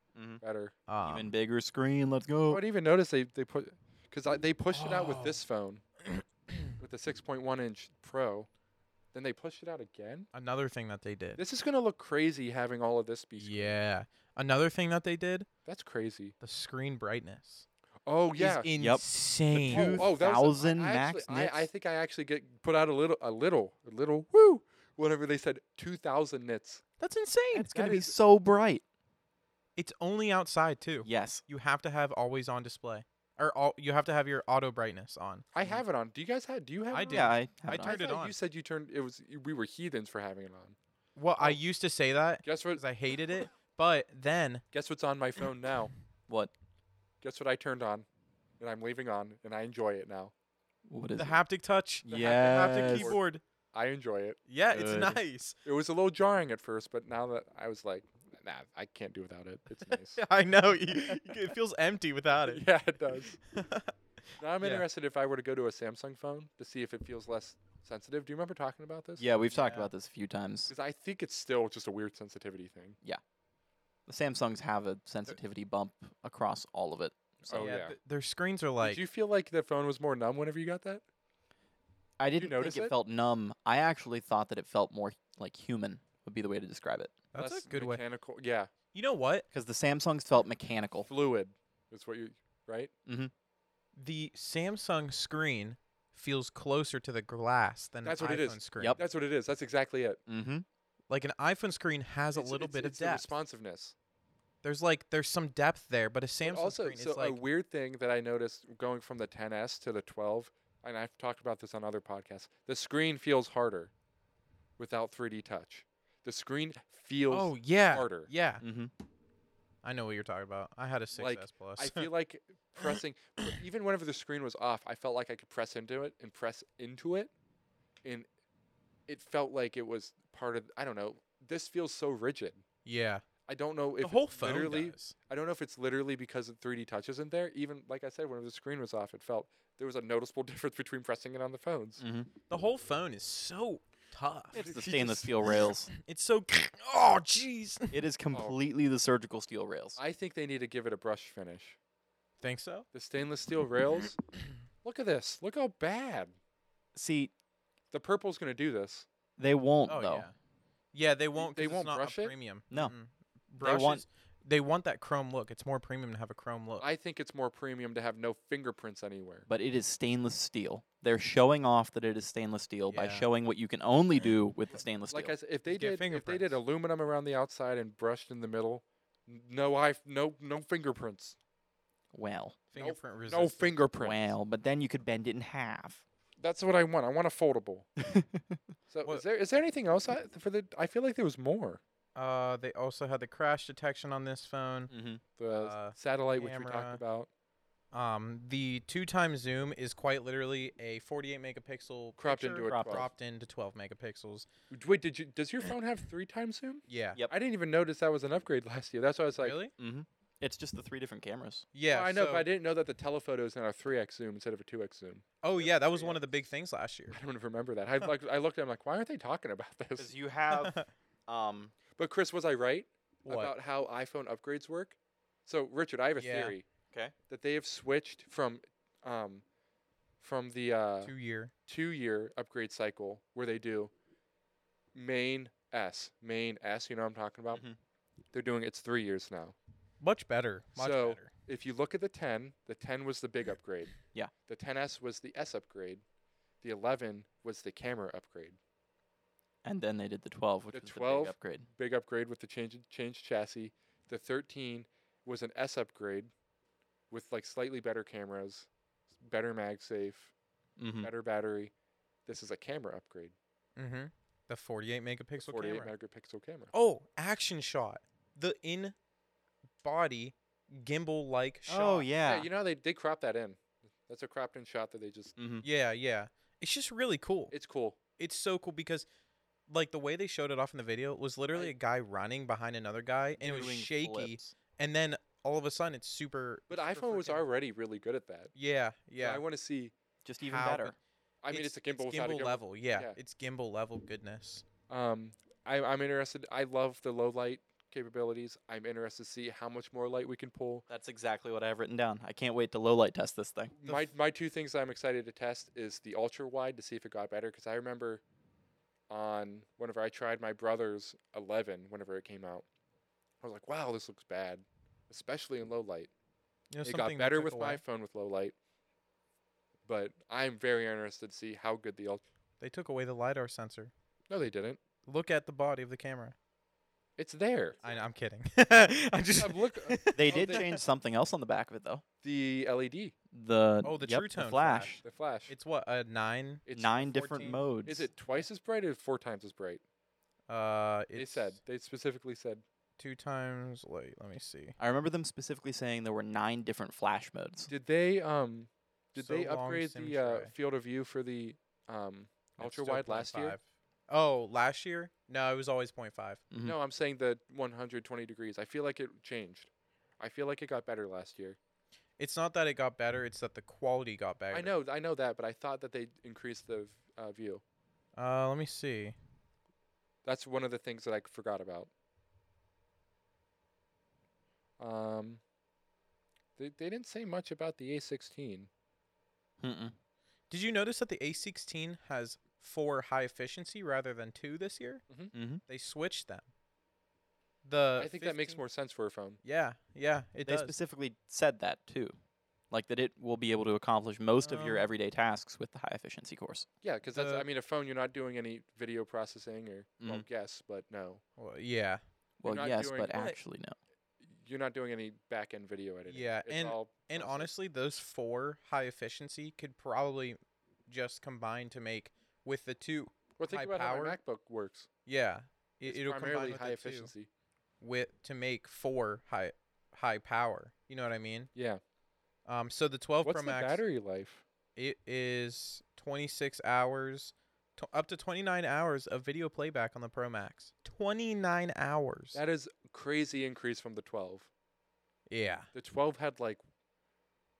Speaker 4: better.
Speaker 3: though.
Speaker 2: Um,
Speaker 3: Even bigger screen. Let's
Speaker 4: I
Speaker 3: go.
Speaker 4: would even notice they they put because they pushed it out with
Speaker 2: Oh.
Speaker 4: this phone, with the 6.1 inch Pro. Then they pushed it out again.
Speaker 2: Another thing that they did.
Speaker 4: This is gonna look crazy having all of this be. screen.
Speaker 2: Yeah. Another thing that they did.
Speaker 4: That's crazy.
Speaker 2: The screen brightness.
Speaker 4: Oh yeah.
Speaker 2: Is
Speaker 5: Yep.
Speaker 2: insane.
Speaker 4: Oh, oh, that was a-
Speaker 5: 2000
Speaker 4: I actually-
Speaker 5: max
Speaker 4: I, I
Speaker 5: nits.
Speaker 4: think I actually get put out a little, a little, a little. Woo! Whatever they said, two thousand nits.
Speaker 2: That's insane.
Speaker 5: It's gonna
Speaker 4: that
Speaker 5: be
Speaker 4: is-
Speaker 5: so bright.
Speaker 2: It's only outside too.
Speaker 3: Yes.
Speaker 2: You have to have always on display, or all, you have to have your auto brightness on.
Speaker 4: I have it on. Do you guys have? Do you have?
Speaker 2: Mm. I
Speaker 4: it on?
Speaker 2: did.
Speaker 3: Yeah, I have
Speaker 2: I
Speaker 3: it on.
Speaker 2: turned it
Speaker 4: thought
Speaker 2: on.
Speaker 4: You said you turned. It was we were heathens for having it on.
Speaker 2: Well, I used to say that
Speaker 4: Guess what?
Speaker 2: because I hated it, but then
Speaker 4: Guess what's on my phone now?
Speaker 3: What?
Speaker 4: Guess what I turned on, and I'm leaving on, and I enjoy it now.
Speaker 3: What is
Speaker 2: the
Speaker 3: it?
Speaker 2: haptic touch, the haptic, haptic
Speaker 5: Yes.
Speaker 2: keyboard.
Speaker 4: I enjoy it.
Speaker 2: Yeah, it's
Speaker 5: Good.
Speaker 2: nice.
Speaker 4: It was a little jarring at first, but now that I was like, nah, I can't do without it. It's nice.
Speaker 2: I know. you- you- it feels empty without it.
Speaker 4: yeah, it does. Now I'm
Speaker 2: Yeah.
Speaker 4: interested if I were to go to a Samsung phone to see if it feels less sensitive. Do you remember talking about this?
Speaker 3: Yeah, we've talked
Speaker 2: Yeah.
Speaker 3: about this a few times.
Speaker 4: Because I think it's still just a weird sensitivity thing.
Speaker 3: The Samsungs have a sensitivity bump across all of it.
Speaker 4: Oh, yeah.
Speaker 2: th- their screens are like.
Speaker 4: Did you feel like the phone was more numb whenever you got that?
Speaker 3: I
Speaker 4: you
Speaker 3: didn't
Speaker 4: notice
Speaker 3: think it,
Speaker 4: it?
Speaker 3: felt numb. I actually thought that it felt more like human would be the way to describe it.
Speaker 2: that's
Speaker 4: less
Speaker 2: a good way.
Speaker 4: mechanical, Yeah,
Speaker 2: You know what?
Speaker 3: Because the Samsungs felt mechanical.
Speaker 4: fluid. That's what you right.
Speaker 2: The Samsung screen feels closer to the glass than
Speaker 4: That's
Speaker 2: an
Speaker 4: what it
Speaker 2: iPhone
Speaker 4: is.
Speaker 2: screen.
Speaker 3: Yep.
Speaker 4: That's what it is. That's exactly it.
Speaker 3: Mm-hmm.
Speaker 2: Like an iPhone screen has
Speaker 4: It's-
Speaker 2: a little
Speaker 4: it's-
Speaker 2: bit
Speaker 4: it's
Speaker 2: of
Speaker 4: the
Speaker 2: depth.
Speaker 4: responsiveness.
Speaker 2: there's like there's some depth there, but a
Speaker 4: But
Speaker 2: Samsung
Speaker 4: also,
Speaker 2: screen
Speaker 4: so
Speaker 2: is like
Speaker 4: a weird thing that I noticed going from the 10s to the 12, and I've talked about this on other podcasts. The screen feels harder without 3D touch. The screen feels
Speaker 2: oh yeah
Speaker 4: harder.
Speaker 2: yeah.
Speaker 3: Mm-hmm.
Speaker 2: I know what you're talking about. I had a 6S
Speaker 4: Like,
Speaker 2: plus.
Speaker 4: I feel like pressing, even whenever the screen was off, I felt like I could press into it and press into it, and it felt like it was part of. I don't know. This feels so rigid.
Speaker 2: yeah,
Speaker 4: I don't know if
Speaker 2: the whole
Speaker 4: it's
Speaker 2: phone
Speaker 4: literally.
Speaker 2: does.
Speaker 4: I don't know if it's literally because the 3D touch isn't there. Even like I said, whenever the screen was off, it felt there was a noticeable difference between pressing it on the phones.
Speaker 2: Mm.
Speaker 3: Mm-hmm.
Speaker 2: The whole phone is so tough.
Speaker 3: It's the
Speaker 4: He
Speaker 3: stainless
Speaker 4: just-
Speaker 3: steel rails.
Speaker 2: It's so oh jeez.
Speaker 5: It is
Speaker 3: Completely the surgical steel rails.
Speaker 4: I think they need to give it a brush finish.
Speaker 2: Think so?
Speaker 4: The stainless steel rails. look at this. Look how bad.
Speaker 3: See,
Speaker 4: The purple's gonna do this.
Speaker 3: they won't
Speaker 2: Oh
Speaker 3: though.
Speaker 2: yeah. Yeah, they won't. 'cause
Speaker 4: they
Speaker 2: it's
Speaker 4: won't
Speaker 2: not
Speaker 4: brush
Speaker 2: a
Speaker 4: it?
Speaker 2: premium.
Speaker 3: No.
Speaker 2: Mm-mm.
Speaker 3: They
Speaker 2: Brushes.
Speaker 3: want-
Speaker 2: they want that chrome look. It's more premium to have a chrome look.
Speaker 4: I think it's more premium to have no fingerprints anywhere.
Speaker 3: But it is stainless steel. They're showing off that it is stainless steel by
Speaker 2: Yeah.
Speaker 3: showing what you can only do with the stainless steel.
Speaker 4: Like I said, if they
Speaker 2: get
Speaker 4: did if they did
Speaker 2: fingerprints.
Speaker 4: aluminum around the outside and brushed in the middle, n- no I no no fingerprints.
Speaker 3: well,
Speaker 2: Fingerprint resistance.
Speaker 4: No fingerprints.
Speaker 3: well, but then you could bend it in half.
Speaker 4: That's what I want. I want a foldable. So
Speaker 2: What-
Speaker 4: is there is there anything else I, for the? I feel like there was more.
Speaker 2: Uh, they also had the crash detection on this phone.
Speaker 3: mm-hmm.
Speaker 4: The
Speaker 2: Uh,
Speaker 4: satellite, which we
Speaker 2: camera.
Speaker 4: talked about,
Speaker 2: Um, the two time zoom is quite literally a 48 megapixel
Speaker 4: cropped
Speaker 2: picture
Speaker 4: into a
Speaker 3: cropped
Speaker 4: 12.
Speaker 2: cropped into 12 megapixels.
Speaker 4: D- Wait, did you? Does your phone have three times zoom?
Speaker 2: Yeah.
Speaker 3: Yep.
Speaker 4: I didn't even notice that was an upgrade last year. That's why I was like, "Oh,
Speaker 2: really?
Speaker 3: Mm-hmm. It's just the three different cameras.
Speaker 2: Yeah.
Speaker 4: I know,
Speaker 2: so-
Speaker 4: but I didn't know that the telephoto is now a three x zoom instead of a two x zoom.
Speaker 2: Oh
Speaker 4: That's
Speaker 2: yeah, that was
Speaker 4: pretty
Speaker 2: one of the big things last year.
Speaker 4: I don't even remember that. I like I looked at him like, why aren't they talking about this?
Speaker 3: you have um,
Speaker 4: But Chris, was I right?
Speaker 2: What?
Speaker 4: about how iPhone upgrades work. So, Richard, I have a
Speaker 2: Yeah.
Speaker 4: theory.
Speaker 3: 'Kay.
Speaker 4: That they have switched from, um, from the uh,
Speaker 2: Two year.
Speaker 4: two-year upgrade cycle where they do main S, main S. You know what I'm talking about?
Speaker 3: Mhm.
Speaker 4: They're doing it's three years now.
Speaker 2: Much better. Much
Speaker 4: So-
Speaker 2: better.
Speaker 4: If you look at the 10, the 10 was the big upgrade.
Speaker 3: Yeah.
Speaker 4: The 10s was the S upgrade. The 11 was the camera upgrade.
Speaker 3: and then they did the 12, which
Speaker 4: The
Speaker 3: was the
Speaker 4: 12?
Speaker 3: big upgrade.
Speaker 4: Big upgrade with the change change chassis. The 13 was an S upgrade with like slightly better cameras, better MagSafe,
Speaker 3: Mm-hmm.
Speaker 4: better battery. This is a camera upgrade.
Speaker 2: Mm-hmm. The 48 megapixel
Speaker 4: 48
Speaker 2: camera.
Speaker 4: megapixel camera.
Speaker 2: oh, action shot. The in body gimbal like shot.
Speaker 3: Oh yeah.
Speaker 4: Yeah, you know they they crop that in. That's a cropped in shot that they just.
Speaker 3: mm-hmm.
Speaker 2: Yeah, yeah. It's just really cool.
Speaker 4: It's cool.
Speaker 2: it's so cool because like the way they showed it off in the video was literally
Speaker 4: I-
Speaker 2: a guy running behind another guy and it was
Speaker 3: Doing
Speaker 2: shaky
Speaker 3: flips.
Speaker 2: and then all of a sudden it's super
Speaker 4: But
Speaker 2: super
Speaker 4: iPhone was
Speaker 2: freaking-
Speaker 4: already really good at that.
Speaker 2: yeah yeah
Speaker 4: So I want to see.
Speaker 3: Just even
Speaker 2: How
Speaker 3: better.
Speaker 2: could-
Speaker 4: I mean, it's, a gimbal without a gimbal.
Speaker 2: level yeah,
Speaker 4: Yeah.
Speaker 2: it's gimbal level goodness
Speaker 4: Um, I, I'm interested. I love the low light capabilities. I'm interested to see how much more light we can pull.
Speaker 3: That's exactly what I have written down. I can't wait to low light test this thing.
Speaker 2: The
Speaker 4: my
Speaker 2: f-
Speaker 4: my two things I'm excited to test is the ultra wide to see if it got better because I remember on whenever I tried my brother's 11 whenever it came out. I was like, wow, this looks bad, especially in low light.
Speaker 2: You know,
Speaker 4: it
Speaker 2: something
Speaker 4: got
Speaker 2: they
Speaker 4: better
Speaker 2: took
Speaker 4: with my
Speaker 2: away?
Speaker 4: phone with low light. But I'm very interested to see how good the ult-
Speaker 2: They took away the lidar sensor.
Speaker 4: No, they didn't.
Speaker 2: Look at the body of the camera.
Speaker 4: It's there.
Speaker 2: I know, I'm kidding. I just
Speaker 4: Uh, look, uh,
Speaker 3: They
Speaker 4: Oh,
Speaker 3: did
Speaker 4: they-
Speaker 3: change something else on the back of it though.
Speaker 4: the LED,
Speaker 3: The
Speaker 2: Oh, the
Speaker 3: yep,
Speaker 2: True Tone
Speaker 3: flash.
Speaker 4: the flash.
Speaker 2: It's what a nine.
Speaker 4: It's
Speaker 3: Nine different
Speaker 2: 14.
Speaker 3: modes.
Speaker 4: Is it twice as bright or four times as bright?
Speaker 2: Uh, it's
Speaker 4: they said. They specifically said.
Speaker 2: two times. Wait, let me see.
Speaker 3: I remember them specifically saying there were nine different flash modes.
Speaker 4: Did they um did
Speaker 2: So
Speaker 4: they
Speaker 2: long,
Speaker 4: upgrade
Speaker 2: Sims
Speaker 4: the uh,
Speaker 2: Ray.
Speaker 4: field of view for the um
Speaker 2: It's
Speaker 4: ultra
Speaker 2: still
Speaker 4: wide last year?
Speaker 2: 0.5. Oh, last year? No, it was always 0.5.
Speaker 3: Mhm.
Speaker 4: No, I'm saying the 120 degrees. I feel like it changed. I feel like it got better last year.
Speaker 2: It's not that it got better; it's that the quality got better.
Speaker 4: I know, I know that, but I thought that they increased the v- uh, view.
Speaker 2: Uh, let me see.
Speaker 4: That's one of the things that I forgot about. Um, they they didn't say much about the A16.
Speaker 3: Mm-mm.
Speaker 2: Did you notice that the A16 has four high efficiency rather than two this year?
Speaker 3: Mm-hmm.
Speaker 2: They switched them. The
Speaker 4: I think that makes
Speaker 2: 15
Speaker 4: more sense for a phone.
Speaker 2: Yeah, yeah, it
Speaker 3: They
Speaker 2: does.
Speaker 3: specifically said that too, like that it will be able to accomplish most of your
Speaker 2: Um,
Speaker 3: everyday tasks with the high efficiency course.
Speaker 4: Yeah, because that's
Speaker 2: The-
Speaker 4: I mean a phone you're not doing any video processing or
Speaker 2: Mm-hmm.
Speaker 4: well yes but no
Speaker 2: Well, yeah,
Speaker 3: Well,
Speaker 4: not
Speaker 3: yes,
Speaker 4: doing-
Speaker 3: but
Speaker 4: Right.
Speaker 3: actually no.
Speaker 4: you're not doing any back end video editing.
Speaker 2: Yeah,
Speaker 4: it's
Speaker 2: and-
Speaker 4: all
Speaker 2: and
Speaker 4: processed.
Speaker 2: honestly, those four high efficiency could probably just combine to make with the two.
Speaker 4: well think
Speaker 2: high
Speaker 4: about how my
Speaker 2: powered,
Speaker 4: MacBook works.
Speaker 2: Yeah, it,
Speaker 4: It's
Speaker 2: it'll combine
Speaker 4: primarily
Speaker 2: with
Speaker 4: high
Speaker 2: the two.
Speaker 4: efficiency.
Speaker 2: with to make four high high power. You know what I mean?
Speaker 4: Yeah.
Speaker 2: Um, so the 12
Speaker 4: What's
Speaker 2: Pro
Speaker 4: the
Speaker 2: Max
Speaker 4: battery life?
Speaker 2: it is 26 hours, t- up to 29 hours of video playback on the Pro Max. 29 hours.
Speaker 4: That is crazy increase from the 12.
Speaker 2: yeah,
Speaker 4: The 12 had like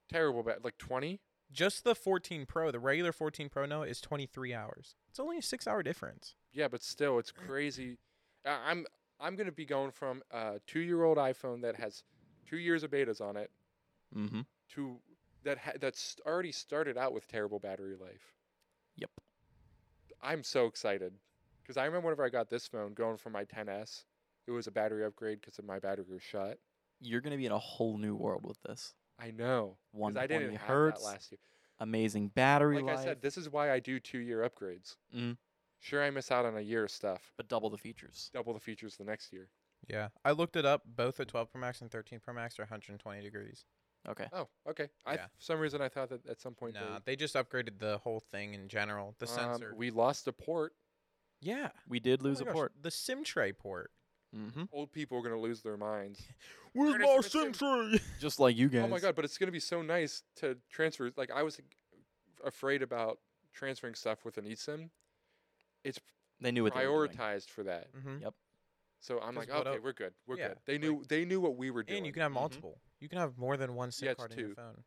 Speaker 4: terrible bat like 20.
Speaker 2: just the 14 Pro, the regular 14 Pro now is 23 hours. It's only a six hour difference.
Speaker 4: Yeah, but still it's crazy. I- I'm I'm gonna be going from a two year old iPhone that has two years of betas on it
Speaker 3: Mm-hmm.
Speaker 4: to that ha- that's already started out with terrible battery life.
Speaker 3: Yep.
Speaker 4: I'm so excited because I remember whenever I got this phone, going from my 10s, it was a battery upgrade because my battery was shut.
Speaker 3: You're gonna be in a whole new world with this.
Speaker 4: I know because I
Speaker 3: 120
Speaker 4: didn't
Speaker 3: hertz,
Speaker 4: have that last year.
Speaker 3: amazing battery
Speaker 4: Like
Speaker 3: life,
Speaker 4: I said, this is why I do two-year upgrades.
Speaker 3: Mm.
Speaker 4: Sure, I miss out on a year of stuff.
Speaker 3: but double the features.
Speaker 4: Double the features the next year.
Speaker 2: Yeah, I looked it up. Both the 12 Pro Max and 13 Pro Max are 120 degrees.
Speaker 3: Okay.
Speaker 4: Oh, okay. I
Speaker 2: Yeah.
Speaker 4: for some reason I thought that at some point they-
Speaker 2: Nah, they just upgraded the whole thing in general. The
Speaker 4: um,
Speaker 2: sensor.
Speaker 4: we lost a port.
Speaker 2: yeah.
Speaker 3: We did
Speaker 2: Oh
Speaker 3: lose
Speaker 2: my
Speaker 3: a
Speaker 2: gosh,
Speaker 3: port.
Speaker 2: The SIM tray port.
Speaker 3: Mm-hmm.
Speaker 4: Old people are gonna lose their minds.
Speaker 2: Where's
Speaker 4: Curtis, my the SIM
Speaker 2: tray?
Speaker 3: Just like you guys.
Speaker 4: Oh my god! But it's gonna be so nice to transfer. Like I was afraid about transferring stuff with an eSIM. It's
Speaker 3: They knew what they were doing.
Speaker 4: prioritized for that.
Speaker 2: Mm-hmm.
Speaker 4: So
Speaker 2: 'Cause
Speaker 4: I'm like,
Speaker 2: what
Speaker 4: okay,
Speaker 2: el-
Speaker 4: we're good. We're
Speaker 2: Yeah,
Speaker 4: good. They
Speaker 2: like-
Speaker 4: knew they knew what we were doing.
Speaker 2: And you can have
Speaker 3: Mhm.
Speaker 2: multiple. You can have more than one SIM
Speaker 4: Mm-hmm. Yeah, it's
Speaker 2: card in
Speaker 4: two.
Speaker 2: your phone,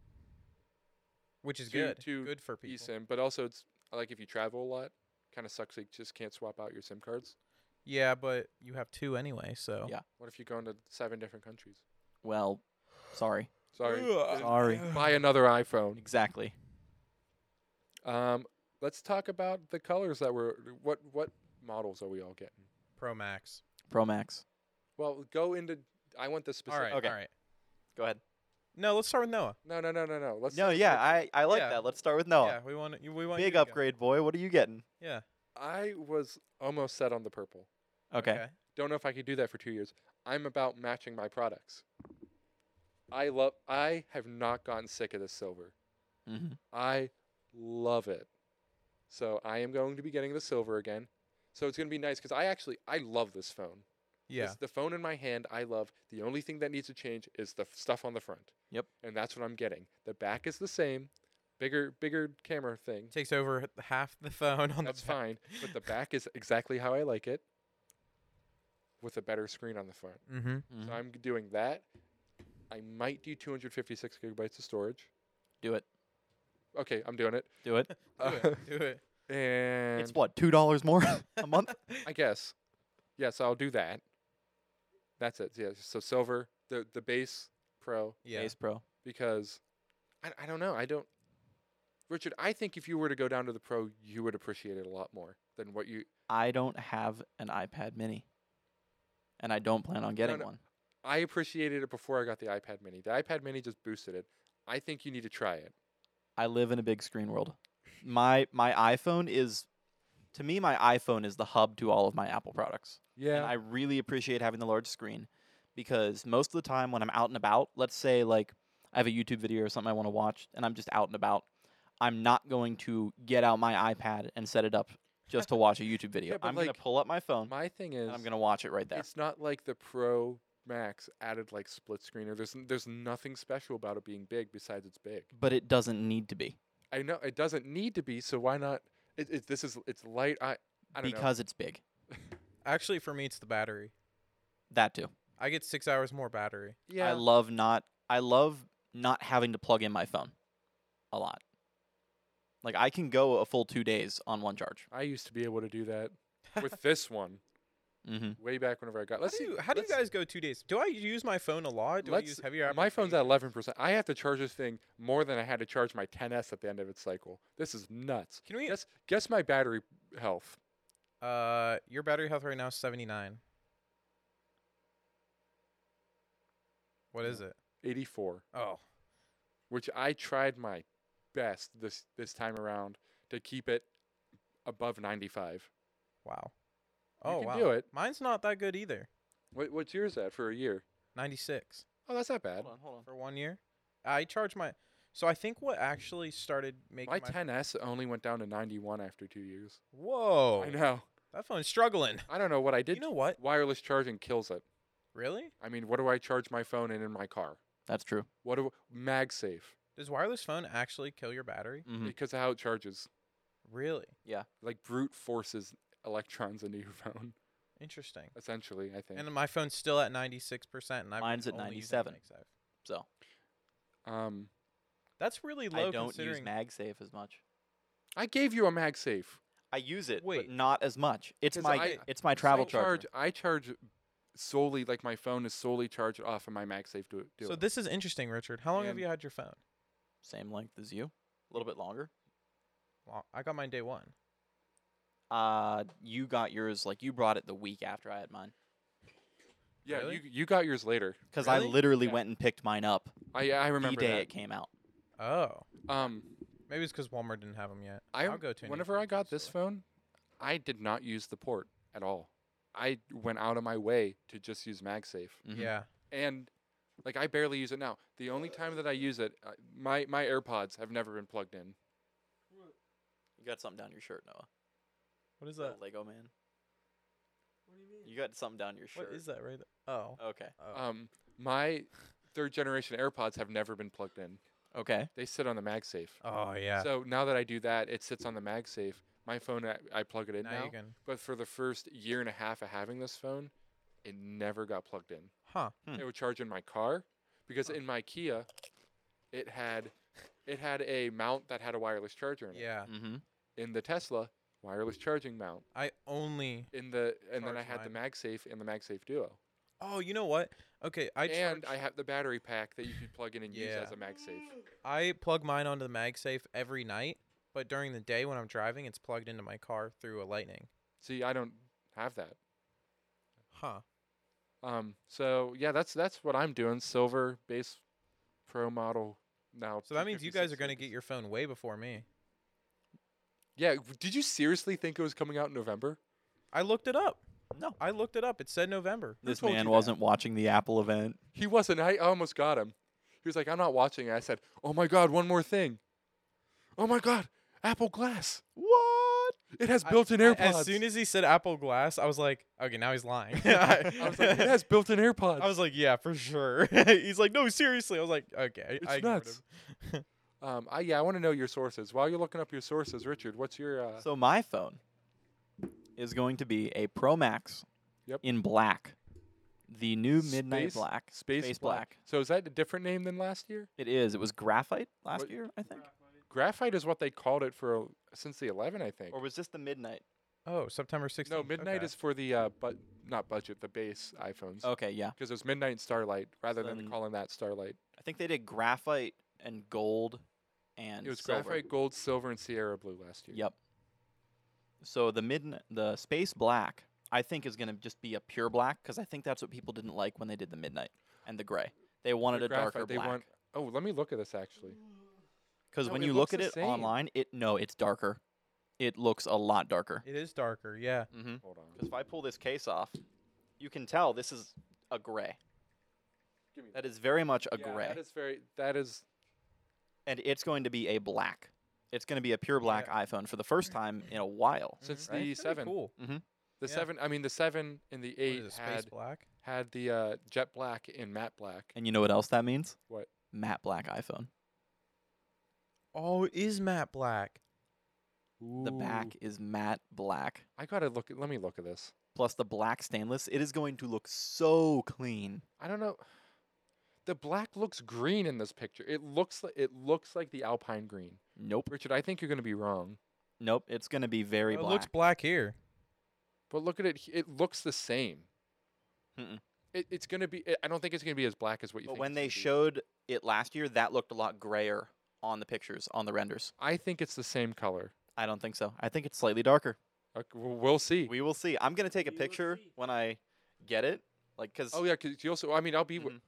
Speaker 2: which is
Speaker 4: Two-
Speaker 2: good.
Speaker 4: two
Speaker 2: good for people.
Speaker 4: Mm-hmm. eSIM, but also it's like if you travel a lot, kind of sucks. They just can't swap out your SIM cards.
Speaker 2: Yeah, but you have two anyway, so
Speaker 3: Yeah.
Speaker 4: What if you go into seven different countries?
Speaker 3: Well, sorry.
Speaker 4: Sorry.
Speaker 2: Ugh.
Speaker 4: didn't
Speaker 3: Sorry.
Speaker 4: Buy another iPhone.
Speaker 3: Exactly.
Speaker 4: Um, let's talk about the colors that were. What what models are we all getting?
Speaker 2: Pro Max.
Speaker 3: Pro Max.
Speaker 4: Well, go into. I want the
Speaker 2: All
Speaker 4: specific.
Speaker 2: right,
Speaker 3: Okay.
Speaker 2: all right.
Speaker 3: Go ahead.
Speaker 2: No, let's start with Noah.
Speaker 4: No, no, no, no, no. Let's.
Speaker 5: No, yeah, I, I like
Speaker 2: Yeah.
Speaker 5: that. Let's start with
Speaker 4: Oh.
Speaker 5: Noah.
Speaker 2: Yeah, we want you- we want you
Speaker 5: Big
Speaker 2: to go.
Speaker 5: upgrade, boy. What are you getting?
Speaker 2: Yeah.
Speaker 4: I was almost set on the purple.
Speaker 3: Okay.
Speaker 4: don't know if I could do that for two years. I'm about matching my products. I love. I have not gotten sick of this silver.
Speaker 3: Mm-hmm.
Speaker 4: I love it. So I am going to be getting the silver again. So it's going to be nice because I actually I love this phone.
Speaker 2: Yeah.
Speaker 4: This- the phone in my hand I love. The only thing that needs to change is the f- stuff on the front.
Speaker 3: Yep.
Speaker 4: And that's what I'm getting. The back is the same, bigger bigger camera thing.
Speaker 2: Takes over h- half the phone on
Speaker 4: That's
Speaker 2: the back.
Speaker 4: fine, but the back is exactly how I like it, with a better screen on the front.
Speaker 2: Mm-hmm.
Speaker 4: So I'm g- doing that. I might do 256 gigabytes of storage.
Speaker 3: Do it.
Speaker 4: Okay, I'm doing it.
Speaker 3: Do it.
Speaker 4: Uh,
Speaker 2: Do it. Do it.
Speaker 4: and
Speaker 5: It's what, two dollars more a month?
Speaker 4: I guess. Yes, I'll do that. That's it. Yeah. So silver, the the base pro,
Speaker 2: Yeah.
Speaker 3: Ace Pro.
Speaker 4: because I, I don't know. I don't. Richard, I think if you were to go down to the Pro, you would appreciate it a lot more than what you.
Speaker 3: I don't have an iPad mini. And I don't plan on getting
Speaker 4: no.
Speaker 3: one.
Speaker 4: I appreciated it before I got the iPad Mini. The iPad Mini just boosted it. I think you need to try it.
Speaker 3: I live in a big screen world. My my iPhone is to me my iPhone is the hub to all of my Apple products.
Speaker 4: Yeah.
Speaker 3: And I really appreciate having the large screen because most of the time when I'm out and about, let's say like I have a YouTube video or something I want to watch and I'm just out and about, I'm not going to get out my iPad and set it up just to watch a YouTube video.
Speaker 4: Yeah, but,
Speaker 3: I'm going
Speaker 4: like,
Speaker 3: to pull up my phone
Speaker 4: My thing is,
Speaker 3: and I'm going to watch it right there.
Speaker 4: it's not like the Pro Max added like split screen or there's n- there's nothing special about it being big besides it's big.
Speaker 3: But it doesn't need to be
Speaker 4: I know it doesn't need to be, so why not? It, it, this is it's light. I I don't
Speaker 3: because it's big.
Speaker 2: Actually, for me, it's the battery.
Speaker 3: That too.
Speaker 2: I get six hours more battery.
Speaker 4: know. Yeah.
Speaker 3: I love not I love not having to plug in my phone a lot. Like I can go a full 2 days on one charge.
Speaker 4: I used to be able to do that with this one
Speaker 3: Mhm.
Speaker 4: way back whenever I got. Let's
Speaker 2: how do
Speaker 4: see.
Speaker 2: you, how do you
Speaker 4: let's-
Speaker 2: guys go two days? Do I use my phone a lot? Do I
Speaker 4: Let's-
Speaker 2: use heavier?
Speaker 4: My phone's at
Speaker 2: applications?
Speaker 4: eleven percent. I have to charge this thing more than I had to charge my 10s at the end of its cycle. This is nuts.
Speaker 2: Can we?
Speaker 4: Guess guess my battery health.
Speaker 2: Uh, your battery health right now is seventy nine. What is it?
Speaker 4: 84,
Speaker 2: Oh,
Speaker 4: which I tried my best this this time around to keep it above 95.
Speaker 2: wow.
Speaker 4: You
Speaker 2: Oh
Speaker 4: can
Speaker 2: wow.
Speaker 4: do it.
Speaker 2: Mine's not that good either.
Speaker 4: What, what's yours at for a year?
Speaker 2: Ninety six.
Speaker 4: Oh, that's not bad.
Speaker 3: Hold on, hold on.
Speaker 2: for one year. I charge my. So I think what actually started making
Speaker 4: My
Speaker 2: my,
Speaker 4: 10s only went down to 91 after two years.
Speaker 2: Whoa,
Speaker 4: I know.
Speaker 2: that phone's struggling.
Speaker 4: I don't Oh. know what I did.
Speaker 2: You know what?
Speaker 4: Wireless charging kills it.
Speaker 2: Really?
Speaker 4: I mean, what do I charge my phone in in my car?
Speaker 3: That's true.
Speaker 4: What do MagSafe
Speaker 2: Does wireless phone actually kill your battery?
Speaker 3: Mhm.
Speaker 4: because of how it charges,
Speaker 2: Really?
Speaker 4: like brute forces electrons into your phone.
Speaker 2: Interesting.
Speaker 4: Essentially, I think.
Speaker 2: And my phone's still at ninety six percent, and I've
Speaker 3: Mine's at
Speaker 2: only used
Speaker 3: 97.
Speaker 2: MagSafe.
Speaker 3: So,
Speaker 4: Um,
Speaker 2: That's really low
Speaker 3: I don't use
Speaker 2: considering.
Speaker 3: MagSafe as much.
Speaker 4: I gave you a MagSafe.
Speaker 3: I use it,
Speaker 2: Wait.
Speaker 3: but not as much. It's
Speaker 4: 'Cause
Speaker 3: my
Speaker 4: I-
Speaker 3: it's my travel
Speaker 4: I
Speaker 3: charger.
Speaker 4: charge. I charge solely like my phone is solely charged off of my MagSafe do, do
Speaker 2: so this is interesting, Richard. How long have
Speaker 4: And-
Speaker 2: you had your phone?
Speaker 3: Same length as you. A little bit longer.
Speaker 2: Well, I got mine day one.
Speaker 3: Uh you got yours like you brought it the week after I had mine
Speaker 4: yeah,
Speaker 2: Really?
Speaker 4: you you got yours later.
Speaker 3: cuz
Speaker 2: Really?
Speaker 3: I literally
Speaker 4: Yeah.
Speaker 3: went and picked mine up
Speaker 4: I I
Speaker 3: the
Speaker 4: remember
Speaker 3: day it
Speaker 4: that.
Speaker 3: came out.
Speaker 2: Oh,
Speaker 4: Um,
Speaker 2: maybe it's because Walmart didn't have them yet.
Speaker 4: I
Speaker 2: I'll go to. an
Speaker 4: whenever I
Speaker 2: Asian
Speaker 4: got this
Speaker 2: store.
Speaker 4: phone, I did not use the port at all. I went out of my way to just use MagSafe,
Speaker 3: Mhm.
Speaker 2: Yeah.
Speaker 4: Mm-hmm. and like I barely use it now. The only time that I use it, uh, my my AirPods have never been plugged in.
Speaker 3: You got something down your shirt, Noah.
Speaker 2: What is
Speaker 3: Is that
Speaker 2: that?
Speaker 3: a Lego man?
Speaker 1: What do you mean?
Speaker 3: You got something down your shirt.
Speaker 2: What is that right there? Oh.
Speaker 3: Okay.
Speaker 2: oh.
Speaker 4: Um, my third generation AirPods have never been plugged in.
Speaker 3: Okay.
Speaker 4: They sit on the MagSafe.
Speaker 2: oh yeah.
Speaker 4: So now that I do that, it sits on the MagSafe. My phone, I, I plug it in
Speaker 2: now,
Speaker 4: now.
Speaker 2: you can.
Speaker 4: But for the first year and a half of having this phone, it never got plugged in.
Speaker 2: Huh.
Speaker 3: Hmm.
Speaker 4: It would charge in my car because in my Kia, it had it had a mount that had a wireless charger in it.
Speaker 2: Yeah.
Speaker 3: Mm-hmm.
Speaker 4: In the Tesla, wireless charging mount.
Speaker 2: I only.
Speaker 4: In the and then I
Speaker 2: Charge
Speaker 4: had the MagSafe and the MagSafe Duo.
Speaker 2: Oh, you know what? Okay, I
Speaker 4: and
Speaker 2: charge,
Speaker 4: I have the battery pack that you could plug in and
Speaker 2: Yeah.
Speaker 4: use as a MagSafe.
Speaker 2: I plug mine onto the MagSafe every night, but during the day when I'm driving, it's plugged into my car through a Lightning.
Speaker 4: See, I don't have that.
Speaker 2: Huh.
Speaker 4: Um, so yeah, that's that's what I'm doing. Silver base pro model now.
Speaker 2: So that means you guys are going to
Speaker 4: 256
Speaker 2: get your phone way before me.
Speaker 4: Yeah, w- did you seriously think it was coming out in November?
Speaker 2: I looked it up.
Speaker 3: No.
Speaker 2: I looked it up. It said November.
Speaker 3: This
Speaker 4: told you
Speaker 3: man
Speaker 4: that?
Speaker 3: wasn't watching the Apple event.
Speaker 4: He wasn't. I almost got him. He was like, "I'm not watching." it." I said, "Oh my god, one more thing. Oh my god, Apple Glass.
Speaker 3: What?
Speaker 4: It has
Speaker 2: I-
Speaker 4: built-in
Speaker 2: I-
Speaker 4: AirPods."
Speaker 2: As soon as he said Apple Glass, I was like, okay, now he's lying.
Speaker 4: I was like, "It has built-in AirPods."
Speaker 2: I was like, yeah, for sure. he's like, no, seriously. I was like, okay.
Speaker 4: It's
Speaker 2: I ignored
Speaker 4: nuts.
Speaker 2: him.
Speaker 4: um, I, yeah, I want to know your sources. While you're looking up your sources, Richard, what's your? Uh,
Speaker 3: So my phone is going to be a Pro Max
Speaker 4: Yep.
Speaker 3: in black. The new Midnight
Speaker 4: Space-
Speaker 3: Black.
Speaker 4: Space,
Speaker 3: black.
Speaker 4: So is that a different name than last year?
Speaker 3: It is. It was graphite last
Speaker 4: What-
Speaker 3: year, I think.
Speaker 4: Graphite is what they called it for since the 11, I think.
Speaker 3: Or was this the Midnight?
Speaker 2: oh, September 16th.
Speaker 4: No, midnight
Speaker 2: okay.
Speaker 4: is for the uh, but not budget, the base iPhones.
Speaker 3: Okay, yeah.
Speaker 4: Because there's midnight and starlight, rather than
Speaker 3: Then-
Speaker 4: calling that starlight.
Speaker 3: I think they did graphite and gold and
Speaker 4: It was
Speaker 3: silver.
Speaker 4: graphite, gold, silver, and Sierra blue last year.
Speaker 3: Yep. So the mid the space black, I think is going to just be a pure black because I think that's what people didn't like when they did the midnight and the gray. They wanted
Speaker 4: The
Speaker 3: a darker
Speaker 4: graphite, they
Speaker 3: black
Speaker 4: want- Oh, let me look at this actually.
Speaker 3: because
Speaker 4: no,
Speaker 3: when
Speaker 4: it
Speaker 3: you
Speaker 4: looks
Speaker 3: look at
Speaker 4: the
Speaker 3: it
Speaker 4: same.
Speaker 3: online, it no, it's darker. It looks a lot darker.
Speaker 2: It is darker, yeah.
Speaker 3: Mm-hmm.
Speaker 4: Hold on.
Speaker 3: Because if I pull this case off, you can tell this is a gray.
Speaker 4: Give me
Speaker 3: That is very much a
Speaker 4: Yeah,
Speaker 3: gray,
Speaker 4: That is very. That is.
Speaker 3: and it's going to be a black. It's going to be a pure black iPhone for the first time in a while.
Speaker 4: Since
Speaker 3: Right?
Speaker 4: the
Speaker 2: It's pretty
Speaker 4: seven,
Speaker 2: Cool.
Speaker 4: the
Speaker 2: Yeah.
Speaker 4: seven. I mean, the seven and the
Speaker 2: What is
Speaker 4: eight
Speaker 2: it, space
Speaker 4: had
Speaker 2: black?
Speaker 4: had the uh, jet black and matte black.
Speaker 3: And you know what else that means?
Speaker 4: What?
Speaker 3: Matte black iPhone.
Speaker 2: Oh, it is matte black.
Speaker 3: The back is matte black.
Speaker 4: I gotta look. At, let me look at this.
Speaker 3: plus the black stainless, it is going to look so clean.
Speaker 4: I don't know. The black looks green in this picture. It looks like it looks like the Alpine green.
Speaker 3: Nope.
Speaker 4: Richard, I think you're gonna be wrong.
Speaker 3: Nope. It's going to be very
Speaker 2: Oh,
Speaker 3: black.
Speaker 2: It looks black here.
Speaker 4: But look at it. h- It looks the same.
Speaker 3: Mm-mm.
Speaker 4: It, it's gonna be. I- I don't think it's gonna be as black as what you.
Speaker 3: but
Speaker 4: think
Speaker 3: when
Speaker 4: it's
Speaker 3: they
Speaker 4: gonna be.
Speaker 3: showed it last year, that looked a lot grayer on the pictures, on the renders.
Speaker 4: I think it's the same color.
Speaker 3: I don't think so. I think it's slightly darker.
Speaker 4: Okay, well, we'll see.
Speaker 3: We will see. I'm going to take a
Speaker 1: We will
Speaker 3: picture
Speaker 1: see.
Speaker 3: when I get it. Like, because
Speaker 4: oh yeah, because you also. I mean, I'll be. w
Speaker 3: Mhm.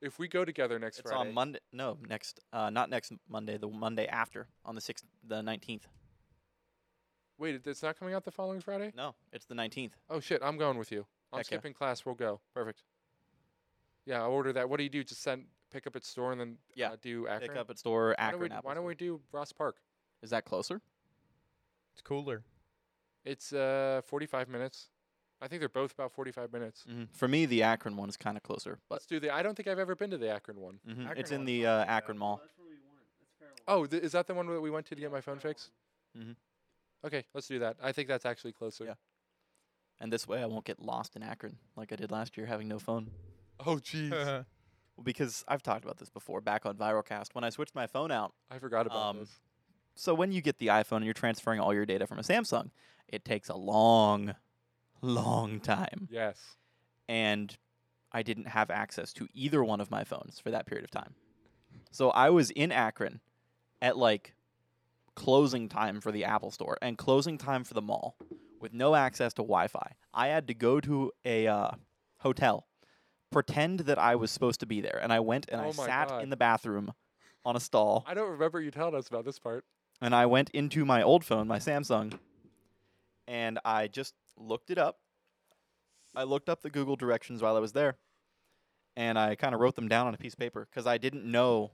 Speaker 4: If we go together next
Speaker 3: it's
Speaker 4: Friday,
Speaker 3: on Monday. No, next, uh, not next Monday, the Monday after, on the 6th, the 19th.
Speaker 4: wait, it- it's not coming out the following Friday.
Speaker 3: No, it's the 19th.
Speaker 4: Oh shit, I'm going with you.
Speaker 3: Mm. Heck
Speaker 4: I'm
Speaker 3: yeah.
Speaker 4: skipping class. We'll go.
Speaker 3: Perfect.
Speaker 4: Yeah, I'll order that. What do you do? Just send pick up at store and then
Speaker 3: Yeah,
Speaker 4: uh, do Akron.
Speaker 3: Pick up at store,
Speaker 4: Why don't, we,
Speaker 3: Akron.
Speaker 4: why
Speaker 3: Apple's
Speaker 4: don't
Speaker 3: Store.
Speaker 4: we do Ross Park?
Speaker 3: Is that closer?
Speaker 2: It's cooler.
Speaker 4: It's uh 45 minutes. I think they're both about 45 minutes.
Speaker 3: Mm-hmm. For me, the Akron one is kind of closer, but
Speaker 4: Let's do the. I don't think I've ever been to the Akron one.
Speaker 3: mhm,
Speaker 2: Akron
Speaker 3: it's in
Speaker 2: one's
Speaker 3: the
Speaker 2: fine,
Speaker 3: uh,
Speaker 2: yeah.
Speaker 3: Akron Mall.
Speaker 1: that's where we went. That's Fairlawn.
Speaker 4: Oh, th- is that the one that we went to to get my phone fixed?
Speaker 3: Mhm.
Speaker 4: Okay, let's do that. I think that's actually closer.
Speaker 3: Yeah. And this way I won't get lost in Akron like I did last year having no phone.
Speaker 4: Oh jeez,
Speaker 3: Well, because I've talked about this before back on Viralcast when I switched my phone out.
Speaker 4: I forgot about
Speaker 3: Um,
Speaker 4: this.
Speaker 3: So when you get the iPhone and you're transferring all your data from a Samsung, it takes a long, long time.
Speaker 4: Yes.
Speaker 3: And I didn't have access to either one of my phones for that period of time. So I was in Akron at like closing time for the Apple store and closing time for the mall with no access to Wi Fi. I had to go to a uh, hotel, pretend that I was supposed to be there. And I went and I
Speaker 4: Oh my
Speaker 3: sat
Speaker 4: God.
Speaker 3: in the bathroom on a stall
Speaker 4: I don't remember you telling us about this part.
Speaker 3: and I went into my old phone, my Samsung, and I just looked it up. I looked up the Google directions while I was there, and I kind of wrote them down on a piece of paper because I didn't know,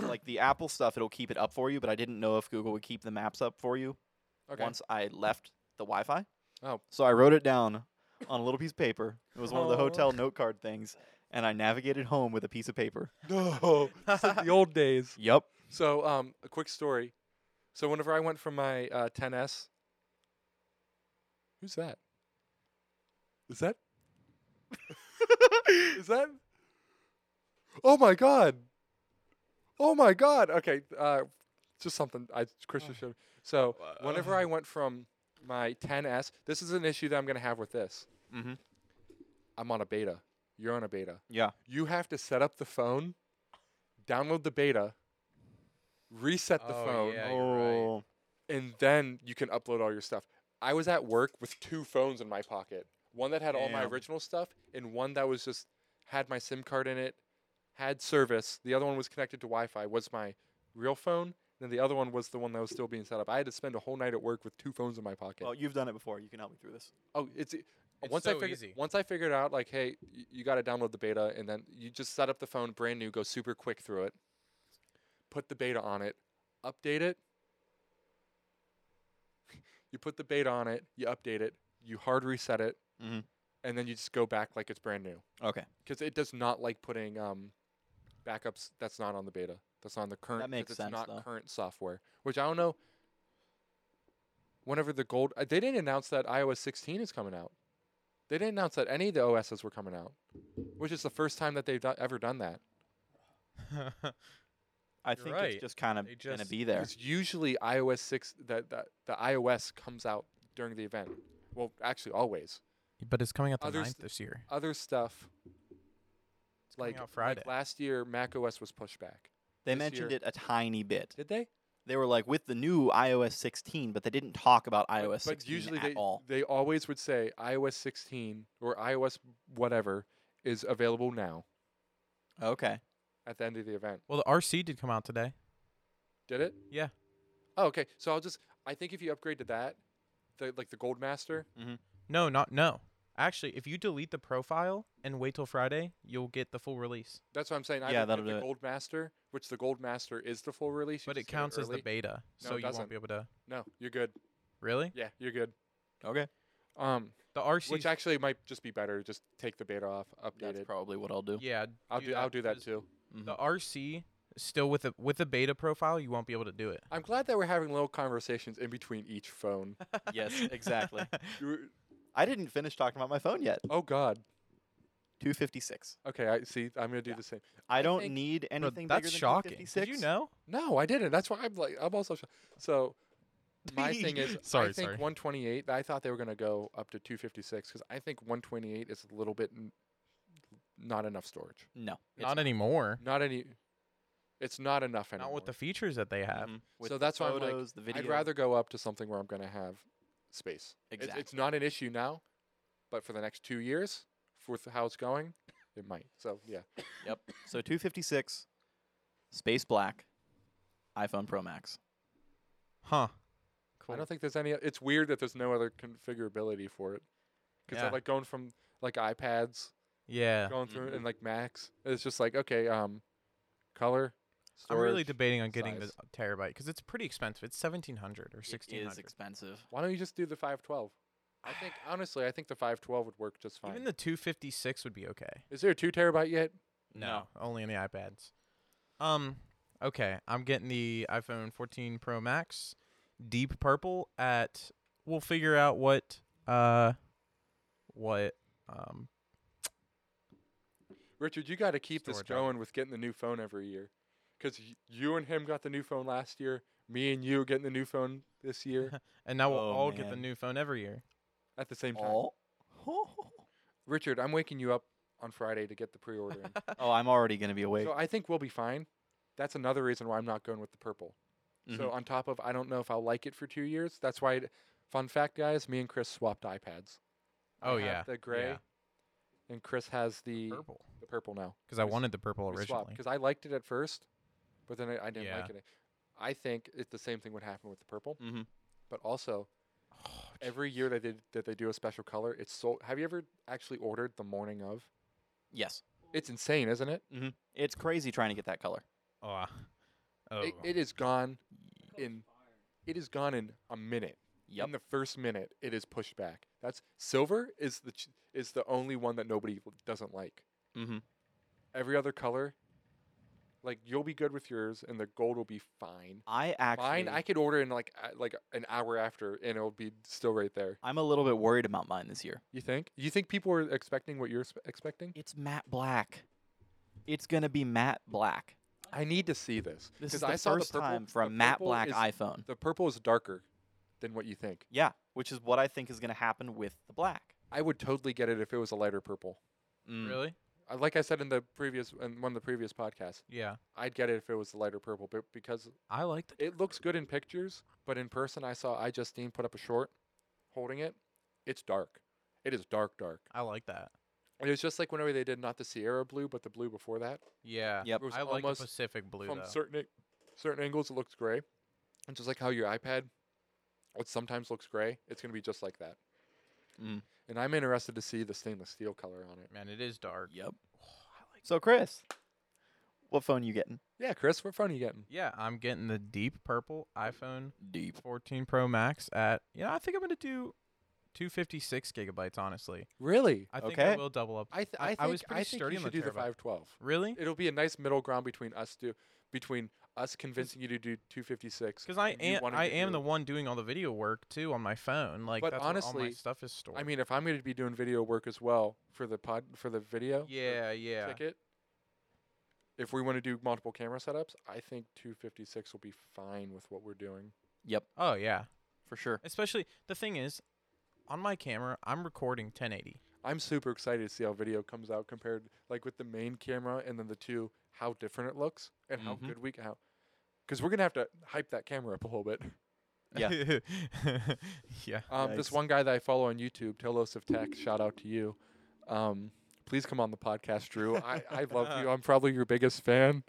Speaker 3: like the Apple stuff, it'll keep it up for you, but I didn't know if Google would keep the maps up for you
Speaker 4: Okay.
Speaker 3: once I left the Wi-Fi.
Speaker 4: Oh.
Speaker 3: So I wrote it down on a little piece of paper. It was one of the
Speaker 1: Aw.
Speaker 3: hotel note card things, and I navigated home with a piece of paper.
Speaker 4: No, it's like the old days.
Speaker 3: Yep.
Speaker 4: So, um, a quick story. So, whenever I went from my uh, 10s, who's that? Is that? Is that? Oh my god! Oh my god! Okay, uh, just something I Christian showed. me. So, whenever I went from my 10s, this is an issue that I'm gonna have with this.
Speaker 3: Mhm.
Speaker 4: I'm on a beta. You're on a beta
Speaker 3: Yeah.
Speaker 4: you have to set up the phone, download the beta, reset the
Speaker 2: Oh,
Speaker 4: phone,
Speaker 2: Yeah, you're right.
Speaker 3: Oh.
Speaker 4: and then you can upload all your stuff. I was at work with two phones in my pocket. One that had all my
Speaker 3: Damn.
Speaker 4: original stuff and one that was just had my SIM card in it, had service. The other one was connected to Wi-Fi, was my real phone, and then the other one was the one that was still being set up. I had to spend a whole night at work with two phones in my pocket.
Speaker 3: Well, you've done it before. You can help me through this.
Speaker 4: Oh, it's, e-
Speaker 2: It's
Speaker 4: once I
Speaker 2: so
Speaker 4: figured
Speaker 2: easy.
Speaker 4: once I figured out like, hey, y- you got to download the beta, and then you just set up the phone brand new, go super quick through it, put the beta on it, update it. you put the beta on it, you update it, you hard reset it,
Speaker 2: Mm-hmm.
Speaker 3: Mhm.
Speaker 4: and then you just go back like it's brand new
Speaker 3: Okay.
Speaker 4: because it does not like putting um, backups that's not on the beta, that's on the current. 'cause
Speaker 3: makes
Speaker 4: it's
Speaker 3: sense,
Speaker 4: Not
Speaker 3: though.
Speaker 4: current software, which I don't know. Whenever the gold, uh, they didn't announce that iOS 16 is coming out. They didn't announce that any of the OSs were coming out, which is the first time that they've do- ever done that.
Speaker 3: I
Speaker 2: You're
Speaker 3: think
Speaker 2: right.
Speaker 3: it's just kind of
Speaker 2: They
Speaker 3: gonna
Speaker 2: just-
Speaker 3: be there.
Speaker 4: Because usually iOS 6, that the, the iOS comes out during the event. Well, actually, always.
Speaker 2: But it's coming out
Speaker 4: the
Speaker 2: the
Speaker 4: Others-
Speaker 2: ninth
Speaker 4: 9th
Speaker 2: this year.
Speaker 4: Other stuff,
Speaker 2: coming
Speaker 4: like
Speaker 2: out Friday.
Speaker 4: like last year, macOS was pushed back.
Speaker 3: They
Speaker 4: this
Speaker 3: mentioned
Speaker 4: year.
Speaker 3: it a tiny bit.
Speaker 4: Did they?
Speaker 3: They were like with the new iOS 16, but they didn't talk about
Speaker 4: But-
Speaker 3: iOS
Speaker 4: but
Speaker 3: 16
Speaker 4: usually
Speaker 3: at
Speaker 4: they,
Speaker 3: all.
Speaker 4: they always would say iOS 16 or iOS whatever is available now
Speaker 3: Okay.
Speaker 4: at the end of the event.
Speaker 2: Well, the RC did come out today.
Speaker 4: Did it?
Speaker 2: Yeah.
Speaker 4: Oh, okay. So I'll just. I think if you upgrade to that, the like the Gold Master.
Speaker 2: No, not no. Actually, if you delete the profile and wait till Friday, you'll get the full release.
Speaker 4: That's what I'm saying. I
Speaker 3: Yeah,
Speaker 4: would
Speaker 3: that'll
Speaker 4: get the
Speaker 3: do it.
Speaker 4: Gold Master, which the Gold Master is the full release. you
Speaker 2: But it
Speaker 4: just get
Speaker 2: counts as the
Speaker 4: early.
Speaker 2: beta,
Speaker 4: No,
Speaker 2: so
Speaker 4: it
Speaker 2: you won't
Speaker 4: doesn't.
Speaker 2: be able to.
Speaker 4: No, you're good.
Speaker 2: Really?
Speaker 4: Yeah, you're good.
Speaker 3: Okay.
Speaker 4: Um,
Speaker 2: The RC.
Speaker 4: which actually might just be better. Just take the beta off, update
Speaker 3: That's
Speaker 4: it.
Speaker 3: probably what I'll do.
Speaker 2: Yeah.
Speaker 4: I'll do. Mm-hmm. I'll do that
Speaker 2: 'cause
Speaker 4: too.
Speaker 2: The RC still with a with a beta profile, you won't be able to do it.
Speaker 4: I'm glad that we're having little conversations in between each phone.
Speaker 3: Yes, exactly.
Speaker 4: You-
Speaker 3: I didn't finish talking about my phone yet.
Speaker 4: oh God.
Speaker 3: 256.
Speaker 4: Okay. I see. I'm gonna do
Speaker 3: Yeah.
Speaker 4: the same.
Speaker 3: I, don't
Speaker 4: think-
Speaker 3: need
Speaker 2: Bro,
Speaker 3: anything
Speaker 2: that's
Speaker 3: bigger than
Speaker 2: shocking.
Speaker 3: 256.
Speaker 2: Did you know?
Speaker 4: No, I didn't. That's why I'm like. I'm also. Sh- so my thing is, I
Speaker 2: Sorry,
Speaker 4: think
Speaker 2: sorry.
Speaker 4: 128. I thought they were gonna go up to 256 because I think 128 is a little bit n- not enough storage.
Speaker 3: No.
Speaker 4: It's
Speaker 2: Not anymore.
Speaker 4: Not any. It's not enough anymore. Mm-hmm.
Speaker 2: Not with the features that they have.
Speaker 3: Mhm.
Speaker 4: So
Speaker 3: the
Speaker 4: that's why I'm like,
Speaker 3: photos, the video.
Speaker 4: I'd rather go up to something where I'm going to have space. It's- It's,
Speaker 3: Exactly.
Speaker 4: not an issue now, but for the next two years, for th- how it's going, it might. So yeah,
Speaker 3: Yep. So 256, Space Black, iPhone Pro Max.
Speaker 2: Huh.
Speaker 4: I
Speaker 2: Cool.
Speaker 4: don't think there's any. It's weird that there's no other configurability for it because
Speaker 2: Yeah.
Speaker 4: like going from like iPads
Speaker 2: yeah.
Speaker 4: going through
Speaker 3: Mhm.
Speaker 4: and like Macs. It's just like okay, um, color.
Speaker 2: I'm really
Speaker 4: storage.
Speaker 2: debating on getting the
Speaker 4: size.
Speaker 2: terabyte because it's pretty expensive. It's seventeen hundred or sixteen
Speaker 3: It is
Speaker 2: hundred.
Speaker 3: expensive.
Speaker 4: Why don't you just do the 512? I think honestly, I think the 512 would work just fine.
Speaker 2: Even the two fifty six would be okay.
Speaker 4: Is there a two terabyte yet?
Speaker 2: No, only on the iPads. Um, okay, I'm getting the iPhone 14 Pro Max, deep purple. At we'll figure out what uh, what um,
Speaker 4: Richard, you got to keep this
Speaker 2: Storage
Speaker 4: going
Speaker 2: outlet.
Speaker 4: with getting the new phone every year. Because you and him got the new phone last year. Me and you are getting the new phone this year
Speaker 2: and now we'll
Speaker 3: Oh,
Speaker 2: all get the
Speaker 3: man.
Speaker 2: new phone every year.
Speaker 4: at the same time.
Speaker 3: All?
Speaker 4: Richard, I'm waking you up on Friday to get the pre order in.
Speaker 3: Oh, I'm already going to be awake.
Speaker 4: so I think we'll be fine. That's another reason why I'm not going with the purple.
Speaker 2: Mm-hmm.
Speaker 4: So,
Speaker 3: Mhm.
Speaker 4: on top of, I don't know if I'll like it for two years. That's why, it- fun fact, guys, me and Chris swapped iPads. I
Speaker 2: Oh
Speaker 4: have
Speaker 2: yeah,
Speaker 4: The gray.
Speaker 2: yeah.
Speaker 4: And Chris has the, the,
Speaker 2: purple
Speaker 4: purple now.
Speaker 2: because I
Speaker 4: we s-
Speaker 2: wanted the purple originally.
Speaker 4: Because I liked it at first, but then I, I didn't
Speaker 2: Yeah.
Speaker 4: like it. I think it, the same thing would happen with the purple.
Speaker 3: Mhm.
Speaker 4: But also,
Speaker 2: Oh,
Speaker 4: every year that they that they do a special color, it's so. Have you ever actually ordered the morning of?
Speaker 3: Yes.
Speaker 4: It's insane, isn't it?
Speaker 3: It's crazy trying to get that color.
Speaker 2: Oh, oh.
Speaker 4: It, it is gone in. It is gone in a minute.
Speaker 3: Yep.
Speaker 4: In the first minute, it is pushed back. That's silver is the ch- is the only one that nobody l- doesn't like.
Speaker 3: Mm-hmm.
Speaker 4: Every other color, like you'll be good with yours, and the gold will be fine.
Speaker 3: I actually.
Speaker 4: mine, I could order in like a- like an hour after, and it'll be still right there.
Speaker 3: I'm a little bit worried about mine this year.
Speaker 4: You think? You think people are expecting what you're sp- expecting?
Speaker 3: It's matte black. It's gonna be matte black.
Speaker 4: I need to see this.
Speaker 3: This
Speaker 4: 'cause
Speaker 3: is the
Speaker 4: I saw
Speaker 3: first
Speaker 4: purple-
Speaker 3: time for a
Speaker 4: the
Speaker 3: matte
Speaker 4: purple
Speaker 3: black
Speaker 4: is-
Speaker 3: iPhone.
Speaker 4: The purple is darker than what you think.
Speaker 3: Yeah, which is what I think is gonna happen with the black.
Speaker 4: I would totally get it if it was a lighter purple.
Speaker 3: Mm.
Speaker 2: really
Speaker 4: Uh, Like I said in the previous in one of the previous podcasts,
Speaker 2: yeah.
Speaker 4: I'd get it if it was a lighter purple, but because
Speaker 2: I like the
Speaker 4: it looks good in pictures, but in person, I saw I Justine put up a short holding it. It's dark. It is dark, dark.
Speaker 2: I like that.
Speaker 4: It was just like whenever they did not the Sierra blue, but the blue before that.
Speaker 2: Yeah.
Speaker 3: Yep.
Speaker 4: It was
Speaker 2: I like the
Speaker 4: almost
Speaker 2: Pacific blue
Speaker 4: from
Speaker 2: though.
Speaker 4: certain a- certain angles it looks gray and just like how your ipad which sometimes looks gray it's going to be just like that
Speaker 3: Mm.
Speaker 4: and i'm interested to see the stainless steel color on it
Speaker 2: Man, it is dark.
Speaker 3: Yep.
Speaker 4: Oh,
Speaker 5: So, Chris, what phone you getting?
Speaker 4: yeah chris what phone are you getting
Speaker 2: Yeah, I'm getting the deep purple iPhone
Speaker 3: Deep.
Speaker 2: 14 Pro Max at you know I think I'm gonna do 256 gigabytes. Honestly,
Speaker 4: really
Speaker 2: I think
Speaker 5: Okay.
Speaker 2: I will double up.
Speaker 4: i th-
Speaker 2: I-
Speaker 4: I, think,
Speaker 2: I was pretty
Speaker 4: I think
Speaker 2: sturdy
Speaker 4: you
Speaker 2: on
Speaker 4: should
Speaker 2: the
Speaker 4: do the
Speaker 2: terabyte.
Speaker 4: 512
Speaker 2: Really?
Speaker 4: it'll be a nice middle ground between us two between us convincing you to do 256
Speaker 2: Because I
Speaker 4: and you
Speaker 2: am
Speaker 4: wanting
Speaker 2: I
Speaker 4: to
Speaker 2: am
Speaker 4: do
Speaker 2: the
Speaker 4: it.
Speaker 2: one doing all the video work too on my phone. Like
Speaker 4: But
Speaker 2: that's where all my
Speaker 4: honestly,
Speaker 2: stuff is stored.
Speaker 4: i mean if i'm going to be doing video work as well for the pod for the video
Speaker 2: yeah, yeah.
Speaker 4: ticket if we want to do multiple camera setups i think 256 will be fine with what we're doing
Speaker 3: Yep,
Speaker 2: Oh yeah.
Speaker 3: for sure.
Speaker 2: Especially the thing is, on my camera I'm recording 1080.
Speaker 4: I'm super excited to see how video comes out compared, like with the main camera and then the two how different it looks and how
Speaker 2: Mm-hmm.
Speaker 3: Mhm.
Speaker 4: good we can how because we're gonna have to hype that camera up a little bit.
Speaker 2: Yeah. yeah.
Speaker 4: Um, This
Speaker 5: Yikes.
Speaker 4: one guy that I follow on YouTube, Telos of Tech, shout out to you. Um, please come on the podcast, Drew. I, I love you. I'm probably your biggest fan.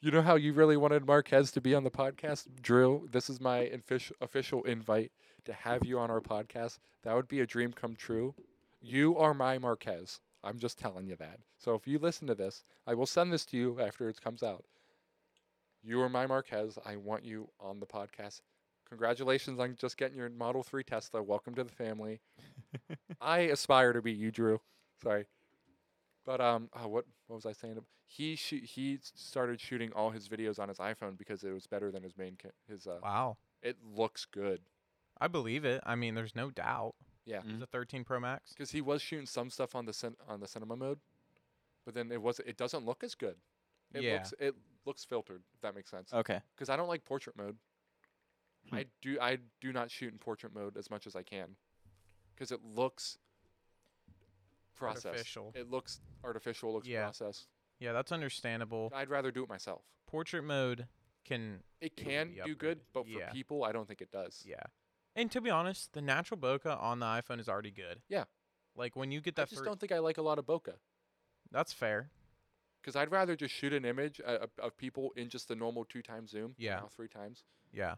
Speaker 4: You know how you really wanted Marquez to be on the podcast, Drew. This is my official official invite to have you on our podcast. That would be a dream come true. You are my Marquez. I'm just telling you that. So if you listen to this, I will send this to you after it comes out. You are my Marquez. I want you on the podcast congratulations on just getting your Model 3 Tesla. Welcome to the family. I aspire to be you, Drew. Sorry. But um, oh, what what was I saying? He shoo- he s- started shooting all his videos on his iPhone because it was better than his main ca- his uh.
Speaker 2: Wow.
Speaker 4: It looks good
Speaker 2: I believe it. I mean, there's no doubt.
Speaker 4: Yeah.
Speaker 3: Mhm.
Speaker 2: The 13 Pro Max.
Speaker 4: because he was shooting some stuff on the cin- on the cinema mode, but then it was it doesn't look as good. It
Speaker 2: Yeah.
Speaker 4: looks it looks filtered. If that makes sense.
Speaker 3: Okay.
Speaker 4: Because I don't like portrait mode.
Speaker 5: Hmm.
Speaker 4: I do I do not shoot in portrait mode as much as I can. Because it looks processed.
Speaker 2: Artificial.
Speaker 4: It looks artificial, it looks
Speaker 2: Yeah.
Speaker 4: processed.
Speaker 2: Yeah, that's understandable.
Speaker 4: I'd rather do it myself.
Speaker 2: Portrait mode can
Speaker 4: It
Speaker 2: It would
Speaker 4: can
Speaker 2: be
Speaker 4: do good,
Speaker 2: upgraded.
Speaker 4: but for
Speaker 2: Yeah.
Speaker 4: people I don't think it does.
Speaker 2: Yeah. And to be honest, the natural bokeh on the iPhone is already good.
Speaker 4: Yeah.
Speaker 2: Like when you get
Speaker 4: I
Speaker 2: that,
Speaker 4: just
Speaker 2: fir-
Speaker 4: don't think I like a lot of bokeh.
Speaker 2: that's fair.
Speaker 4: Because I'd rather just shoot an image uh, of- of people in just the normal two times zoom.
Speaker 2: Yeah.
Speaker 4: Now three times.
Speaker 2: Yeah.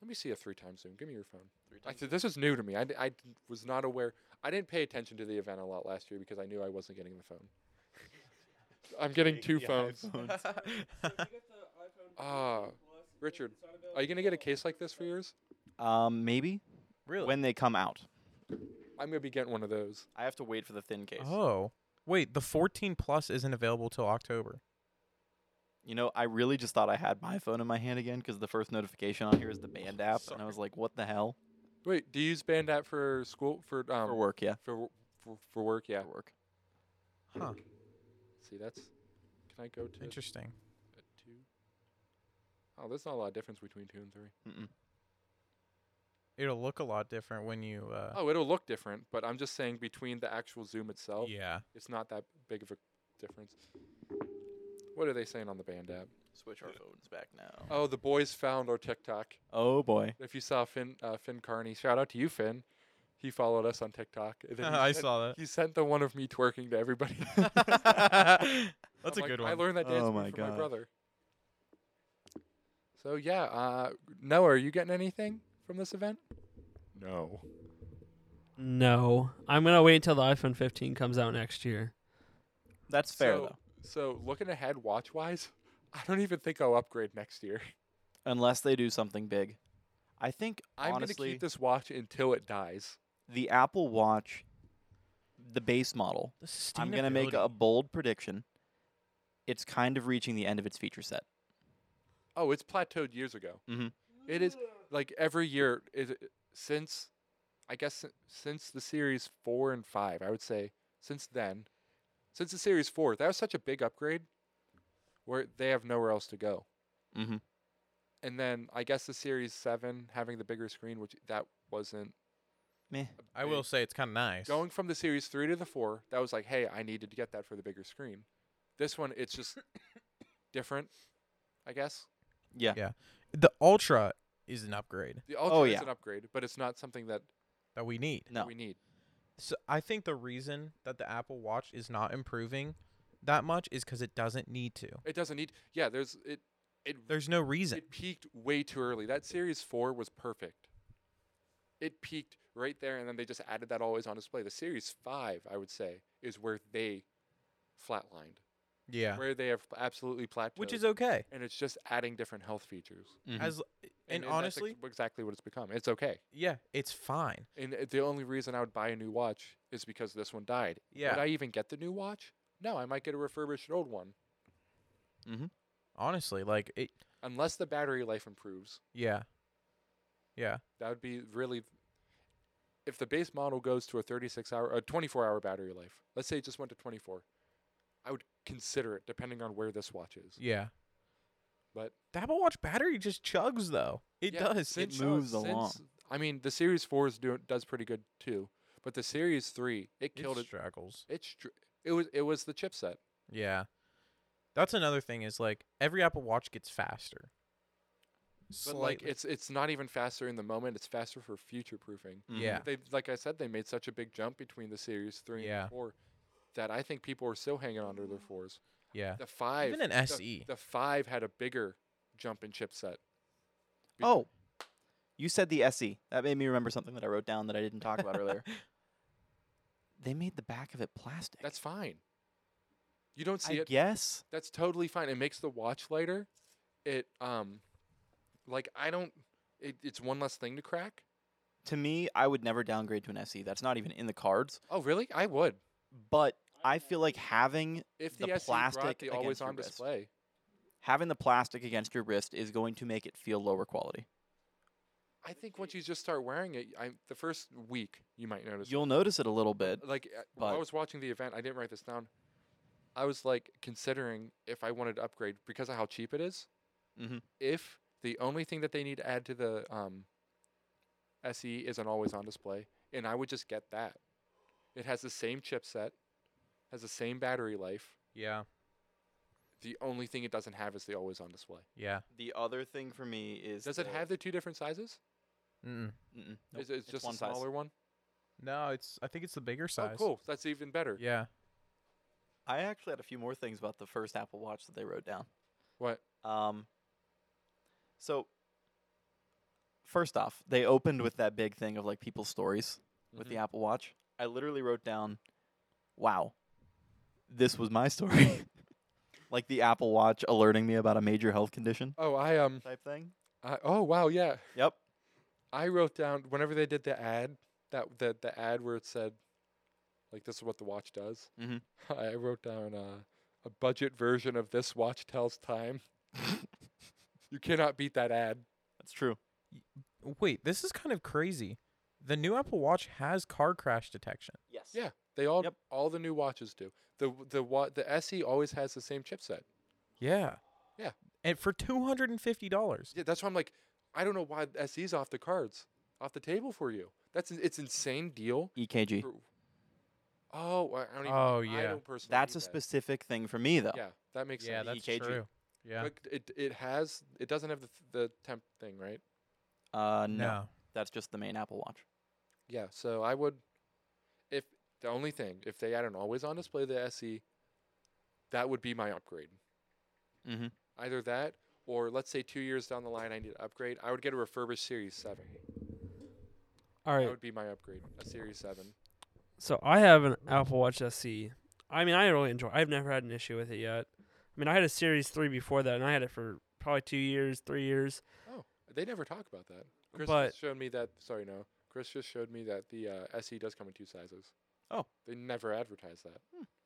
Speaker 4: Let me see a three times zoom. Give me your phone. I said, this is new to me. I, d- I d- was not aware. I didn't pay attention to the event a lot last year because I knew I wasn't getting the phone. I'm getting two phones. Ah, Richard, are you going to get a case like this for yours?
Speaker 3: Um, maybe
Speaker 2: really?
Speaker 3: when they come out,
Speaker 4: I'm going to be getting one of those.
Speaker 3: I have to wait for the thin case.
Speaker 2: oh, wait, the 14 Plus isn't available till October.
Speaker 3: You know, I really just thought I had my phone in my hand again because the first notification on here is the band app, and I was like, "What the hell?"
Speaker 4: Wait, do you use Band app for school? For, um,
Speaker 3: for work, yeah.
Speaker 4: For, w- for, for work, yeah.
Speaker 3: For work.
Speaker 2: Huh.
Speaker 4: See, that's. Can I go to a
Speaker 2: Interesting.
Speaker 4: two? Oh, there's not a lot of difference between two and three.
Speaker 3: Mm-mm.
Speaker 2: It'll look a lot different when you. Uh,
Speaker 4: Oh, it'll look different, but I'm just saying between the actual zoom itself.
Speaker 2: Yeah.
Speaker 4: it's not that big of a difference. What are they saying on the band app?
Speaker 3: Switch our phones back now.
Speaker 4: Oh, the boys found our TikTok.
Speaker 3: Oh boy.
Speaker 4: If you saw Finn, uh, Finn Carney, shout out to you, Finn. He followed us on TikTok. And then he
Speaker 2: I
Speaker 4: sent-
Speaker 2: saw that.
Speaker 4: He sent the one of me twerking to everybody.
Speaker 2: that's
Speaker 4: I'm
Speaker 2: a
Speaker 4: like,
Speaker 2: good
Speaker 4: I
Speaker 2: one.
Speaker 4: learned that dance
Speaker 5: Oh
Speaker 4: move
Speaker 5: my
Speaker 4: from my
Speaker 5: God.
Speaker 4: brother. So yeah, uh, Noah, are you getting anything from this event? No.
Speaker 1: No, I'm gonna wait until the iPhone 15 comes out next year.
Speaker 3: That's fair
Speaker 4: so,
Speaker 3: though.
Speaker 4: So looking ahead, watch wise, I don't even think I'll upgrade next year.
Speaker 3: Unless they do something big. I think
Speaker 4: I'm
Speaker 3: honestly,
Speaker 4: gonna keep this watch until it dies.
Speaker 3: the Apple Watch, the base model.
Speaker 2: The
Speaker 3: I'm gonna make a
Speaker 2: sustainability.
Speaker 3: bold prediction. It's kind of reaching the end of its feature set.
Speaker 4: Oh, it's plateaued years ago.
Speaker 3: Mhm.
Speaker 4: It is like every year is it- since, I guess s- since the series four and five. I would say since then, since the series four, that was such a big upgrade, where they have nowhere else to go.
Speaker 3: Mm-hmm.
Speaker 4: And then I guess the series seven having the bigger screen, which that wasn't.
Speaker 3: Meh.
Speaker 4: a
Speaker 2: I will
Speaker 4: big-
Speaker 2: say it's kind of nice.
Speaker 4: Going from the series three to the four, that was like, hey, I needed to get that for the bigger screen. This one, it's just different, I guess.
Speaker 3: Yeah.
Speaker 2: Yeah. The Ultra is an upgrade
Speaker 4: The Ultra
Speaker 3: Oh,
Speaker 4: is
Speaker 3: yeah.
Speaker 4: an upgrade, but it's not something that
Speaker 2: that we need.
Speaker 3: No.
Speaker 4: we need.
Speaker 2: So I think the reason that the Apple Watch is not improving that much is because it doesn't need to.
Speaker 4: It doesn't need. Yeah, there's it. It
Speaker 2: There's no reason.
Speaker 4: it peaked way too early. That series four was perfect. It peaked right there, and then they just added that always on display. The series five, I would say, is where they flatlined,
Speaker 2: Yeah,
Speaker 4: where they have absolutely plateaued,
Speaker 2: which is okay.
Speaker 4: and it's just adding different health features.
Speaker 3: Mhm.
Speaker 2: As and,
Speaker 4: Mm-hmm. that's ex-
Speaker 2: honestly,
Speaker 4: exactly what it's become. It's okay.
Speaker 2: yeah, it's fine.
Speaker 4: And uh, the only reason I would buy a new watch is because this one died.
Speaker 2: Yeah,
Speaker 4: Would I even get the new watch? No, I might get a refurbished old one,
Speaker 2: honestly, like it.
Speaker 4: unless the battery life improves.
Speaker 2: Yeah, yeah,
Speaker 4: That would be really. If the base model goes to a 36 hour, a 24 hour battery life, let's say it just went to 24, I would consider it depending on where this watch is.
Speaker 2: yeah.
Speaker 4: But-
Speaker 2: the Apple Watch battery just chugs though. It
Speaker 4: Yeah,
Speaker 2: does. It,
Speaker 4: since- uh,
Speaker 5: moves
Speaker 4: since-
Speaker 5: along.
Speaker 4: I mean, the Series 4 is do, does pretty good too, but the Series 3, it
Speaker 2: it
Speaker 4: killed it.
Speaker 2: struggles.
Speaker 4: It, str- it was it was the chipset.
Speaker 2: Yeah, That's another thing is like every Apple Watch gets faster.
Speaker 4: But like
Speaker 2: Slightly.
Speaker 4: it's it's not even faster in the moment. It's faster for future proofing.
Speaker 3: Mm-hmm.
Speaker 2: yeah.
Speaker 4: They like I said, they made such a big jump between the series three
Speaker 2: Yeah.
Speaker 4: and four that I think people are still hanging on to their fours.
Speaker 2: Yeah.
Speaker 4: The five
Speaker 2: Even an
Speaker 4: the-
Speaker 2: SE.
Speaker 4: The, five had a bigger jump in chipset. Be-
Speaker 3: Oh, you said the SE. That made me remember something that I wrote down that I didn't talk about earlier. They made the back of it plastic.
Speaker 4: That's fine. You don't see
Speaker 3: I
Speaker 4: it.
Speaker 3: guess.
Speaker 4: That's totally fine. It makes the watch lighter. It um like I don't it, it's one less thing to crack.
Speaker 3: To me, I would never downgrade to an SE. That's not even in the cards.
Speaker 4: Oh really? I would.
Speaker 3: But I feel like having
Speaker 4: If
Speaker 3: The
Speaker 4: the, SE
Speaker 3: plastic
Speaker 4: brought the
Speaker 3: against
Speaker 4: always
Speaker 3: your
Speaker 4: on
Speaker 3: wrist.
Speaker 4: display.
Speaker 3: having the plastic against your wrist is going to make it feel lower quality.
Speaker 4: I think once you just start wearing it, I the first week you might notice.
Speaker 3: You'll notice it a little bit.
Speaker 4: like uh, while I
Speaker 3: But-
Speaker 4: was watching the event, I didn't write this down. I was like considering if I wanted to upgrade because of how cheap it is.
Speaker 3: Mhm.
Speaker 4: If the only thing that they need to add to the um, SE is an always-on display, and I would just get that. It has the same chipset, has the same battery life.
Speaker 2: Yeah.
Speaker 4: The only thing it doesn't have is the always-on display.
Speaker 2: Yeah.
Speaker 3: The other thing for me is
Speaker 4: Does it have the two different sizes?
Speaker 2: Mm-mm.
Speaker 3: Mm-mm,
Speaker 4: Is it
Speaker 3: it's
Speaker 4: just
Speaker 3: one
Speaker 4: a
Speaker 3: size.
Speaker 4: smaller one?
Speaker 2: No, it's I think it's the bigger size.
Speaker 4: Oh, cool. That's even better.
Speaker 2: Yeah.
Speaker 3: I actually had a few more things about the first Apple Watch that they wrote down.
Speaker 4: What?
Speaker 3: Um, so, first off, they opened with that big thing of like people's stories with the Apple Watch. I literally wrote down, wow, this was my story. like the Apple Watch alerting me about a major health condition
Speaker 4: Oh, I um.
Speaker 3: type thing.
Speaker 4: I, oh wow, yeah.
Speaker 3: Yep.
Speaker 4: I wrote down whenever they did the ad that the the ad where it said like this is what the watch does.
Speaker 3: Mhm.
Speaker 4: I wrote down uh, a budget version of this watch tells time. you cannot beat that ad.
Speaker 3: That's true.
Speaker 2: Wait, this is kind of crazy. The new Apple Watch has car crash detection.
Speaker 3: Yes.
Speaker 4: Yeah. They all
Speaker 3: Yep.
Speaker 4: all the new watches do. The the wa- the SE always has the same chipset.
Speaker 2: Yeah.
Speaker 4: Yeah.
Speaker 2: And for two hundred and fifty dollars.
Speaker 4: Yeah, that's why I'm like I don't know why the SE's off the cards, off the table for you. That's an- it's insane deal.
Speaker 3: EKG.
Speaker 4: For, oh, I I don't even
Speaker 2: Oh,
Speaker 4: I
Speaker 2: yeah.
Speaker 4: don't personally
Speaker 3: That's
Speaker 4: do
Speaker 3: a
Speaker 4: that.
Speaker 3: specific thing for me though.
Speaker 4: Yeah, that makes sense.
Speaker 2: Yeah, that's
Speaker 3: EKG.
Speaker 2: true. Yeah.
Speaker 4: But it it has it doesn't have the th- the temp thing, right?
Speaker 3: Uh, no, that's just the main Apple Watch.
Speaker 4: Yeah. So I would, if the only thing if they had an always on display the SE, that would be my upgrade.
Speaker 3: Mm-hmm.
Speaker 4: Either that or let's say two years down the line I need to upgrade, I would get a refurbished Series Seven.
Speaker 1: All right.
Speaker 4: That would be my upgrade, a Series Seven.
Speaker 1: So I have an Apple Watch SE. I mean, I really enjoy. I've never had an issue with it yet. I mean, I had a Series Three before that, and I had it for probably two years, three years.
Speaker 4: Oh, they never talk about that. Chris
Speaker 1: But-
Speaker 4: just showed me that. Sorry, no. Chris just showed me that the uh, SE does come in two sizes.
Speaker 3: Oh. Hmm.
Speaker 4: They never advertise that.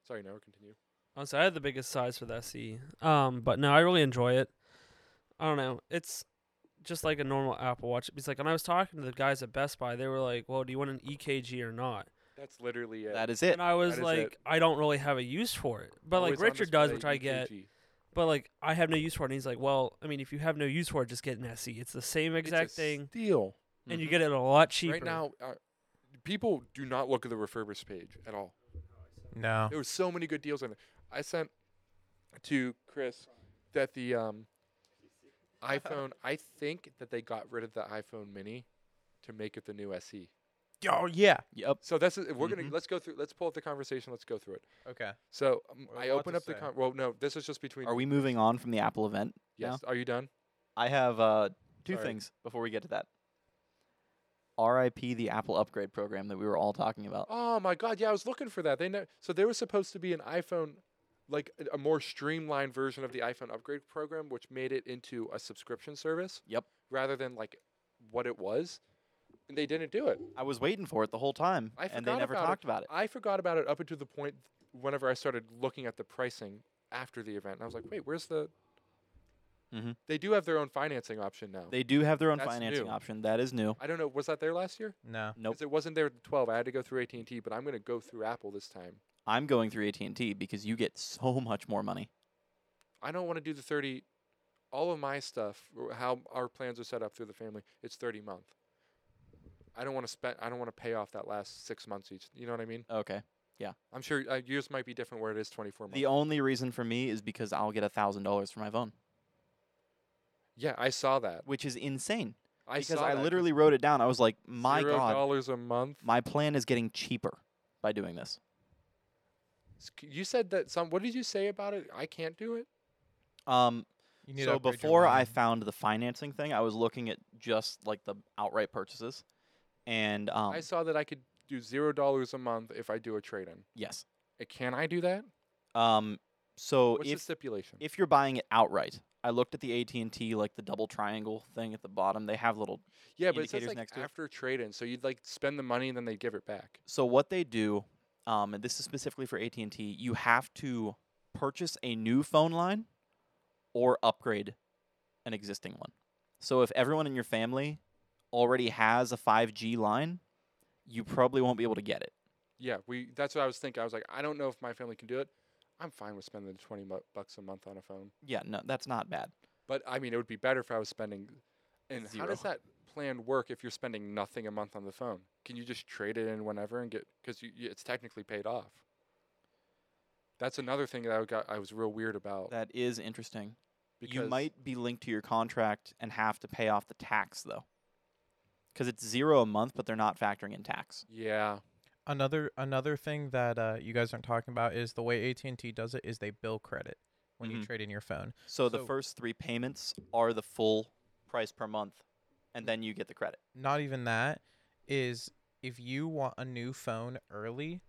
Speaker 4: Sorry, no. Continue.
Speaker 1: Honestly, I had the biggest size for the SE. Um, but no, I really enjoy it. I don't know. It's just like a normal Apple Watch. It's like when I was talking to the guys at Best Buy, they were like, "Well, do you want an EKG or not?"
Speaker 4: That's literally it.
Speaker 3: That is it.
Speaker 1: And I was
Speaker 4: is it.
Speaker 1: like, "I don't really have a use for it." But
Speaker 4: Always
Speaker 1: like
Speaker 4: on
Speaker 1: Richard does,
Speaker 4: display,
Speaker 1: which I get.
Speaker 4: EKG.
Speaker 1: But like I have no use for it. And he's like, "Well, I mean, if you have no use for it, just get an SE. It's mm-hmm. the same exact thing."
Speaker 4: Deal.
Speaker 1: and you
Speaker 3: Mhm.
Speaker 1: get it a lot cheaper.
Speaker 4: Right now, uh, people do not look at the refurbished page at all.
Speaker 2: No.
Speaker 4: There were so many good deals on it. I sent to Chris that the um, iPhone. I think that they got rid of the iPhone Mini to make it the new SE.
Speaker 2: Oh yeah.
Speaker 3: Yep.
Speaker 4: So that's we're gonna
Speaker 3: Mhm.
Speaker 1: Mm-hmm.
Speaker 4: let's go through. Let's pull up the conversation. Let's go through it.
Speaker 2: Okay.
Speaker 4: So um,
Speaker 2: Well,
Speaker 4: I
Speaker 2: what
Speaker 4: open
Speaker 2: to
Speaker 4: up the
Speaker 2: say?
Speaker 4: con- well. No, this is just between.
Speaker 3: Are we moving on from the Apple event?
Speaker 4: Yes. Are you done?
Speaker 3: I have uh, two
Speaker 4: Sorry.
Speaker 3: things before we get to that. RIP the Apple upgrade program that we were all talking about.
Speaker 4: Oh my God! Yeah, I was looking for that. They know. So there was supposed to be an iPhone, like a- a more streamlined version of the iPhone upgrade program, which made it into a subscription service.
Speaker 3: Yep.
Speaker 4: Rather than like what it was, and they didn't do it.
Speaker 3: I was waiting for it the whole time,
Speaker 4: I
Speaker 3: and they
Speaker 4: forgot
Speaker 3: never
Speaker 4: about it.
Speaker 3: talked about it.
Speaker 4: I forgot about it up until the point whenever I started looking at the pricing after the event. And I was like, wait, where's the?
Speaker 3: Mhm.
Speaker 4: They do have their own financing option now.
Speaker 3: They do have their own
Speaker 4: That's
Speaker 3: financing
Speaker 4: new.
Speaker 3: option. That is new.
Speaker 4: I don't know. Was that there last year?
Speaker 2: No.
Speaker 3: Nope.
Speaker 4: 'Cause It wasn't there at the 12. I had to go through AT&T, but I'm going to go through Apple this time.
Speaker 3: I'm going through AT&T because you get so much more money.
Speaker 4: I don't want to do the 30. All of my stuff, or how our plans are set up through the family, it's 30 month. I don't want to spend. I don't want to pay off that last six months each. You know what I mean?
Speaker 3: Okay. Yeah.
Speaker 4: I'm sure uh, yours might be different where it is 24 months.
Speaker 3: The only reason for me is because I'll get a thousand dollars for my phone,
Speaker 4: yeah, I saw that.
Speaker 3: which is insane.
Speaker 4: I
Speaker 3: because
Speaker 4: saw
Speaker 3: I
Speaker 4: that.
Speaker 3: literally wrote it down. I was like, my
Speaker 4: Zero
Speaker 3: god,
Speaker 4: dollars a month.
Speaker 3: my plan is getting cheaper by doing this.
Speaker 4: S- c- You said that some. What did you say about it? I can't do it.
Speaker 3: Um,
Speaker 2: You need to
Speaker 3: so
Speaker 2: upgrade your
Speaker 3: before I
Speaker 2: line.
Speaker 3: found the financing thing, I was looking at just like the outright purchases, and um,
Speaker 4: I saw that I could do zero dollars a month if I do a trade in.
Speaker 3: yes,
Speaker 4: Can I do that?
Speaker 3: um, so
Speaker 4: What's the
Speaker 3: if
Speaker 4: stipulation?
Speaker 3: if you're buying it outright, I looked at the AT and T like the double triangle thing at the bottom. They have little
Speaker 4: yeah, but it says
Speaker 3: indicators
Speaker 4: like
Speaker 3: next to it.
Speaker 4: after trade in, so you'd like spend the money and then they give it back.
Speaker 3: so what they do um, and this is specifically for at&t you have to purchase a new phone line or upgrade an existing one so if everyone in your family already has a 5g line you probably won't be able to get it
Speaker 4: Yeah, we. That's what I was thinking. I was like, I don't know if my family can do it. I'm fine with spending the 20 mu- bucks a month on a phone.
Speaker 3: yeah no that's not bad
Speaker 4: But I mean, it would be better if I was spending. And how does that plan work if you're spending nothing a month on the phone? Can you just trade it in whenever and get because you, you, it's technically paid off. That's another thing that I got. I was real weird about.
Speaker 3: that is interesting
Speaker 4: Oh. because
Speaker 3: you might be linked to your contract and have to pay off the tax though because it's zero a month but they're not factoring in tax
Speaker 4: Yeah.
Speaker 2: another another thing that uh, you guys aren't talking about is the way AT&T does it is they bill credit when
Speaker 3: Mhm.
Speaker 2: you trade in your phone.
Speaker 3: so the
Speaker 2: So-
Speaker 3: first three payments are the full price per month and then you get the credit
Speaker 2: Not even that is if you want a new phone early,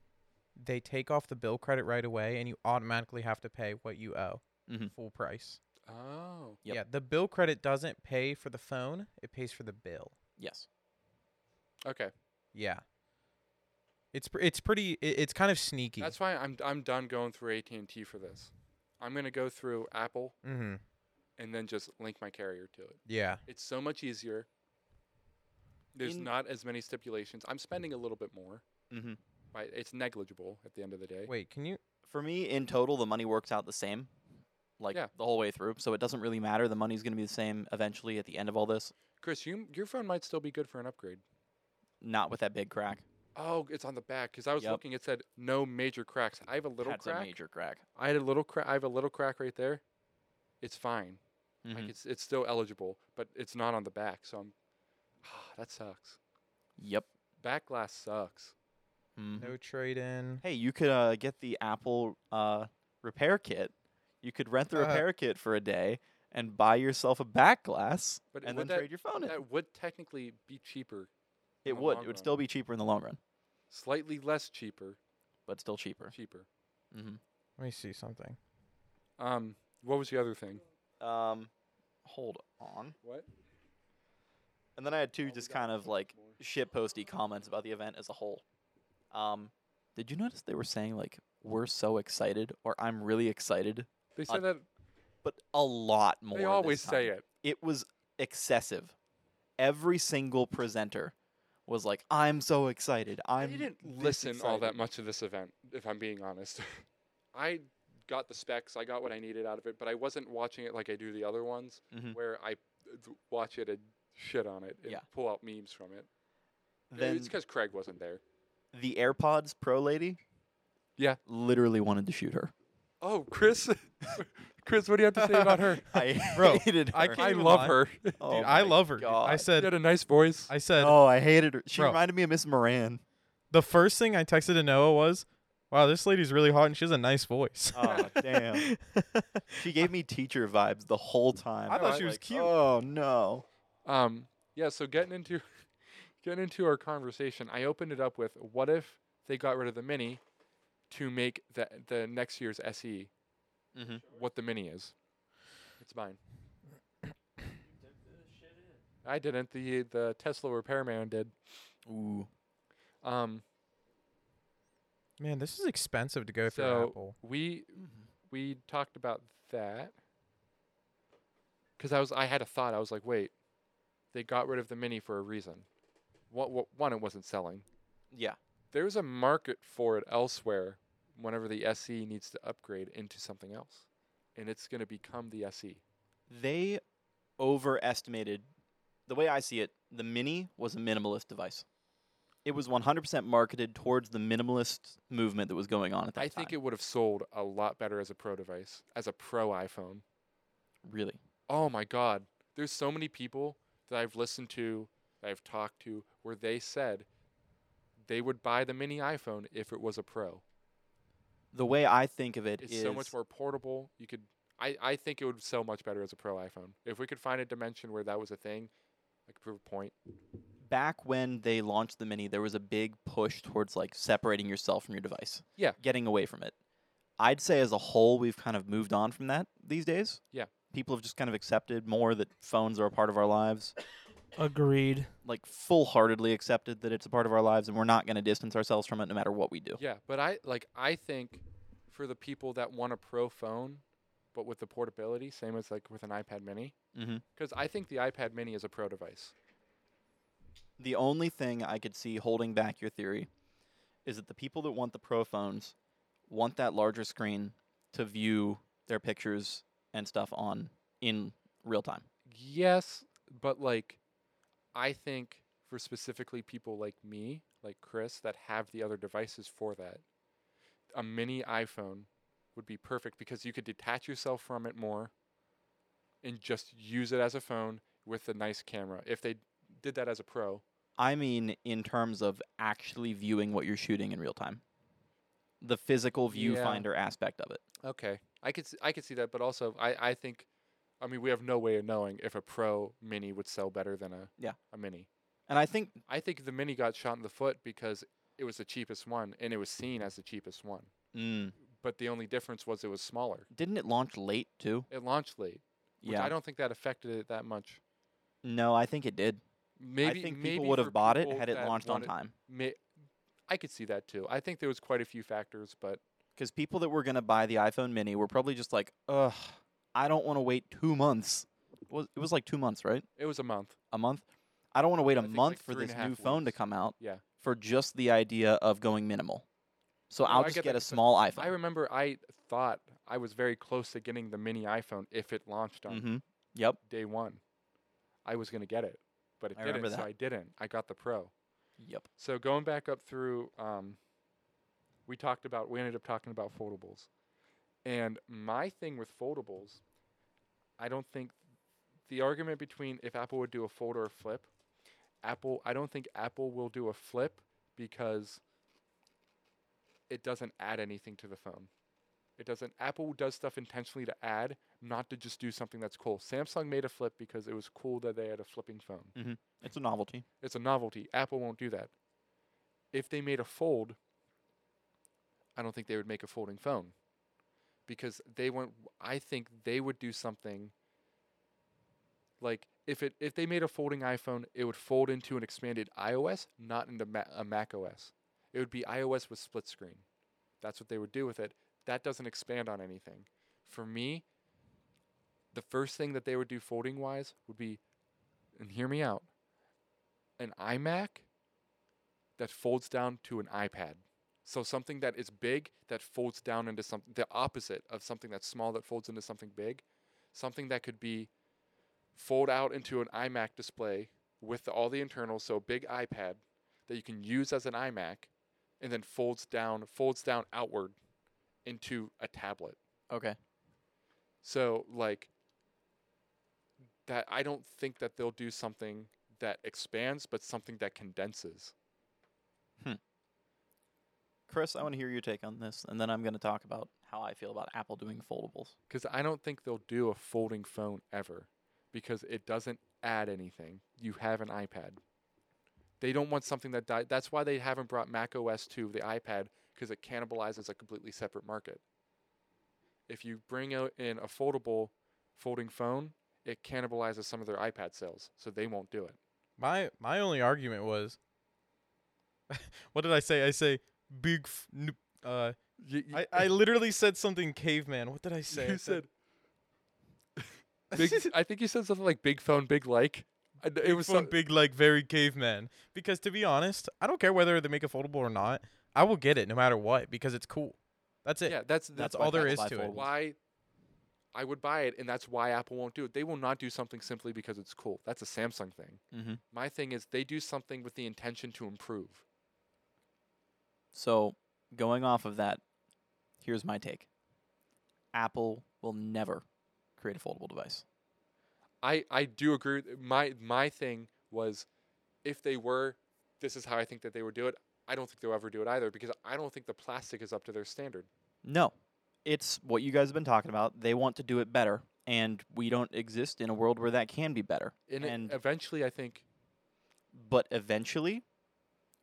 Speaker 2: they take off the bill credit right away and you automatically have to pay what you owe.
Speaker 3: Mhm.
Speaker 2: Full price.
Speaker 4: Oh.
Speaker 3: Yep.
Speaker 2: Yeah, the bill credit doesn't pay for the phone, it pays for the bill.
Speaker 3: Yes.
Speaker 4: Okay.
Speaker 2: Yeah. It's pr- it's pretty it, it's kind of sneaky.
Speaker 4: That's why I'm I'm done going through AT and T for this. I'm gonna go through Apple
Speaker 2: mhm.
Speaker 4: and then just link my carrier to it.
Speaker 2: Yeah.
Speaker 4: It's so much easier. There's
Speaker 3: In-
Speaker 4: not as many stipulations. I'm spending a little bit more.
Speaker 3: Mm-hmm.
Speaker 4: Right? It's negligible at the end of the day.
Speaker 2: Wait, can you
Speaker 3: For me, in total, the money works out the same, like
Speaker 4: Yeah.
Speaker 3: the whole way through. So it doesn't really matter. The money's going to be the same eventually at the end of all this.
Speaker 4: Chris, you, your phone might still be good for an upgrade.
Speaker 3: Not with that big crack.
Speaker 4: Oh, it's on the back because I was
Speaker 3: Yep.
Speaker 4: looking. It said no major cracks. I have a little
Speaker 3: That's a
Speaker 4: crack.
Speaker 3: major crack.
Speaker 4: I had a little crack. I have a little crack right there. It's fine.
Speaker 3: Mhm.
Speaker 4: Like it's it's still eligible, but it's not on the back. So I'm. that sucks.
Speaker 3: Yep.
Speaker 4: Back glass sucks.
Speaker 3: Mhm.
Speaker 2: no trade in?
Speaker 3: Hey, you could uh, get the Apple uh, repair kit. You could rent the
Speaker 2: Uh,
Speaker 3: repair kit for a day and buy yourself a back glass
Speaker 4: But
Speaker 3: and then
Speaker 4: would that-
Speaker 3: trade your phone in.
Speaker 4: That would technically be cheaper, in
Speaker 3: It
Speaker 4: the
Speaker 3: would.
Speaker 4: long
Speaker 3: It would
Speaker 4: run.
Speaker 3: still be cheaper in the long run,
Speaker 4: slightly less cheaper,
Speaker 3: but still cheaper.
Speaker 4: cheaper.
Speaker 3: Mm-hmm.
Speaker 2: Let me see something.
Speaker 4: Um, what was the other thing?
Speaker 3: Um, hold on.
Speaker 4: What? Oh,
Speaker 3: And then I had two just kind of like Oh, shitposty comments about the event as a whole. Um, did you notice they were saying like we're so excited or I'm really excited,
Speaker 4: They
Speaker 3: Uh,
Speaker 4: said that
Speaker 3: but a lot more.
Speaker 4: they always say it.
Speaker 3: It was excessive. Every single presenter was like, "I'm so excited."
Speaker 4: I
Speaker 3: I'm
Speaker 4: didn't
Speaker 3: this
Speaker 4: listen all that
Speaker 3: excited."
Speaker 4: much of this event, if I'm being honest. I got the specs, I got what I needed out of it, but I wasn't watching it like I do the other ones,
Speaker 3: Mhm.
Speaker 4: where I th- watch it and shit on it and
Speaker 3: Yeah.
Speaker 4: pull out memes from it.
Speaker 3: Then
Speaker 4: it's because Craig wasn't there.
Speaker 3: the AirPods Pro lady,
Speaker 4: Yeah.
Speaker 3: literally wanted to shoot her.
Speaker 4: Oh, Chris, Chris, what do you have to say about her?
Speaker 3: I
Speaker 2: Bro,
Speaker 3: hated her.
Speaker 2: I can't
Speaker 4: I
Speaker 2: even
Speaker 4: love
Speaker 2: lie.
Speaker 4: her.
Speaker 3: Oh
Speaker 2: Dude,
Speaker 3: my
Speaker 2: I love her. dude. I
Speaker 3: God.
Speaker 4: She
Speaker 2: said
Speaker 4: had a nice voice.
Speaker 2: I said
Speaker 3: oh, I hated her. She
Speaker 2: Bro.
Speaker 3: reminded me of Miss Moran.
Speaker 2: the first thing I texted to Noah was, "Wow, this lady's really hot and she has a nice voice."
Speaker 3: Oh damn. She gave me teacher vibes the whole time.
Speaker 4: I thought No, she I was like-
Speaker 3: cute. Oh no.
Speaker 4: Um, yeah, so getting into getting into our conversation, I opened it up with what if they got rid of the mini to make the the next year's SE
Speaker 3: Mhm.
Speaker 4: what the mini is. It's mine. I didn't. The the Tesla repairman did.
Speaker 3: Ooh.
Speaker 4: Um,
Speaker 2: Man, this is expensive to go through
Speaker 4: So-
Speaker 2: Apple.
Speaker 4: we we talked about that because I was I had a thought. I was like, wait, they got rid of the mini for a reason. What, what one? It wasn't selling.
Speaker 3: Yeah.
Speaker 4: there's a market for it elsewhere whenever the SE needs to upgrade into something else. And it's going to become the E. SE.
Speaker 3: They overestimated the way I see it, the mini was a minimalist device. it was 100% marketed towards the minimalist movement that was going on at that
Speaker 4: I
Speaker 3: time.
Speaker 4: think it would have sold a lot better as a pro device, as a pro iPhone.
Speaker 3: really.
Speaker 4: Oh my God. There's so many people that I've listened to, that I've talked to, where they said they would buy the mini iPhone if it was a pro.
Speaker 3: The way I think of it
Speaker 4: It's
Speaker 3: is
Speaker 4: so much more portable. You could, I, I think it would sell much better as a pro iPhone. If we could find a dimension where that was a thing, I could prove a point.
Speaker 3: back when they launched the mini, there was a big push towards like separating yourself from your device.
Speaker 4: Yeah.
Speaker 3: Getting away from it. I'd say as a whole we've kind of moved on from that these days.
Speaker 4: Yeah.
Speaker 3: People have just kind of accepted more that phones are a part of our lives,
Speaker 1: Agreed.
Speaker 3: like full-heartedly accepted that it's a part of our lives and we're not going to distance ourselves from it no matter what we do.
Speaker 4: Yeah, but I like I think for the people that want a pro phone, but with the portability, same as like with an iPad Mini,
Speaker 3: Mhm.
Speaker 4: because I think the iPad Mini is a pro device.
Speaker 3: The only thing I could see holding back your theory is that the people that want the pro phones want that larger screen to view their pictures and stuff on in real time.
Speaker 4: Yes, but like I think for specifically people like me, like Chris, that have the other devices for that, a mini iPhone would be perfect because you could detach yourself from it more and just use it as a phone with a nice camera. If they did that as a pro,
Speaker 3: I mean, in terms of actually viewing what you're shooting in real time, the physical
Speaker 4: Yeah.
Speaker 3: viewfinder aspect of it.
Speaker 4: Okay, I could s- I could see that, but also I I think, I mean we have no way of knowing if a Pro Mini would sell better than a
Speaker 3: Yeah.
Speaker 4: a Mini.
Speaker 3: And I think
Speaker 4: I think the Mini got shot in the foot because it was the cheapest one and it was seen as the cheapest one,
Speaker 3: mm,
Speaker 4: but the only difference was it was smaller.
Speaker 3: didn't it launch late too?
Speaker 4: It launched late, which
Speaker 3: yeah.
Speaker 4: I don't think that affected it that much.
Speaker 3: no, I think it did.
Speaker 4: Maybe
Speaker 3: I think
Speaker 4: maybe
Speaker 3: people would
Speaker 4: for
Speaker 3: have bought it
Speaker 4: people
Speaker 3: had it
Speaker 4: that
Speaker 3: launched on
Speaker 4: wanted-
Speaker 3: time.
Speaker 4: May, I could see that too. I think there was quite a few factors, but
Speaker 3: Because people that were gonna buy the iPhone Mini were probably just like, ugh, I don't want to wait two months. It was it was like two months, right?
Speaker 4: it was a month.
Speaker 3: A month. I don't want to wait a
Speaker 4: I think, like,
Speaker 3: month for
Speaker 4: three and
Speaker 3: this
Speaker 4: a half
Speaker 3: new phone to
Speaker 4: weeks.
Speaker 3: come out.
Speaker 4: Yeah.
Speaker 3: For just the idea of going minimal. So
Speaker 4: No,
Speaker 3: I'll
Speaker 4: I
Speaker 3: just
Speaker 4: get
Speaker 3: get
Speaker 4: that
Speaker 3: a
Speaker 4: 'cause
Speaker 3: small iPhone.
Speaker 4: I remember I thought I was very close to getting the Mini iPhone if it launched on
Speaker 3: mm-hmm. Yep.
Speaker 4: day one. I was gonna get it, but it
Speaker 3: I remember
Speaker 4: didn't, so
Speaker 3: that.
Speaker 4: I didn't. I got the Pro.
Speaker 3: Yep.
Speaker 4: So going back up through, um, we talked about we ended up talking about foldables, and my thing with foldables, I don't think the argument between if Apple would do a fold or a flip, Apple I don't think Apple will do a flip because it doesn't add anything to the phone. It doesn't. Apple does stuff intentionally to add, not to just do something that's cool. Samsung made a flip because it was cool that they had a flipping phone.
Speaker 3: It's a novelty.
Speaker 4: It's a novelty. Apple won't do that. If they made a fold, I don't think they would make a folding phone because they want I think they would do something like if it if they made a folding iPhone, it would fold into an expanded iOS, not into Ma- a Mac OS. It would be iOS with split screen. That's what they would do with it. That doesn't expand on anything. For me, the first thing that they would do folding wise would be and hear me out an iMac that folds down to an iPad. So something that is big that folds down into something the opposite of something that's small that folds into something big. Something that could be fold out into an iMac display with all the internals, so a big iPad that you can use as an iMac and then folds down folds down outward into a tablet.
Speaker 3: Okay.
Speaker 4: So like that I don't think that they'll do something that expands but something that condenses.
Speaker 3: Chris, I want to hear your take on this, and then I'm going to talk about how I feel about Apple doing foldables.
Speaker 4: Cuz I don't think they'll do a folding phone ever because it doesn't add anything. You have an iPad. They don't want something that di- that's why they haven't brought Mac OS to the iPad cuz it cannibalizes a completely separate market. If you bring out in a foldable folding phone, it cannibalizes some of their iPad sales, so they won't do it.
Speaker 2: My my only argument was, what did I say? I say big. F- n- uh, I I literally said something caveman. What did I say? I
Speaker 4: You said big, I think you said something like "big phone, big like." I d- It was
Speaker 2: phone
Speaker 4: some-
Speaker 2: big like very caveman. Because to be honest, I don't care whether they make a foldable or not. I will get it no matter what because it's cool. That's it.
Speaker 4: yeah. That's
Speaker 2: That's
Speaker 4: that's
Speaker 3: why
Speaker 2: all there is
Speaker 3: people buy
Speaker 2: to it.
Speaker 3: foldables.
Speaker 4: why I would buy it, and that's why Apple won't do it. They will not do something simply because it's cool. That's a Samsung thing.
Speaker 3: Mhm.
Speaker 4: My thing is they do something with the intention to improve.
Speaker 3: So, going off of that, here's my take Apple will never create a foldable device.
Speaker 4: I I do agree. With, my my thing was, if they were, this is how I think that they would do it. I don't think they'll ever do it either because I don't think the plastic is up to their standard.
Speaker 3: No. It's what you guys have been talking about. They want to do it better, and we don't exist in a world where that can be better.
Speaker 4: And, it-
Speaker 3: And-
Speaker 4: eventually, I think
Speaker 3: But eventually,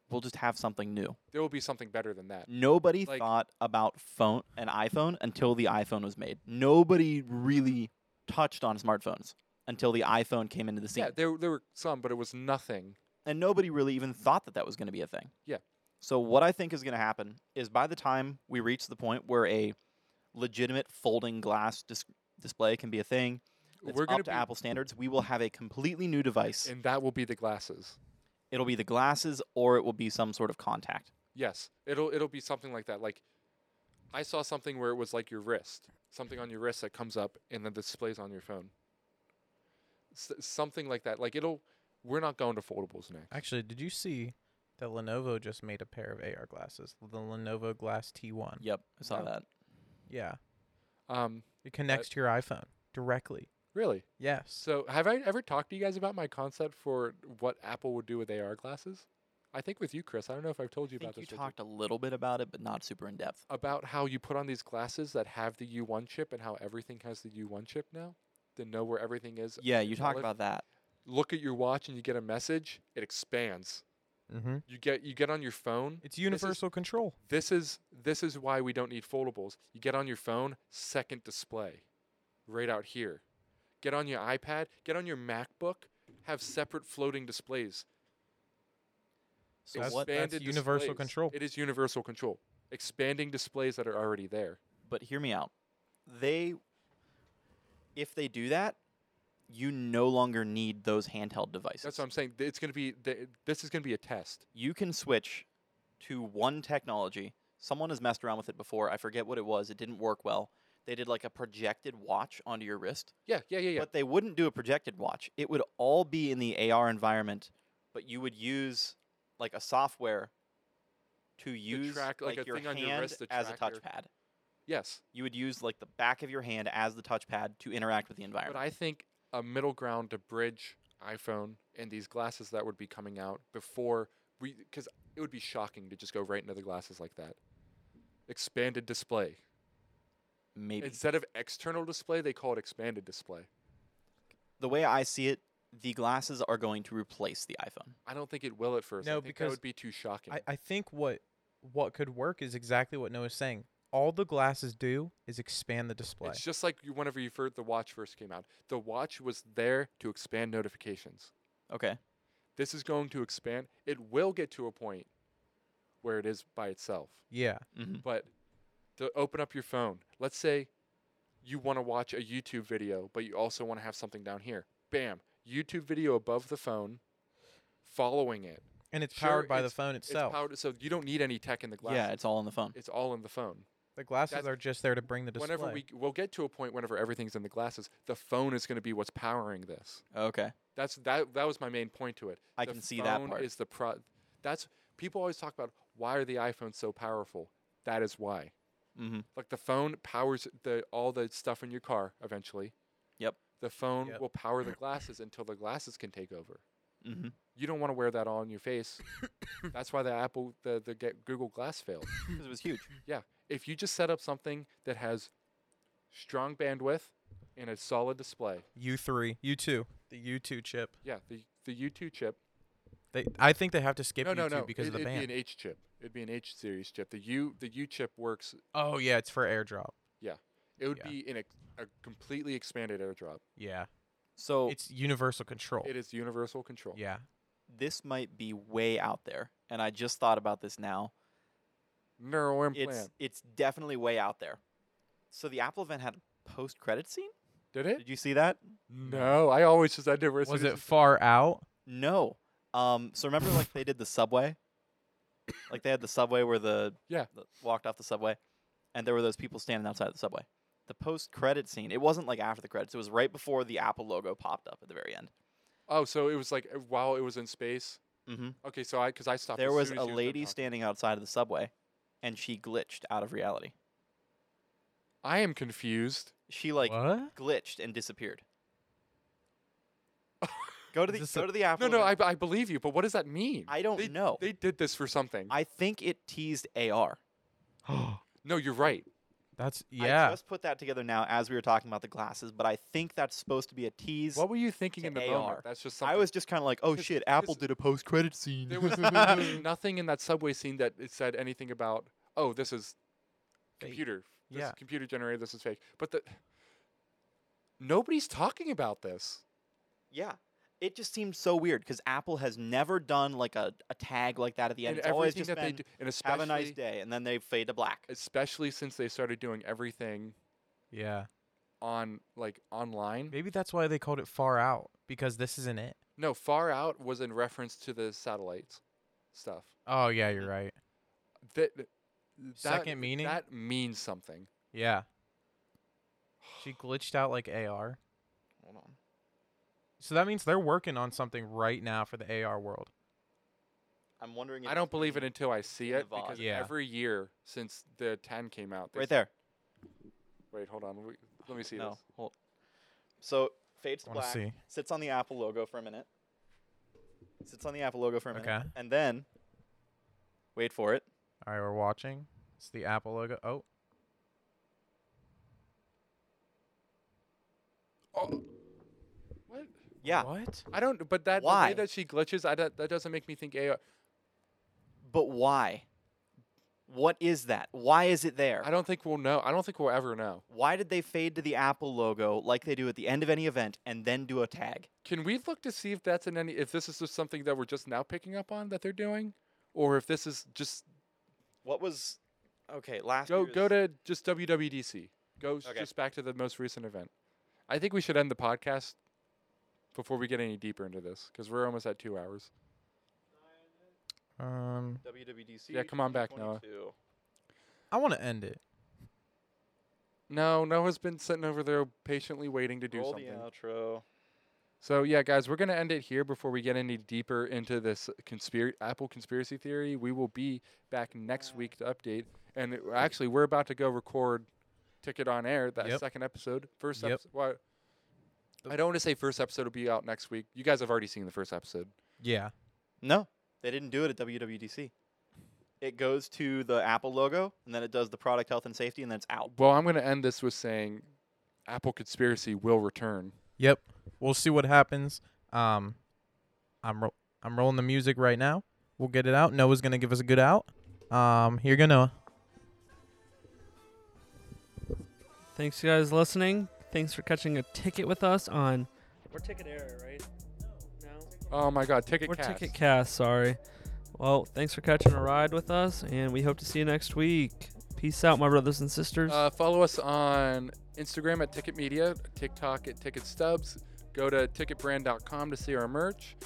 Speaker 3: we'll just have something new.
Speaker 4: there will be something better than that.
Speaker 3: Nobody
Speaker 4: Like-
Speaker 3: thought about phone an iPhone until the iPhone was made. Nobody really touched on smartphones until the iPhone came into the scene.
Speaker 4: Yeah, there there were some, but it was nothing.
Speaker 3: and nobody really even thought that that was going to be a thing.
Speaker 4: Yeah.
Speaker 3: So what I think is going to happen is by the time we reach the point where a legitimate folding glass dis- display can be a thing that's
Speaker 4: We're
Speaker 3: up
Speaker 4: gonna
Speaker 3: to
Speaker 4: be-
Speaker 3: Apple standards, we will have a completely new device.
Speaker 4: And that will be the glasses.
Speaker 3: It'll be the glasses or it will be some sort of contact.
Speaker 4: Yes, it'll it'll be something like that. Like I saw something where it was like your wrist, something on your wrist that comes up and then displays on your phone. S- something like that. Like it'll. We're not going to foldables next.
Speaker 2: Actually, did you see that Lenovo just made a pair of AR glasses? The Lenovo Glass T1.
Speaker 3: Yep, I saw
Speaker 4: Yeah.
Speaker 3: that.
Speaker 2: Yeah.
Speaker 4: Um,
Speaker 2: It connects to your iPhone directly.
Speaker 4: really.
Speaker 2: Yes.
Speaker 4: So, have I ever talked to you guys about my concept for what Apple would do with AR glasses? I think with you, Chris. I don't know if I've told
Speaker 3: I
Speaker 4: you
Speaker 3: think
Speaker 4: about
Speaker 3: you
Speaker 4: this. with
Speaker 3: talked a little bit about it, but not super in depth.
Speaker 4: about how you put on these glasses that have the U1 chip and how everything has the U1 chip now. To know where everything is.
Speaker 3: Yeah, you talked
Speaker 4: Olive-
Speaker 3: about that.
Speaker 4: Look at your watch and you get a message. It expands.
Speaker 2: Mm-hmm.
Speaker 4: You get you get on your phone.
Speaker 2: It's universal control.
Speaker 4: This is this is why we don't need foldables. You get on your phone, second display, right out here. Get on your iPad. Get on your MacBook. Have separate floating displays.
Speaker 3: So
Speaker 2: That's-
Speaker 3: what
Speaker 2: that's
Speaker 4: expanded
Speaker 2: universal
Speaker 4: displays.
Speaker 2: control.
Speaker 4: It is universal control. Expanding displays that are already there.
Speaker 3: but hear me out. They, if they do that, you no longer need those handheld devices.
Speaker 4: That's what I'm saying. Th- It's going to be th- this is going to be a test.
Speaker 3: you can switch to one technology. Someone has messed around with it before. I forget what it was. It didn't work well. They did like a projected watch onto your wrist,
Speaker 4: Yeah, yeah, yeah, yeah.
Speaker 3: but they wouldn't do a projected watch. It would all be in the AR environment, but you would use like a software to use
Speaker 4: track, like, a
Speaker 3: your
Speaker 4: thing on
Speaker 3: hand
Speaker 4: your wrist to
Speaker 3: as a
Speaker 4: track your-
Speaker 3: touchpad.
Speaker 4: yes,
Speaker 3: You would use like the back of your hand as the touchpad to interact with the environment.
Speaker 4: but I think a middle ground to bridge iPhone and these glasses that would be coming out before we, because it would be shocking to just go right into the glasses like that. Expanded display
Speaker 3: Maybe
Speaker 4: instead of external display, they call it expanded display.
Speaker 3: the way I see it, the glasses are going to replace the iPhone.
Speaker 4: I don't think it will at first. I
Speaker 2: No,
Speaker 4: think that
Speaker 2: because
Speaker 4: would be too shocking.
Speaker 2: I, I think what what could work is exactly what Noah's saying. All the glasses do is expand the display.
Speaker 4: It's just like you, whenever you heard the watch first came out. The watch was there to expand notifications.
Speaker 3: Okay.
Speaker 4: This is going to expand. It will get to a point where it is by itself.
Speaker 2: yeah.
Speaker 3: Mm-hmm.
Speaker 4: But to open up your phone, let's say you want to watch a YouTube video, but you also want to have something down here. Bam, YouTube video above the phone, following it.
Speaker 2: And it's
Speaker 4: Sure,
Speaker 2: powered by
Speaker 4: it's-
Speaker 2: the phone
Speaker 4: It's
Speaker 2: itself.
Speaker 4: powered, so you don't need any tech in the glasses.
Speaker 3: Yeah, it's all on the phone.
Speaker 4: it's all in the phone.
Speaker 2: the glasses
Speaker 4: that's-
Speaker 2: are just there to bring the display.
Speaker 4: Whenever we we'll get to a point whenever everything's in the glasses, the phone is going to be what's powering this.
Speaker 3: Okay.
Speaker 4: That's that. That was my main point to it.
Speaker 3: I
Speaker 4: The
Speaker 3: can see that
Speaker 4: phone
Speaker 3: part.
Speaker 4: Is the pro? That's people always talk about why are the iPhones so powerful? That is why.
Speaker 3: Mm-hmm.
Speaker 4: Like the phone powers the all the stuff in your car eventually.
Speaker 3: Yep.
Speaker 4: The phone
Speaker 2: Yep.
Speaker 4: will power the glasses until the glasses can take over.
Speaker 3: Mm-hmm.
Speaker 4: You don't want to wear that all on your face. That's why the Apple the the get Google Glass failed.
Speaker 3: Because it was huge.
Speaker 4: If you just set up something that has strong bandwidth and a solid display,
Speaker 2: U3, U2, the U2 chip.
Speaker 4: yeah, the the U2 chip
Speaker 2: They, I think they have to skip
Speaker 4: no,
Speaker 2: U2
Speaker 4: no, no.
Speaker 2: because of
Speaker 4: it,
Speaker 2: the
Speaker 4: it'd
Speaker 2: ban.
Speaker 4: be an H chip. It'd be an H series chip. The U the U chip works.
Speaker 2: oh yeah, it's for AirDrop.
Speaker 4: It would
Speaker 2: Yeah.
Speaker 4: be in a, a completely expanded airdrop.
Speaker 2: Yeah,
Speaker 3: So
Speaker 2: it's universal control.
Speaker 4: Oh. It is universal control.
Speaker 2: Yeah,
Speaker 3: this might be way out there, and I just thought about this now.
Speaker 4: Neural implant.
Speaker 3: It's it's definitely way out there. So the Apple event had a post credit scene.
Speaker 4: Did it?
Speaker 3: Did you see that?
Speaker 4: No, I always just I never. as
Speaker 2: Mm. was
Speaker 4: soon
Speaker 2: it
Speaker 4: as
Speaker 2: far out?
Speaker 3: No. Um. So remember, like they did the subway. Like they had the subway where the
Speaker 4: Yeah.
Speaker 3: the- walked off the subway, and there were those people standing outside the subway. The post credit scene. It wasn't like after the credits. It was right before the Apple logo popped up at the very end.
Speaker 4: Oh, so it was like uh, while it was in space.
Speaker 3: Mm-hmm.
Speaker 4: Okay, so I because I stopped.
Speaker 3: There
Speaker 4: as
Speaker 3: was
Speaker 4: soon
Speaker 3: a
Speaker 4: as you were done
Speaker 3: lady
Speaker 4: talking.
Speaker 3: standing outside of the subway and she glitched out of reality.
Speaker 4: I am confused.
Speaker 3: She like
Speaker 2: what?
Speaker 3: glitched and disappeared. Go to the
Speaker 2: Is this
Speaker 3: go
Speaker 2: a-
Speaker 3: to the Apple.
Speaker 4: No, no, I,
Speaker 3: event.
Speaker 4: b- I believe you, but what does that mean?
Speaker 3: I don't
Speaker 4: they,
Speaker 3: know.
Speaker 4: They did this for something.
Speaker 3: I think it teased AR.
Speaker 4: no, you're right.
Speaker 2: That's yeah.
Speaker 3: I just put that together now as we were talking about the glasses, but I think that's supposed to be a tease.
Speaker 4: What were you thinking
Speaker 3: to
Speaker 4: in the
Speaker 3: AR.
Speaker 4: moment? That's just something.
Speaker 3: I was just kind of like, oh
Speaker 4: Cause-
Speaker 3: shit, Apple
Speaker 4: cause
Speaker 3: did a post credit scene.
Speaker 4: There was, there was nothing in that subway scene that it said anything about. Oh, this is
Speaker 2: Fake.
Speaker 4: computer. This
Speaker 2: Yeah.
Speaker 4: is computer generated. This is fake. But the nobody's talking about this.
Speaker 3: yeah. It just seemed so weird because Apple has never done like a, a tag like that at the end.
Speaker 4: and
Speaker 3: it's always
Speaker 4: everything
Speaker 3: just
Speaker 4: that they
Speaker 3: been,
Speaker 4: do, and especially
Speaker 3: have a nice day, and then they fade to black.
Speaker 4: especially since they started doing everything
Speaker 2: yeah.
Speaker 4: on like online.
Speaker 2: Maybe that's why they called it Far Out because this isn't it.
Speaker 4: No, far out was in reference to the satellites stuff.
Speaker 2: Oh yeah, you're right.
Speaker 4: That, that
Speaker 2: Second meaning?
Speaker 4: that means something.
Speaker 2: Yeah. She glitched out like AR.
Speaker 3: Hold on.
Speaker 2: So that means they're working on something right now for the AR world.
Speaker 3: I'm wondering. If
Speaker 4: I
Speaker 3: it's
Speaker 4: don't believe it
Speaker 3: in-
Speaker 4: until I see
Speaker 3: in the
Speaker 4: it because
Speaker 2: VOD. Yeah.
Speaker 4: every year since the 10 came out, they
Speaker 3: right
Speaker 4: s-
Speaker 3: there.
Speaker 4: Wait, hold on. we- Let me see
Speaker 3: No,
Speaker 4: this.
Speaker 3: hold. So fades to
Speaker 2: Wanna
Speaker 3: black.
Speaker 2: see.
Speaker 3: Sits on the Apple logo for a minute. Sits on the Apple logo for a minute,
Speaker 2: Okay.
Speaker 3: and then wait for it.
Speaker 2: All right, we're watching. It's the Apple logo. Oh,
Speaker 4: What?
Speaker 3: Yeah,
Speaker 2: what?
Speaker 4: I don't. But that the
Speaker 3: Why?
Speaker 4: way that she glitches, I don't- that doesn't make me think AR.
Speaker 3: but why? What is that? Why is it there?
Speaker 4: I don't think we'll know. I don't think we'll ever know.
Speaker 3: Why did they fade to the Apple logo like they do at the end of any event and then do a tag?
Speaker 4: Can we look to see if that's in any? If this is just something that we're just now picking up on that they're doing, or if this is just
Speaker 3: What was? Okay, last
Speaker 4: go
Speaker 3: year's-
Speaker 4: go to just WWDC. Go s-
Speaker 3: Okay.
Speaker 4: just back to the most recent event. I think we should end the podcast before we get any deeper into this because we're almost at two hours.
Speaker 2: Um,
Speaker 3: WWDC.
Speaker 4: Yeah, come on back, Noah.
Speaker 3: 2022.
Speaker 2: I want to end it.
Speaker 4: No, Noah's been sitting over there patiently waiting to do
Speaker 3: Roll
Speaker 4: something.
Speaker 3: the outro.
Speaker 4: So yeah, guys, we're gonna end it here before we get any deeper into this conspiracy Apple conspiracy theory. We will be back next week to update, and it- actually, we're about to go record Ticket on Air that
Speaker 2: Yep.
Speaker 4: second episode. First
Speaker 2: Yep.
Speaker 4: episode. Well, I don't want to say first episode will be out next week. You guys have already seen the first episode.
Speaker 2: Yeah.
Speaker 3: No, they didn't do it at WWDC. It goes to the Apple logo, and then it does the product health and safety, and then it's out.
Speaker 4: Well, I'm gonna end this with saying, Apple conspiracy will return.
Speaker 2: Yep. We'll see what happens. Um, I'm ro- I'm rolling the music right now. We'll get it out. Noah's gonna give us a good out. Um, here you go, Noah.
Speaker 1: Thanks, you guys, listening. Thanks for catching a ticket with us on. We're Ticket Air, right? No.
Speaker 4: Oh my God, Ticket
Speaker 1: We're
Speaker 4: Cast.
Speaker 1: Ticket Cast, sorry. Well, thanks for catching a ride with us, and we hope to see you next week. Peace out, my brothers and sisters.
Speaker 4: Uh, follow us on Instagram at Ticket Media, TikTok at Ticket Stubs. Go to ticketbrand.com to see our merch.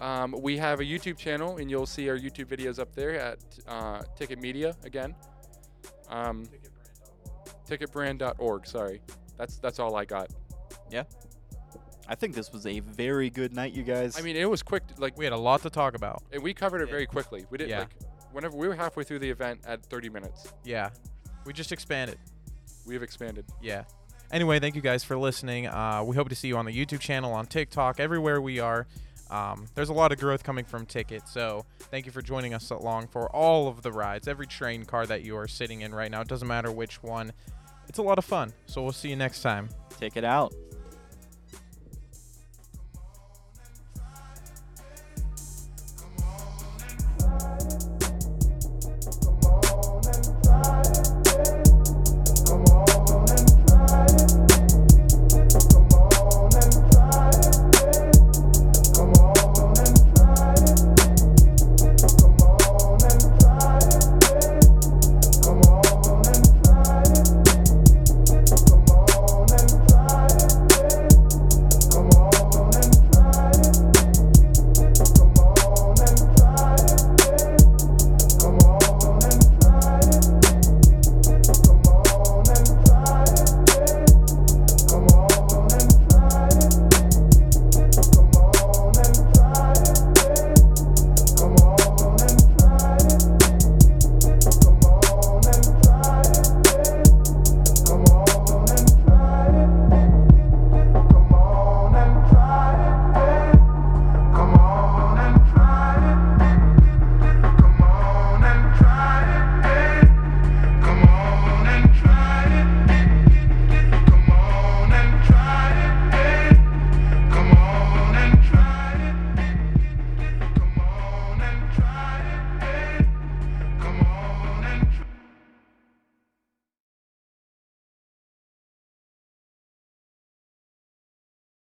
Speaker 4: Um, we have a YouTube channel, and you'll see our YouTube videos up there at uh, Ticket Media again. Um, ticketbrand.org. Sorry, that's that's all I got.
Speaker 3: I think this was a very good night, you guys.
Speaker 4: I mean, it was quick. Like,
Speaker 2: We had a lot to talk about.
Speaker 4: and we covered it
Speaker 3: Yeah.
Speaker 4: very quickly. We did
Speaker 2: Yeah.
Speaker 4: like whenever we were halfway through the event at 30 minutes.
Speaker 2: Yeah. We just expanded.
Speaker 4: We have expanded.
Speaker 2: Yeah. Anyway, thank you guys for listening. Uh, we hope to see you on the YouTube channel, on TikTok, everywhere we are. Um, there's a lot of growth coming from Ticket, so thank you for joining us along for all of the rides, every train car that you are sitting in right now. It doesn't matter which one. It's a lot of fun. So we'll see you next time.
Speaker 3: take it out.